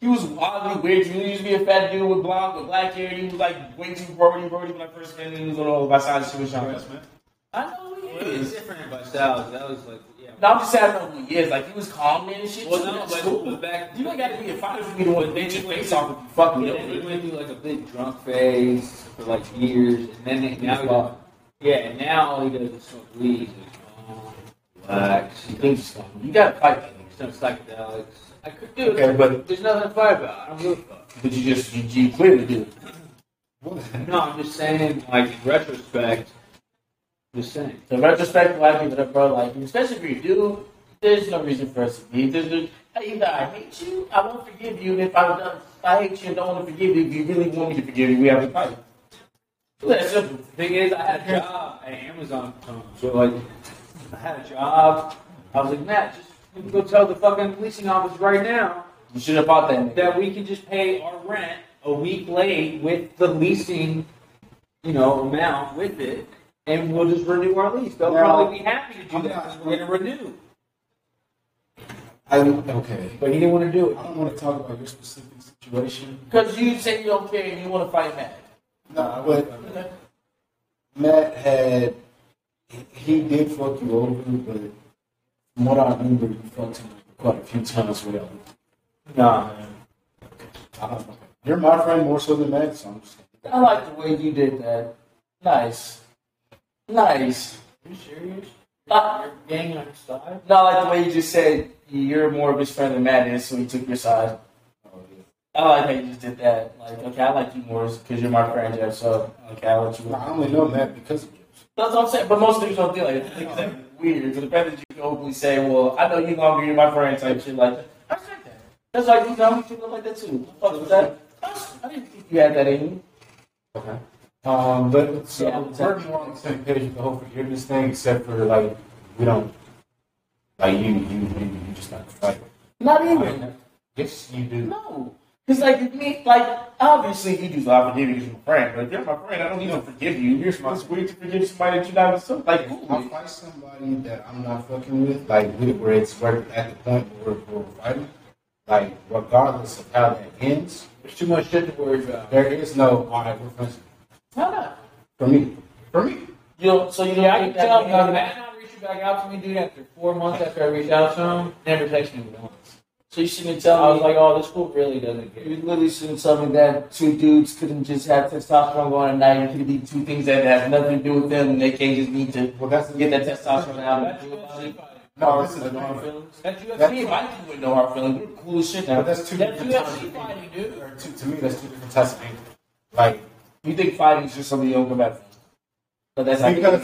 He was wildly weird. He used to be a fat dude with blonde with black hair. He was like way too brody brody when I first met him. He was on all of my sides shit with Sean. I know who he It was is. different by Styles. That was like, yeah. No, I'm just saying I know who he is. Like he was calm and shit. Well, too. no, That's but- cool. but back- you ain't got to be a fighter for me to want to bitch your face off if you fucking Yeah, know. he went through like a big drunk phase for like years, and then it, now he does, yeah, and now all he does is smoke weed, He's like, oh, relax, he thinks You gotta fight that nigga. some psychedelics. I could do it, Okay, but- there's nothing to fight about. I don't give a fuck. But you just you, you clearly do. No, I'm just saying, like in retrospect, just saying. So in retrospect, why give it up, bro? Like especially if you do, there's no reason for us to be. There's, there's either I hate you, I won't forgive you, and if I don't, if I hate you and don't want to forgive you, if you really want me to forgive you, we have to fight. That's simple. The thing is, I had a job at Amazon, so like, I had a job. I was like, Matt, just you can go tell the fucking policing office right now. You should have fought that nigga. that we can just pay our rent a week late with the leasing, you know, amount with it, and we'll just renew our lease. They'll Now, probably be happy to do I'm that. not- 'cause we're gonna renew, I okay. but he didn't want to do it. I don't want to talk about your specific situation. Because you say you don't care and you want to fight Matt. No, but Matt had he did fuck you over, but from what I remember, you fucked him quite a few times without. Nah, I don't know. You're my friend more so than that, so I'm just I like the way you did that. Nice. Nice. you serious? I, Gang on your side? no, I like the way you just said you're more of his friend than Matt is, so he took your side. Oh, I like how you just did that. Like, okay, I like you more because you're my friend, Jeff, so okay, I let you I only know that because of you. That's what I'm saying, but most dudes don't do like things that weird. So the fact that you can openly say, "Well, I know you longer, you're my friend," type shit like that. I respect that. That's like you know, you look like that too. I fuck with that. I was- I didn't think you had that in you. Um, but so Yeah. we're more on the same page with the whole forgiveness thing, except for like we don't like you, you, you, you just not like Not even. yes, you do. No. Because like if me, like obviously you do. I forgive you as my friend, but if you're my friend, I don't need to forgive you. You're supposed to forgive somebody that you not so like. If I fight somebody that I'm not fucking with, like we- where it's right at the point where we're, we're fighting, like regardless of how that ends, There's too much shit to worry about. there is no "Oh, all right. We're friends How not? for me. For me, You don't, so you don't Yeah, I think can that tell man- him. Matt not reaching back out to me, dude, after four months after I reached out to him, never texted me once. So you shouldn't I tell me. was like, oh, this school really doesn't care. You literally shouldn't tell me that two dudes couldn't just have testosterone going at night. It could be two things that have nothing to do with them, and they can't just need to well that's the get that testosterone out. That's and do about UFC it. fighting. No, this is the No hard thing. feelings. That's That's UFC me. fighting. I didn't know hard feelings. We're cool as shit now. But that's two That's different types. UFC fighting, dude. To, to me, that's two different types of anger. Like You think fighting is just something you don't come back from? But that's not because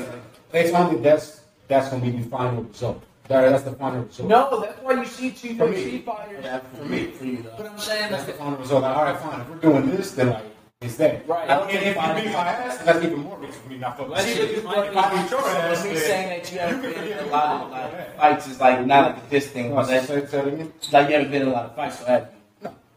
it's only that's that's gonna be the final result. That, that's the final result. No, that's why you see two For me. UFC fighters. Yeah, for me, for you though. But I'm saying That's that's the final result. Like, all right, fine. If we're doing this, then like, it's that. Right. And if you beat my ass, then that's even more reason for me not fucking. Let's with see you. if If you I might beat be- your ass, So me then saying that you haven't can been in forgive a me lot for of that. like, fights is like not like this thing, No, but say, that's say that again. like you haven't been in a lot of fights, so have you?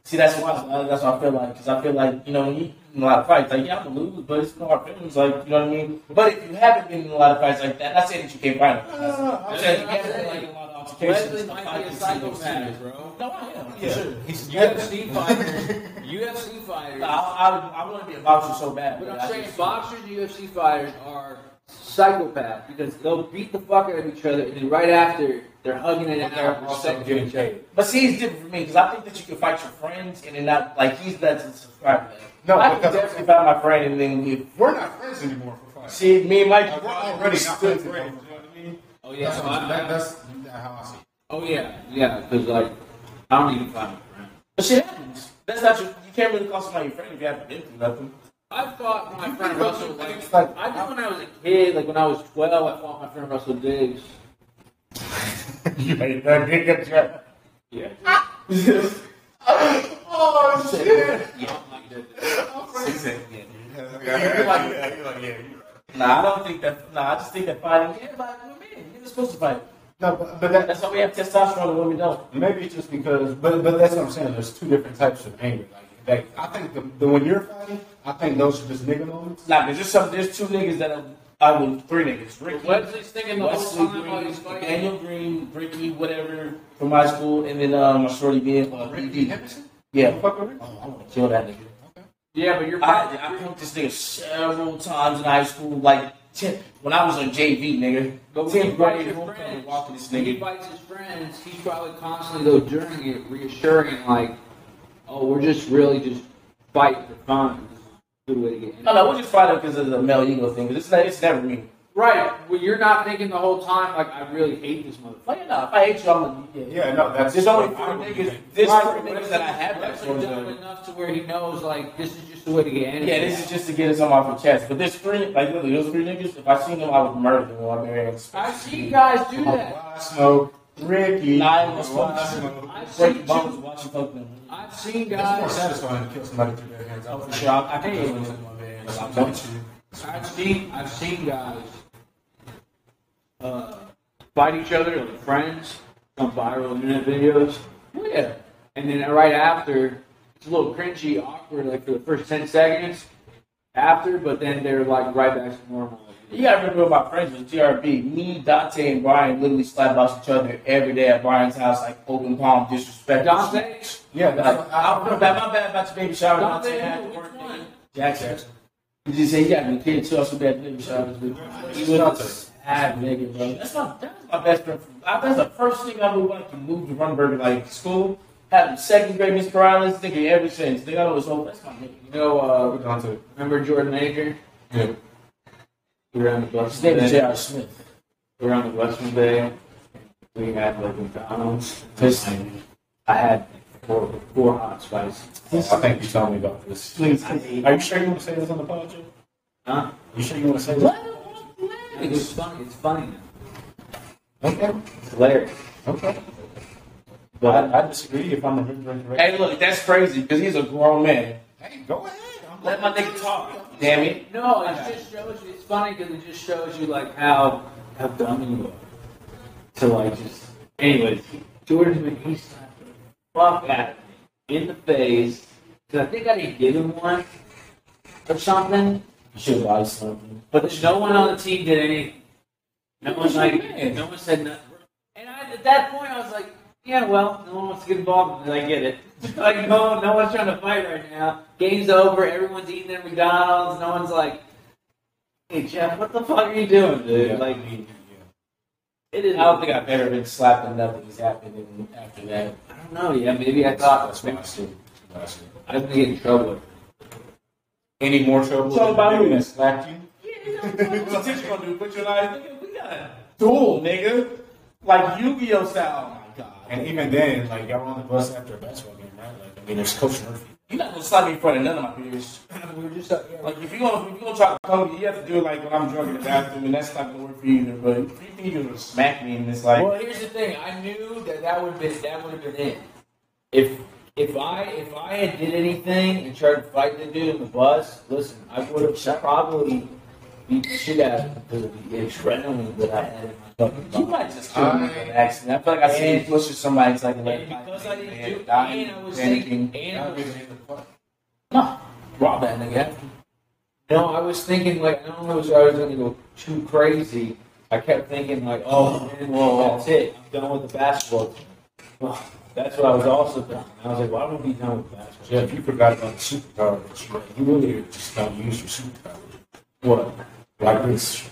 See, that's why that's what I feel like because I feel like you know when you in a lot of fights, like yeah, I'm gonna lose, but it's no hard feelings, like you know what I mean. But if you haven't been in a lot of fights like that, not saying that you can't fight. them. Uh, I'm saying you haven't been like in a lot of Wesley altercations. might be a I can see psychopath, those. bro. No, I am. Yeah. Sure. UFC fighters. UFC fighters. I, I, I want to be a boxer so bad. But but I'm I saying just- boxers and UFC fighters are psychopaths because they'll beat the fuck out of each other and then right after they're hugging it But they're out. also getting paid. But see, it's different for me because I think that you can fight your friends and then not like he's not a subscriber. No, I can because- definitely fight my friend and then if We're not friends anymore for fighting. see me and Mike, Like, we're Oh, already not still friends anymore. You know what I mean? Oh That's, yeah. how I- that, I- I- that's how I see. it. Oh yeah. Yeah, because like I don't even find a friend. But shit happens. That's not your, you can't really call somebody your friend if you haven't been through nothing. I fought my friend Russell like Like, I did when I was a kid, like when I was twelve, I fought my friend Russell Diggs. You made that big up job. Yeah. oh shit! I don't like that. Nah, I don't think that. Nah, I just think that fighting. Yeah, but man, you're supposed to fight. No, but, but that, That's why we have testosterone and women don't. Maybe it's just because, but but that's what I'm saying. There's two different types of anger. Like, like I think the, the when you're fighting, I think those are just nigga moments. Nah, cause there's some. There's two niggas that are. I will three niggas. Ricky, Wesley's thinking the Wesley whole time while Green, he's fighting. Daniel Green, Ricky, whatever from my school, and then um, my shorty being uh, Ricky. Yeah, Fuck with it. oh, I want to kill that nigga. Yeah, but you're I, I punked this nigga several times in high school, like ten, when I was on JV, nigga. But when Tenth you fight grade, your homecoming, friends, walking this when he nigga. fights his friends, he's probably constantly though during it reassuring like, oh, we're just really just fighting for fun. This is a Good way to get in. No, no, we just fight him because of the male ego thing. But it's not, it's never me. Right. Well, you're not thinking the whole time like I really hate this motherfucker. Like, no, if I hate you, I'm gonna. Yeah, Yeah, no, that's There's only four I would- niggas. There's Right, four but niggas that I have that Wesley for. done enough to where he knows like this is just the way to get in. Yeah, this is just to get us on my chest. But there's three, like literally, those three niggas. If I seen them, I would murder them on their hands. I see you guys do that. Why smoke, Ricky. Nine Why was fucking- smoke? I've Break seen bones, you. watching fuck them. I've seen It's more guys. satisfying to kill somebody through their hands. For sure, I, I can kill them with my hands. I'm telling you. I've seen. I've seen guys uh, fight each other like friends on viral internet videos, Oh, Well, yeah. and then right after it's a little cringy, awkward, like for the first ten seconds after, but then they're like right back to normal. You gotta remember my friends with GRB. Me, Dante, and Brian literally slap out each other every day at Brian's house, like open palm disrespect. Dante, Yeah, Like, that's what I don't know bad, my bad about your baby shower. Dante, Dante had to who? work Which one? Jackson. You just say you got me kid too. I so bad baby shower. this bitch. He was Dante. a sad nigga, bro. That's my that's my best friend. From, I, that's the first thing I would like to move to Runberg, like school. Had second grade Mr. Corrales thinking ever since. They got all his hope. That's my nigga. You know, uh, Down to remember Jordan Major? yeah. We were on the bus His name one is uh, day. J.R. Smith. We were on the bus one day. We had like McDonald's. This, I had four, four hot spice. I think you told me about this. Please. Are you sure you want to say this on the pod, Joe? Huh? You sure you want to say this? It's funny. It's funny. now. Okay. It's hilarious. Okay. But I, I disagree if I'm remembering correctly. Hey, look, that's crazy because he's a grown man. Hey, go ahead. I'm Let my nigga talk. Damn it. no, it just shows you. It's funny because it just shows you like how how dumb you are. To like just. Anyways, Jordan when he slapped the fuck at me in the face because I think I didn't give him one or something. You should have lied something. But no one on the team did anything. No one like, no one said nothing. And I, at that point, I was like, yeah, well, no one wants to get involved, and I get it. *laughs* like, no, no one's trying to fight right now. Game's over. Everyone's eating their McDonald's. No one's like, hey Jeff, what the fuck are you doing, dude? Yeah. Like, it I is. don't think I've ever been slapped and nothing's happened after that. I don't know. Yeah, maybe I thought That's what I said. That's what I said. I was gonna get in trouble. Any more trouble? It's all than about the dude who? that slapped you? What's the teacher gonna do? Put your eyes, nigga, we got a duel, nigga. Like Yu-Gi-Oh style. Oh my god. And even then, like y'all were on the bus after a basketball game, right? Like I mean, there's Coach Murphy. You're not gonna slap me in front of none of my *laughs* peers. We were just up Like if you're gonna if you're gonna try to come me, you have to do it like when I'm drunk in the bathroom and that's not gonna work for you either. But if you think you're gonna smack me and it's like Well, here's the thing. I knew that that would have been that would have been it. If if I if I had did anything and tried to fight the dude in the bus, listen, I would have probably beat the shit out of him because of the adrenaline that I had in my fucking you body. might just kill me with an accident. I feel like I see you push to somebody, it's like Uh, And because I didn't do dying, and I was panicking. thinking and I was, No. Rob that nigga. no, I was thinking like I don't know if I was gonna go too crazy. I kept thinking like, oh man, well, that's it. I'm done with the basketball team. Well, that's what I was also done. I was like, well, I'm gonna be done with basketball. Jeff, you forgot about the superpower that you had. You really just not used your superpower. What? Like this.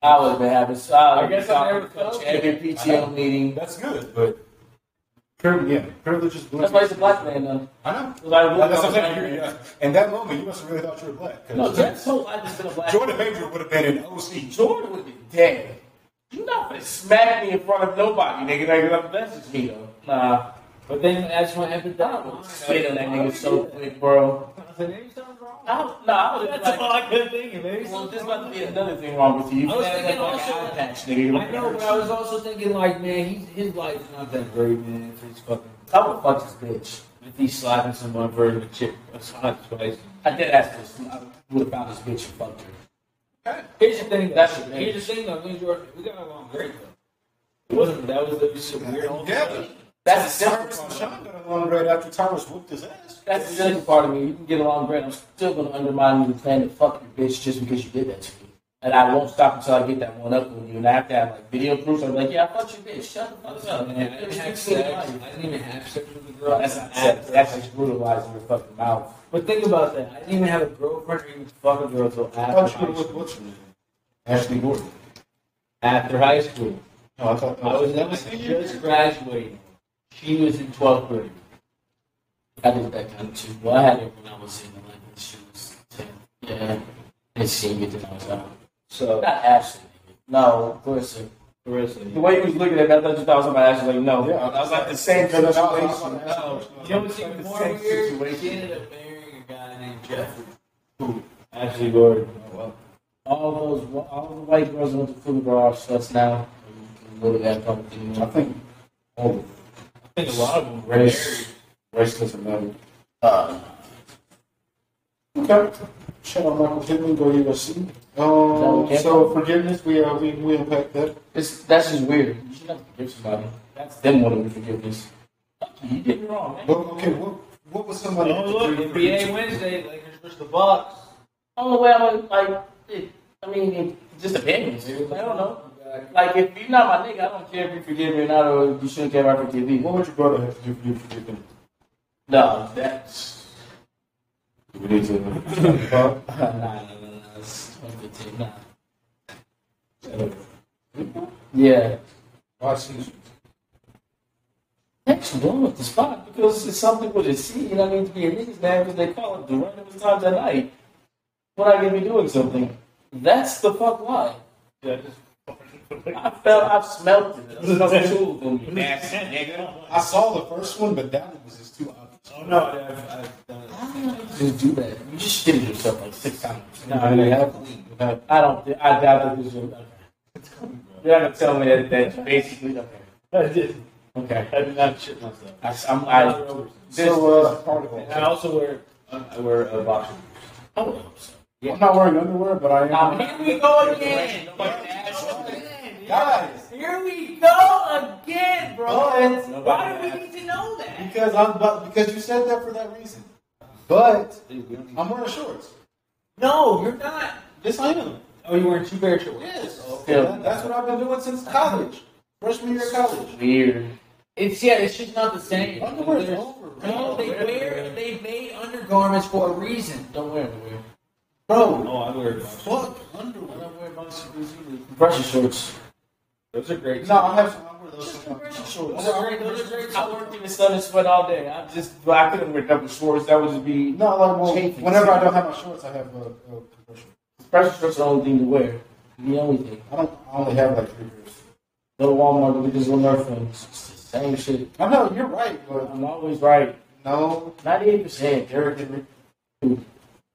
I would have been having so I, I guess I never felt every PTO meeting. That's good, but privilege, yeah, privilege is That's why he's a black man though. I know. That's why I That's what I'm was saying. black You- man. yeah. In that moment, you must have really thought you were black. 'cause No, Jeff's whole life has been a black Jordan Major would have been an OC. Jordan would be dead. You not gonna smack me in front of nobody, nigga. Like, like, that's just me, though. Nah. But then that's when Epidemic Spit on that nigga so quick, bro. I, nah, I was That's like, all I could think of. Maybe well, something there's about to be another thing wrong with you. You I was had thinking that also- eye patch, nigga. You're I know, but I was also thinking like, man, he's, his life's not that great, man. If he's fucking, I would fuck this bitch. if he's slapping someone for a chip, that's hot spice. I did ask this. I would have found this bitch and fucked her. Here's the thing, That's that's your here's the thing though, me and Jordan, we got along great though. It wasn't that was the it was some weird old Yeah. That's the simple Tyrus and part. Sean got along right after Tyrus whooped his ass. That's the cynical part of me. You can get along great. I'm still going to undermine the plan to fuck your bitch just because you did that to me. And I won't stop until I get that one up on you. And I have to have like video proof. I'm like, yeah, I fucked your bitch. Shut the fuck up, Man, I man. didn't have sex. I didn't even have sex with a girl. That's not sex. sex. That's just brutalizing your fucking mouth. But think about that. I didn't even have a girlfriend or even fuck a girl until I thought after you were high with school. what's her name? Ashley Gordon. After high school. No, I thought Oh, I was, I was just graduating. She was in 12th grade. I did that kind of too. Well, I had it when I was in the like, when she was 10. Yeah. And senior, then I was out. So, Not Ashley. No, Clarissa. Carissa, The way you was looking at me, I thought you thought I was about Ashley. Like, no. Yeah. I was like the same No, no, no, I situation. was about to ask No. you. You know what's even more Same weird? She situation. ended up marrying a guy named Jeffrey. Who? Ashley Gordon. All those, all the white girls that went to Fuller are all sluts now. Look at that fucking thing. I think oh, I think a lot of them were race, race doesn't matter. Uh, Okay. Shout out Michael Pittman, go USC. Um, okay? so forgiveness, we uh, we we unpack that. it's, that's just weird. You should never forgive somebody. That's them wanting forgiveness. You did me wrong, man. Well, okay, what what was somebody? Oh, look, NBA Wednesday, Lakers versus the Bucks. Only way I would like, it, I mean, it just opinions. dude. I don't know. Like, if you're not my nigga, I don't care if you forgive me or not, or you shouldn't care if I forgive What you. would your brother have to do for you to forgive him? No, that's *laughs* We need to. Huh? nah, nah, nah, nah. That's 2015. Nah. Yeah. Oh, Watch this. That actually blowing up the spot because it's something with a C, and I need to be a niggas man because they call it the randomest times at night when I can be doing something. That's the fuck lie. Yeah, just I felt I've smelt it. I've *laughs* smelt the tool from you. nasty nigga. I saw the first one, but that one was just too obvious. Oh no, I've, I've done it. How do you just do that? You just shit yourself like six times. I mean, that- I don't. thi- I doubt that this is. Okay. You're not gonna tell me that that's basically okay. I did. Okay. I did not shit myself. I, am I, this, So, uh, part of And it. I also wear um, I wear a boxer. I'm not wearing underwear, but I am. Now, here we Oh, go again. Guys, Here we go again, Oh, but Why do we need to know that? because I'm but because you said that for that reason. But I'm wearing shorts. Oh, No, you're not. Yes, I am. Oh, you wearing two pair of shorts? Yes. Okay. That's what I've been doing since college. Freshman year of college. Weird. It's yeah, it's just not the same. Underwear's There's- over. No, they wear they made undergarments for a reason. Don't wear underwear. Bro, Oh, I wear boxers. fuck underwear. Pressure shorts. Those are great. No, I have some. I wear those sometimes. Those are great. Those are great. I worked in the sun and sweat all day. I just, I couldn't wear double shorts. That would just be No, like well, Chafing. whenever I don't have my shorts, I have a, a commercial. pressure shorts. Are the only thing to wear. The only thing. I don't. I only have like three pairs. Go to Walmart and get this little Nerf thing. It's the Same shit. I know you're right, but I'm always right. no, Ninety-eight percent. Derek and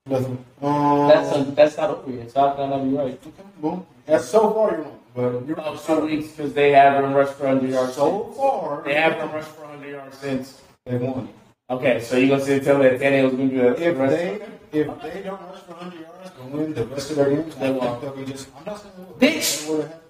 nothing. Um, That's a, that's not over yet. So I thought I'd be right. okay, well, that's so far you're wrong, but you're About right. two weeks because they haven't rushed for under yards. So far, they haven't rushed for under yards since. They won. Okay, so you gonna sit and tell me that Tannehill's gonna do that? If they if they don't rush for 100 yards and win the rest of their games, They I think won't. They'll be just. I'm not saying they will. Bitch! They would've happened.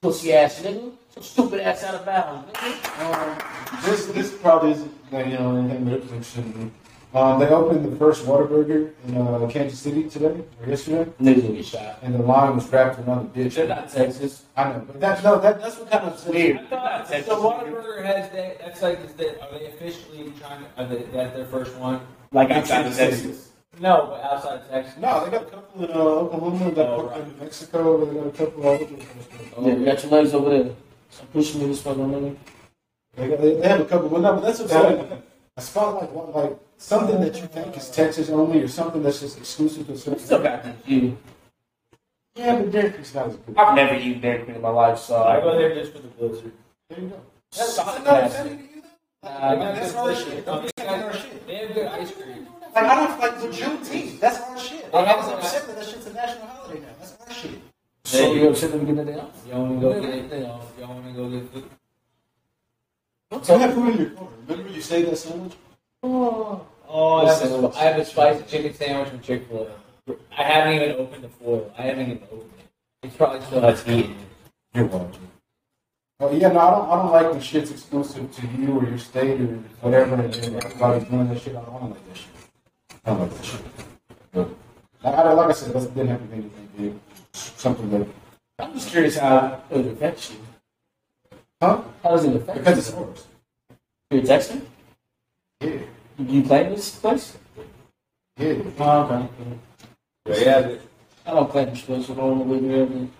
pussy ass nigga, some stupid ass out of bounds. Nigga. Um, this this probably isn't like, you know anything that that shouldn't. be. Um, they opened the first Whataburger in uh, Kansas City today or yesterday, Niggas gonna get shot. and the line was wrapped around the bitch. They're not Texas. I know, but that no, that that's what kind of Weird. thought so. Whataburger has that. That's like, is that are they officially trying? Are they that their first one? Like outside of Texas. No, but outside of Texas. No, they got a couple in uh, Oklahoma, they got a couple in New Mexico, they got a couple all over the place. Yeah, you got your legs over there. So push me this fucking nigga. They, got, they, they have a couple, well, no, but that's what I'm saying. A spot like one, like something that you think is Texas only, or something that's just exclusive to a certain. Still got that view. Yeah, but Derek is not as good. I've never used Dairy Queen in my life, so I go I there just for the blizzard. There you go. That's That's not not that bad. to you. though? Nah, Like, that's our shit. Don't be like our shit. They have good ice cream. Oh, Like I don't like the Juneteenth. That's our shit. Like, I was upset that that shit's a national holiday now. That's our shit. so you upset them getting it down. Y'all want to go get anything else? Y'all want to go get food? So have food in your corner. Remember you say that sandwich? Oh, I have, a, I have a spicy chicken sandwich from Chick Fil A. I haven't even opened the foil. I haven't even opened it. It's probably still that's eaten. You're welcome. Well, yeah, no, I don't. I don't like when shit's exclusive to you or your state or whatever, and then everybody's doing that shit. I don't like that shit. I don't like that shit. But I, I, like I said, that didn't have to be anything big. Something that, I'm just curious how it affects you. huh? How does it affect Because you? it's ours. You're a Texan? Yeah, You claim this place? yeah. Oh, okay. But yeah, the- I don't claim this place. I don't want to live here. every-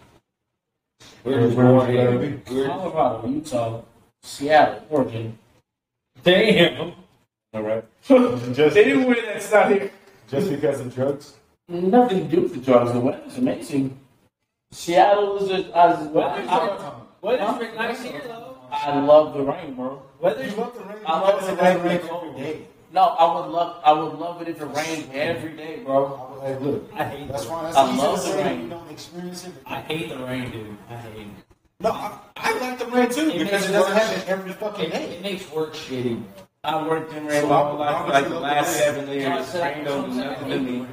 we were just Where would born you rather be? here. We were- Colorado, Utah, Seattle, Oregon. Damn. All right. *laughs* just, wear that stuff here. just because of drugs. Nothing to do with the drugs. The weather's amazing. Seattle is just as well. Uh, I, Weather's been nice here though. I love the rain, bro. Weather's I love the rain. No, I would love. I would love it if it rained every day, bro. Hey, look. I hate That's why that's I easy love to the say rain. you don't experience it. I hate the rain, dude. I hate it. No, I, I like the rain too because makes it doesn't work. happen every fucking It, day. it makes work shitty. I worked in rain So my I whole would life. love Like to the love last the rain. seven years, rain don't do nothing to me.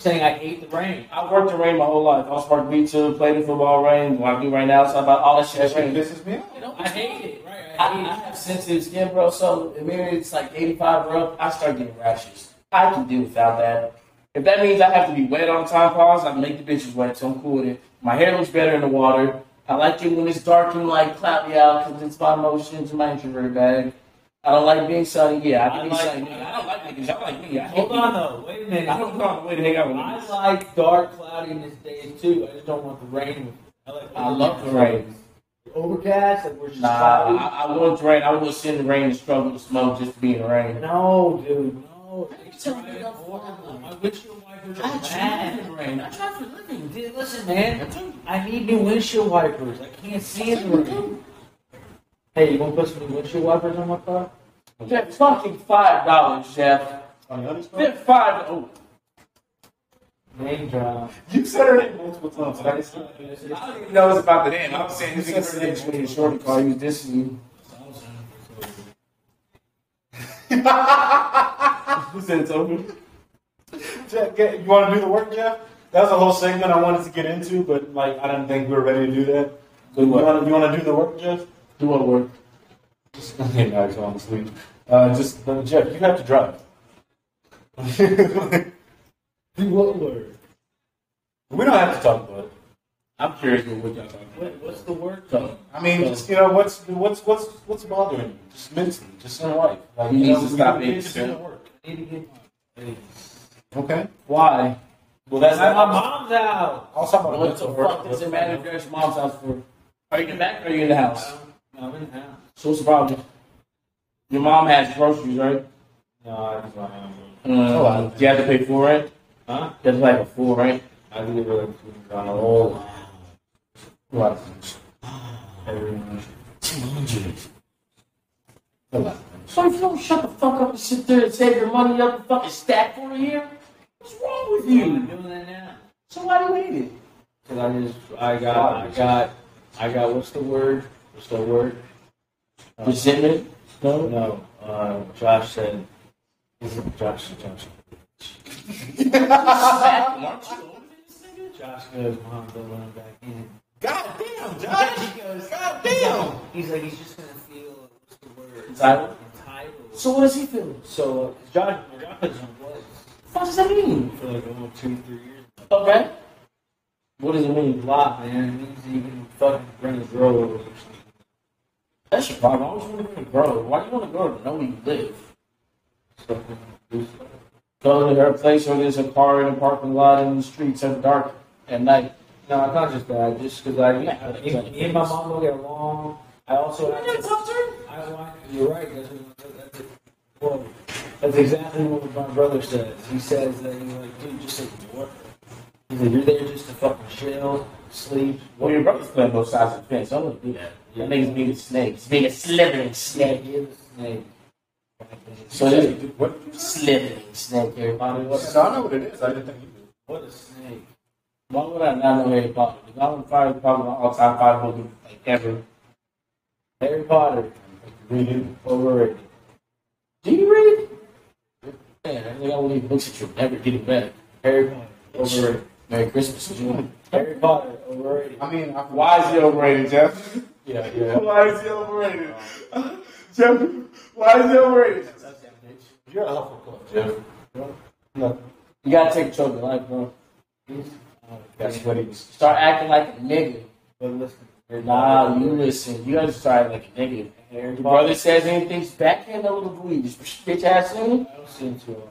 Saying I hate the rain. I worked in rain my whole life. I was parked beach too, playing football, rain like me right now. So about all that shit That is shit rain. pisses me off. I hate it. Right. I, I have sensitive skin, bro. So if it's like 85 or up, I start getting rashes. I can do without that. If that means I have to be wet on time pause, I make the bitches wet, so I'm cool with it. My hair looks better in the water. I like it when it's dark and like cloudy out because it's my emotions and my introvert bag. I don't like being sunny. Yeah, I can I be like- sunny. I don't like niggas. I like me. I hate Hold on niggas. though. Wait a minute. I don't know the way to hang out with I niggas. like dark cloudiness days too. I just don't want the rain. with it. I, like I love the rain. Overcast, like we're just Nah, cloudy. I, I wouldn't rain. I wouldn't sit in the rain and struggle to smoke just to be in the rain. No, dude, no. I wish your wife was I tried. in the rain. I try for a living, dude. Listen, man. I need new windshield wipers. I can't see in the room. Hey, you want to put some new windshield wipers on my car? They're fucking five dollars, Jeff. On the other side, They're five. Oh, Name drop. you said her name multiple times. and I just- I don't even know it's about the name. I'm saying You this said is her the name next one. multiple Shorty call you this is you. Who said it's over? Jack, get- you want to do the work, Jeff? That was a whole segment I wanted to get into, but like I didn't think we were ready to do that. Good You work. want to you want to do the work, Jeff? Do what work? *laughs* Okay, guys, honestly, uh, just uh, Jeff, you have to drive. Do what word? we don't have to talk about it. I'm curious what work y'all talking about. What, what's the word? So, I mean, just you know, what's what's what's what's bothering you? Just mentally, just in life. Like, He you needs know, to stop you being need to do the sick. work. I need to get Okay. why? Well, that's my not. mom's out. I'll talk about What the mental work. fuck does it matter if you're at your mom's house for? Are you in the back or are you in the house? I'm in the house. So what's the problem? Your mom has groceries, right? No, I just want to. Uh, you have to pay for it. Huh? That's like a fool, right? I think it really on all. Right. So if you don't shut the fuck up and sit there and save your money up and fucking stack for a year, what's wrong with I'm you? doing that now. So why do you hate it? Cause I just, I got, I got, I got. What's the word? What's the word? Uh, Resentment? No. No, uh, Josh said. This is Josh. Josh. Josh goes, Mom, don't let him back in. God damn, Josh! He goes, God damn! He's like, he's just gonna feel, what's the word? Entitled? Entitled. So what does he feel? So, uh, Josh, Josh is on what? What does that mean? For like almost two, three years. Okay. What does it mean? A lot, man. It means that you can fucking bring a girl over. or something. That's your problem. I always want to bring a girl. Why do you want a girl to know where you live? Go to her place or there's a car in a parking lot in the streets at dark at night. No, it's not just that. Just because I, Yeah. me, me and my mom don't get along. I also have to. I want, you're right. That's, what- that's, it. well, that's exactly what my brother says. He says that he's like, dude, just like work. He's like, you're there just to fucking chill, sleep. Well, your brother's playing both sides of the fence. I wouldn't do that. Yeah. That nigga's being a snake. He's being a slithering Yeah, snake. he is a snake. So he's What? slithering snake, Harry Potter. What, No, I know what it is. I didn't think you did. What a snake! why would I not know Harry Potter? The Goblin Fire is probably my all-time five book like, ever. Harry Potter Read it. overrated. Do you read it? Man, I think I will read books that you'll never get it back. Harry Potter overrated. Merry Christmas, June. Harry Potter overrated. I mean, I, Why is he overrated, Jeff? *laughs* Yeah, yeah. *laughs* Why is *laughs* he overrated? Jeff, why is he overrated? You're a Hufflepuff, Jeff. No. You gotta take control of your life, bro. That's what he was. Start acting like a nigga. But listen, Harry Nah, Potter you listen. You gotta start like a nigga. Your brother says anything's backhand over the booty. Just bitch ass in. I don't see him too often.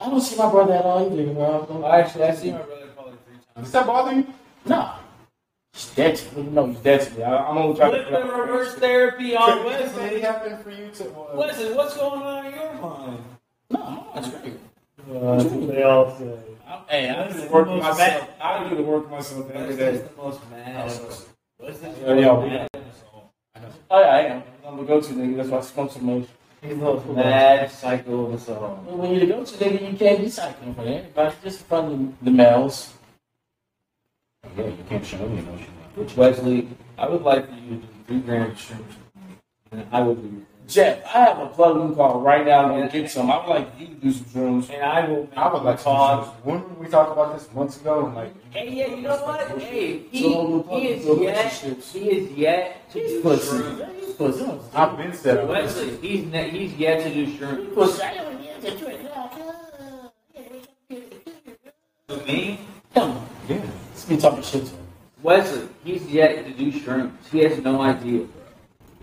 I don't see my brother at all either, Well, bro. Actually, I see my brother probably three times. Does that bother you? Nah. He's dead to me. No, he's dead to me. I, I'm only trying Literally to. reverse *laughs* therapy on Wesley. Anything happen for you to? uh, Wesley, what's going on in your mind? Uh, No, that's great. they all say. I'm- Hey, I do That's the the work most myself. I do the work myself every Wesley's day. the most mad. Wesley's Yeah, yeah, the yeah. most mad. Oh yeah, I am. I'm the go-to nigga. That's why I smoke so much. He's the most mad psycho of us all. Well, when you're the go-to nigga, you can't be psycho for everybody. Just in front of the males. Yeah, you can't show me emotion. Which, Wesley, I would like for you to do three grand streams. And I will do Jeff, I have a plug-in call right now. I'm gonna get some. I would like you to do some drums. And I will I would like to. Remember we talked about this months ago, and like Hey, yeah, you know what? Hey, he, So, he is so yet, relationships. he is yet to He's do pussy. shrooms. He's pussy. I've been set up. Wesley, he's, ne- he's yet to do shrooms. Pussy. For me, Hell, Yeah. Let's be talking shit to him. Wesley, he's yet to do shrooms. He has no idea.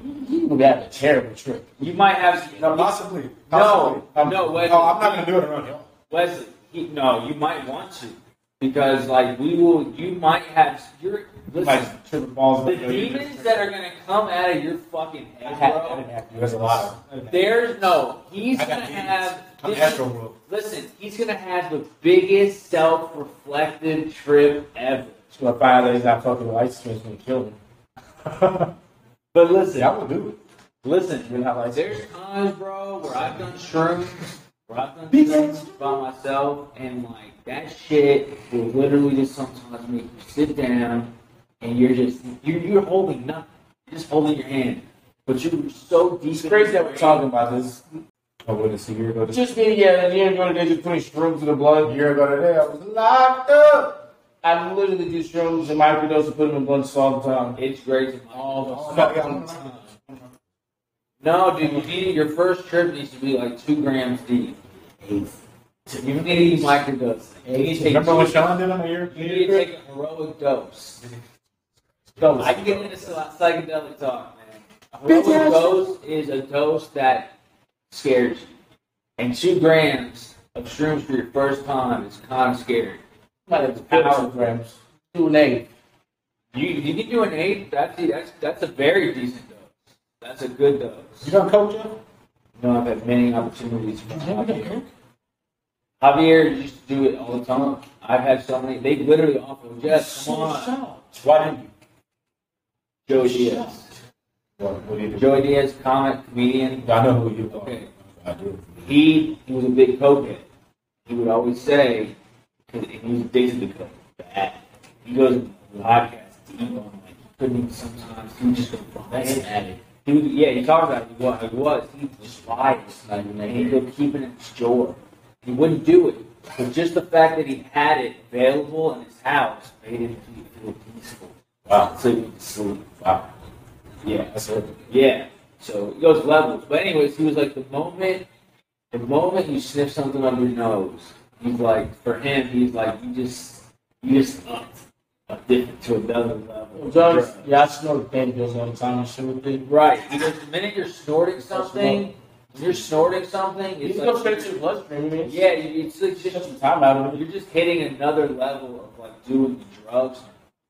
You would have a terrible trip. You might have No, possibly. no, Possibly. no, I'm, Wesley. No, I'm not gonna do it around here. Wesley, he, no, you might want to because like we will. You might have your Listen, Like tripping balls. the demons that are gonna come out of your fucking I head, had, I bro. didn't have to. There's a lot of. There's no. He's I got gonna demons. have. I'm this- Astro World. listen, he's gonna have the biggest self-reflective trip ever. Just gonna find out he's not fucking with light switch and kill him. *laughs* But listen, Yeah, I would do it. listen. You're not light switch. There's times, bro, where I've done shrooms, where I've done shrooms by myself, and like that shit will literally just sometimes make you sit down and you're just you're, you're holding nothing, you're just holding your hand, but you're so deep. It's crazy that we're talking about this. I wouldn't see you go to Just me, yeah, and you're going to just putting shrooms in the blood. You're go today. I was locked up. I literally do shrooms and microdose and put them in blunts all the time. It's crazy. All the Fucking time. no, dude, you need your first trip needs to be like two grams deep. You need to eat microdose. You need to take Remember when two- Sean did on the year? you need to take a heroic dose. That was- I can get into psy- psychedelic talk, man. A heroic dose is a dose that scares you. And two grams of shrooms for your first time is kind of scary. might have to power grams. Two and eight. You you can do an eight. That's that's that's a very decent dose. That's a good dose. You done coach him? You know, I've had many opportunities. From Javier. Javier used to do it all the time. I've had so many. They literally offer Jess, come on, Why didn't you? Joey Diaz. What, what do you do? Joey Diaz, comic comedian. I know who you are. Okay. I do. he he was a big cokehead. He would always say, because he was addicted to coke. Bad. He goes to podcasts to eat on like he couldn't even sometimes. He would just go that's an addict. He would, yeah, he talked about it. He was, he was. He just lied. Like, and he'd go keep it in his drawer. He wouldn't do it. But just the fact that he had it available in his house made him feel peaceful. Wow. So he could sleep. Wow. Yeah. That's it. Yeah. So it goes levels. But anyways, he was like the moment the moment you sniff something on your nose, he's like for him, he's like you just you just upped a different to another level. Drugs? of drugs. Oh, Yeah, I snort baby pills all the time and shit with it. Right. Because the minute you're snorting something, when you're snorting something, You it's just like go straight to your bloodstream, man. Yeah, you- it's like Shut just some time out of it. you're just hitting another level of like doing the drugs.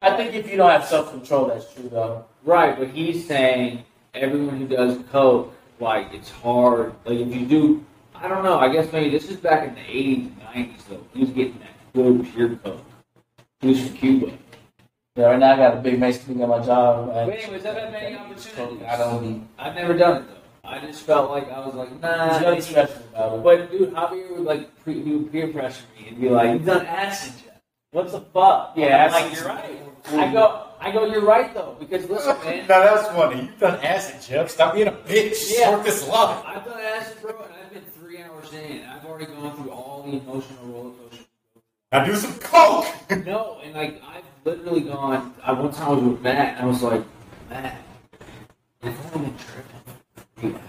I think if you don't have self control, that's true, though. Right, but he's saying everyone who does coke, like it's hard. Like if you do, I don't know. I guess maybe this is back in the eighties, nineties though. He was getting that good pure coke. He was from Cuba. Yeah, right now I got a big Mexican at my job. But and- anyways, I've had many opportunities. I don't need. I've never done it though. I just felt like I was like, nah. There's nothing special about it. But dude, Javier would like pre- he would peer pressure me and be like, "You've done acid yet? What the fuck?" Yeah, I'm like acid's- you're right. I go, I go, you're right though, because listen, man. *laughs* Now that's funny. You've done acid, Jeff. Stop being a bitch. Yeah. Work this love. I've done acid, bro, and I've been three hours in. and I've already gone through all the emotional roller coaster. Now do some coke. No, and like I've literally gone. I one time I was with Matt, and I was like, Matt, I've only been tripping.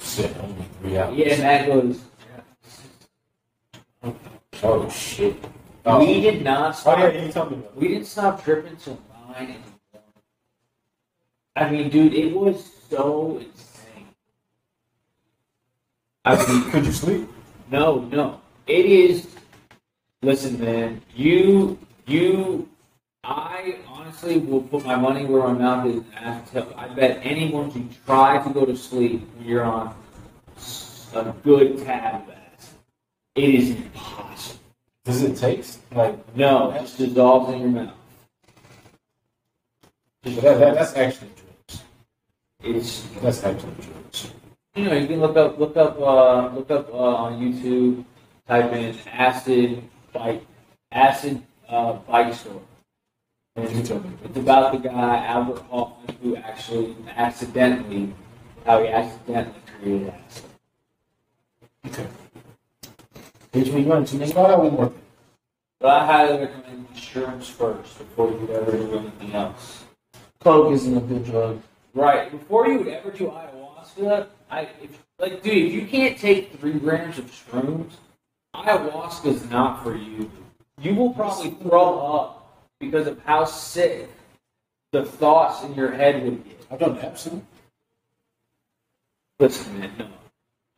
Shit, only three hours. Yeah, Matt goes. Oh shit. Oh. We did not Oh stop. yeah, you told me about We didn't stop tripping till nine in the morning. I mean, dude, it was so insane. I mean, that. Could you sleep? No, no. It is. Listen, man. You, you. I honestly will put my money where my mouth is. and I tell- I bet anyone who try to go to sleep when you're on a good tab of acid, it is impossible. Does it taste like No, it just dissolves in your mouth. that, that, that's actually drugs. It's That's actually drugs. you know you can look up look up uh, look up uh, on YouTube. Type in acid bike acid uh, bike store. What you told me. It's about the guy Albert Hoffman who actually accidentally, how he accidentally created acid. Bitch, we run too Let's many. try that one more thing. But I highly recommend insurance first before you ever do anything else. Coke isn't a good drug. Right before you would ever do ayahuasca, I if, like, dude, if you can't take three grams of shrooms, ayahuasca's not for you. You will probably throw up because of how sick the thoughts in your head would get. I've done absolute. Listen, man, no.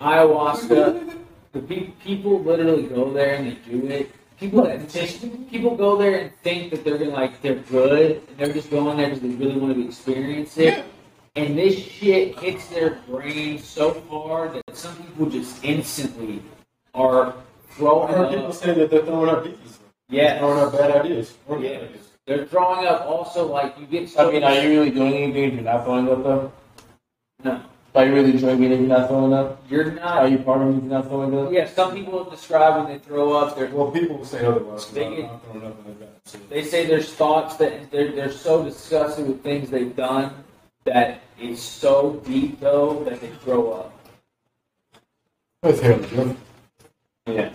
Ayahuasca, the pe- people literally go there and they do it, People that think, people go there and think that they're gonna like they're good and they're just going there because they really want to experience it. And this shit hits their brain so hard that some people just instantly I are throwing heard people up. say that they're throwing up these, Yeah, throwing up bad ideas. yeah. They're throwing up. Also, like you get. So I mean, are you really doing anything if you're not throwing up though? No, Are you really drinking if you're not throwing up? you're Are not. you partying if you're not throwing up? Yeah, some people describe when they throw up. They're Well, people will say otherwise. They I'm get- not throwing up in the back. So. They say there's thoughts that they're, they're so disgusted with things they've done that it's so deep though that they throw up. That's hell, Jeff. Yeah.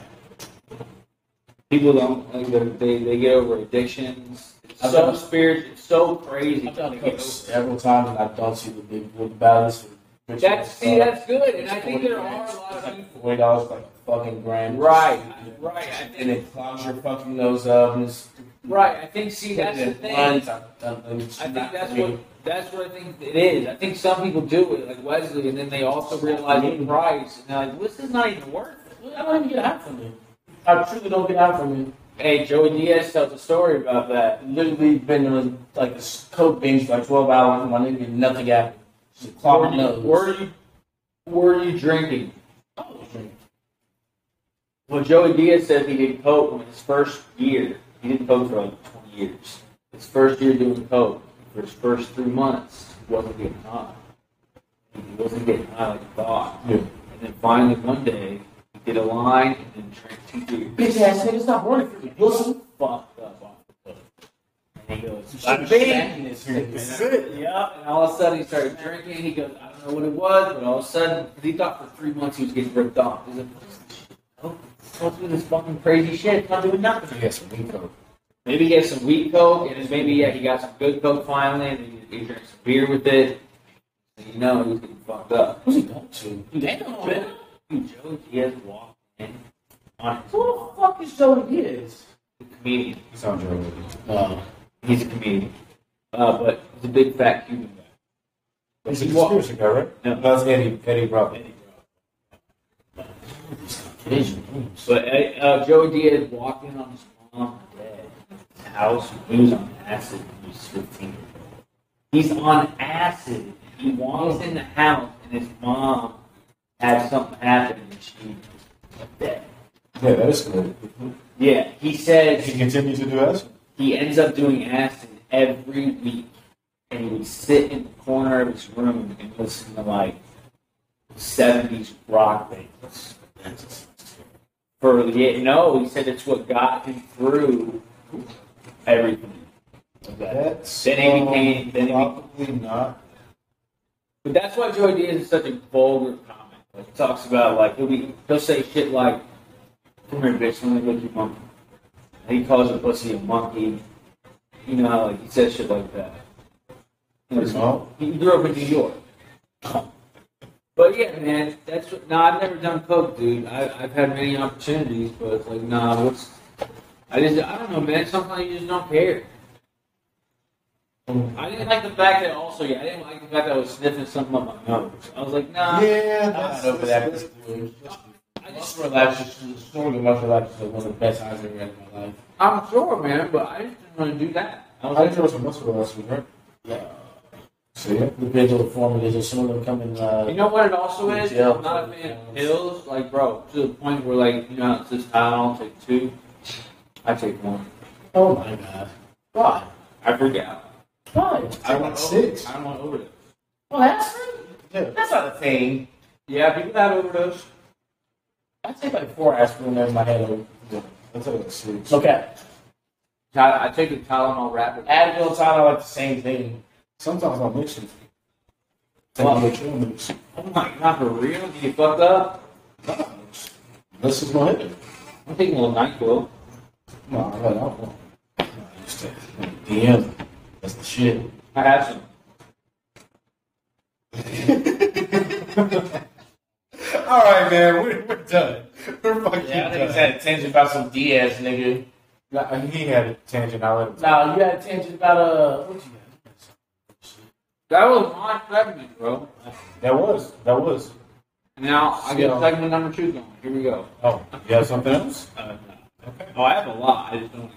People don't like they they, they get over addictions. It's I've so done- spirit, it's so crazy. I've done it like several times and I don't see the big the balance. with- That's see, Uh, that's good, and I think there are a It's lot of people. like forty dollars, like a fucking grand. Right, right, I And think, it clogs your fucking nose up. And it's, right. I think see that's the and thing. lines, I, I, I I think that's what that's what I think it is. I think some people do it, like Wesley, and then they also realize the price, and they're like, "This is not even worth." it." I don't even get high from it. I truly don't get high from it. Hey, Joey Diaz tells a story about that. Literally been on like a s- coke binge for like twelve hours and my nigga did nothing happened. Just a Were clogged you, nose. were you were you drinking? I was drinking. Well, Joey Diaz says he did coke when his first year. He did coke for like 20 years. His first year doing coke for his first three months, he wasn't getting high. He wasn't getting high like he thought. Yeah. And then finally one day he did a line and then drank two beers. Bitch ass nigga, stop running for me. Wilson. Fucked up on the coke. And he goes, I'm stacking this And nigga. I- Yeah, and all of a sudden he started drinking. He goes, I don't know what it was, but all of a sudden, 'cause he thought for three months he was getting ripped off. He's like, "What's this shit? Oh, supposed to be this fucking crazy shit. It's Not doing nothing. Yes, we go. Maybe he had some weak coke, and then maybe yeah, he got some good coke finally, and he, he drank some beer with it. And you know, he was getting fucked up. Who's he going to? Damn. man. Dude, Joe Diaz walked in on his Who the fuck is Joey Diaz? comedian. You sound drunk. No. He's a comedian, uh, but he's a big fat Cuban guy. But He's a he walked. conspiracy guy, right? No. that's Eddie, Eddie Bravo. But uh, Joey Diaz walked in on his mom and dad's house. He was on acid when he was 15. He's on acid. He walks in the house and his mom had something happen and she was dead. Yeah, that is good. Yeah, he says He continued to do acid. he ends up doing acid every week, and he would sit in the corner of his room and listen to like seventies rock bands. For yeah, no, he said it's what got him through everything. That's Then he became- then he probably not. But that's why Joey Diaz is such a vulgar comic. Like, he talks about like he'll be he'll say shit like, "Come here, bitch, let me lick your monkey." And he calls a pussy a monkey. You know, like he says shit like that. He, was- Well. he grew up in New York. But yeah, man, that's what, nah. I've never done coke, dude. I, I've had many opportunities, but it's like, nah, what's? I just, I don't know, man. Sometimes you just don't care. I didn't like the fact that also, yeah, I didn't like the fact that I was sniffing something up my nose. I was like, nah. Yeah, I'm that's not over that. that's- I Just just, relax. Just snorting muscle relax is one of the best times I've ever had in my life. I'm sure, man, but I just didn't want to do that. I was I like, enjoyed some muscle last week, right? Yeah. See ya. The big old form it is. Some of them come in. you Uh, know what it also is? Yeah. I'm not a fan of pills. Like, bro, to the point where, like, you know, it's just I don't take two. I take one. oh my god. Why? I forgot. Why? Oh, I want six. I don't want overdose. Well, that's Yeah. that's not a thing. Yeah, people that overdose. I take like four aspirin in my head. Over. Yeah, I tell you, that's six. Okay. Ty- I take a Tylenol rapid. Advil, Tylenol, like the same thing. Sometimes I'll mix them. Well- Take a little mix. Oh my god, for real? Did you fuck up? This is my head. I'm taking a little NyQuil. No, I got alcohol. DM. That's the shit. I have some. *laughs* All right, man. We're, we're done. We're fucking Yeah, I think it's had a tangent about some Diaz nigga. Nah, he had a tangent. I let him. Now you had a tangent about uh. What you That was my segment, bro. That was. That was. Now I get segment number two going. Here we go. Oh, you have something else? Uh, no. Oh, I have a lot. I just don't.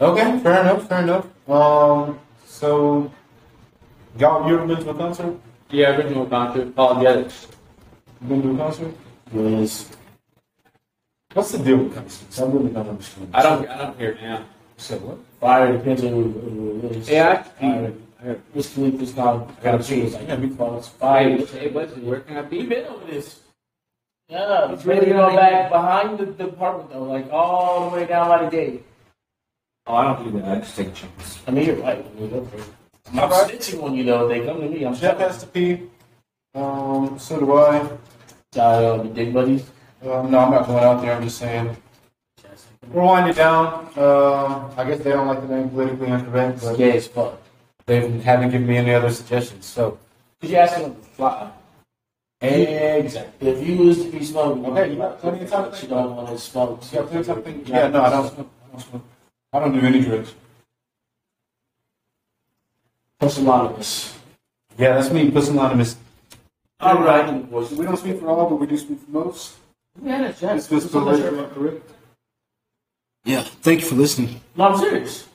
Okay, fair enough, fair enough. Um, so y'all, you ever been to a concert? Yeah, I've been to a concert. Oh, yeah. Been to a concert? Yes. What's the deal with concerts? I really don't understand. I don't. I don't hear it now. So what? Fire depends on who who it is. Yeah, I Fire. This week this guy got a cheese. I gotta be close. Fire. Hey, hey, Wesley, where can I We've be? been over this. Yeah, it's really really not all back behind the, the apartment though, like all the way down by the gate. Oh, I don't do that. I just take a chance. I mean, you're right. I mean, look, I'm not snitching on you though. They come to me. I'm Jeff telling has to pee. Um, so do I. you. Uh, the dick buddies. Um, no, I'm not going out there. I'm just saying. We're winding down. Um, I guess they don't like the name politically incorrect, but Gay as fuck. they haven't given me any other suggestions. So Cause you asked him to fly. exactly. If you was to be smoking, Okay, you got plenty of time to But you think. don't want to smoke. Yeah, please, I think- yeah, no, I don't. smoke. I don't smoke. I don't do any drugs. That's a lot of us. Yeah, that's me, Puss Anonymous. All right. We don't speak for all, but we do speak for most. Yeah, that's It's just politically incorrect. Yeah, thank you for listening. No, I'm serious.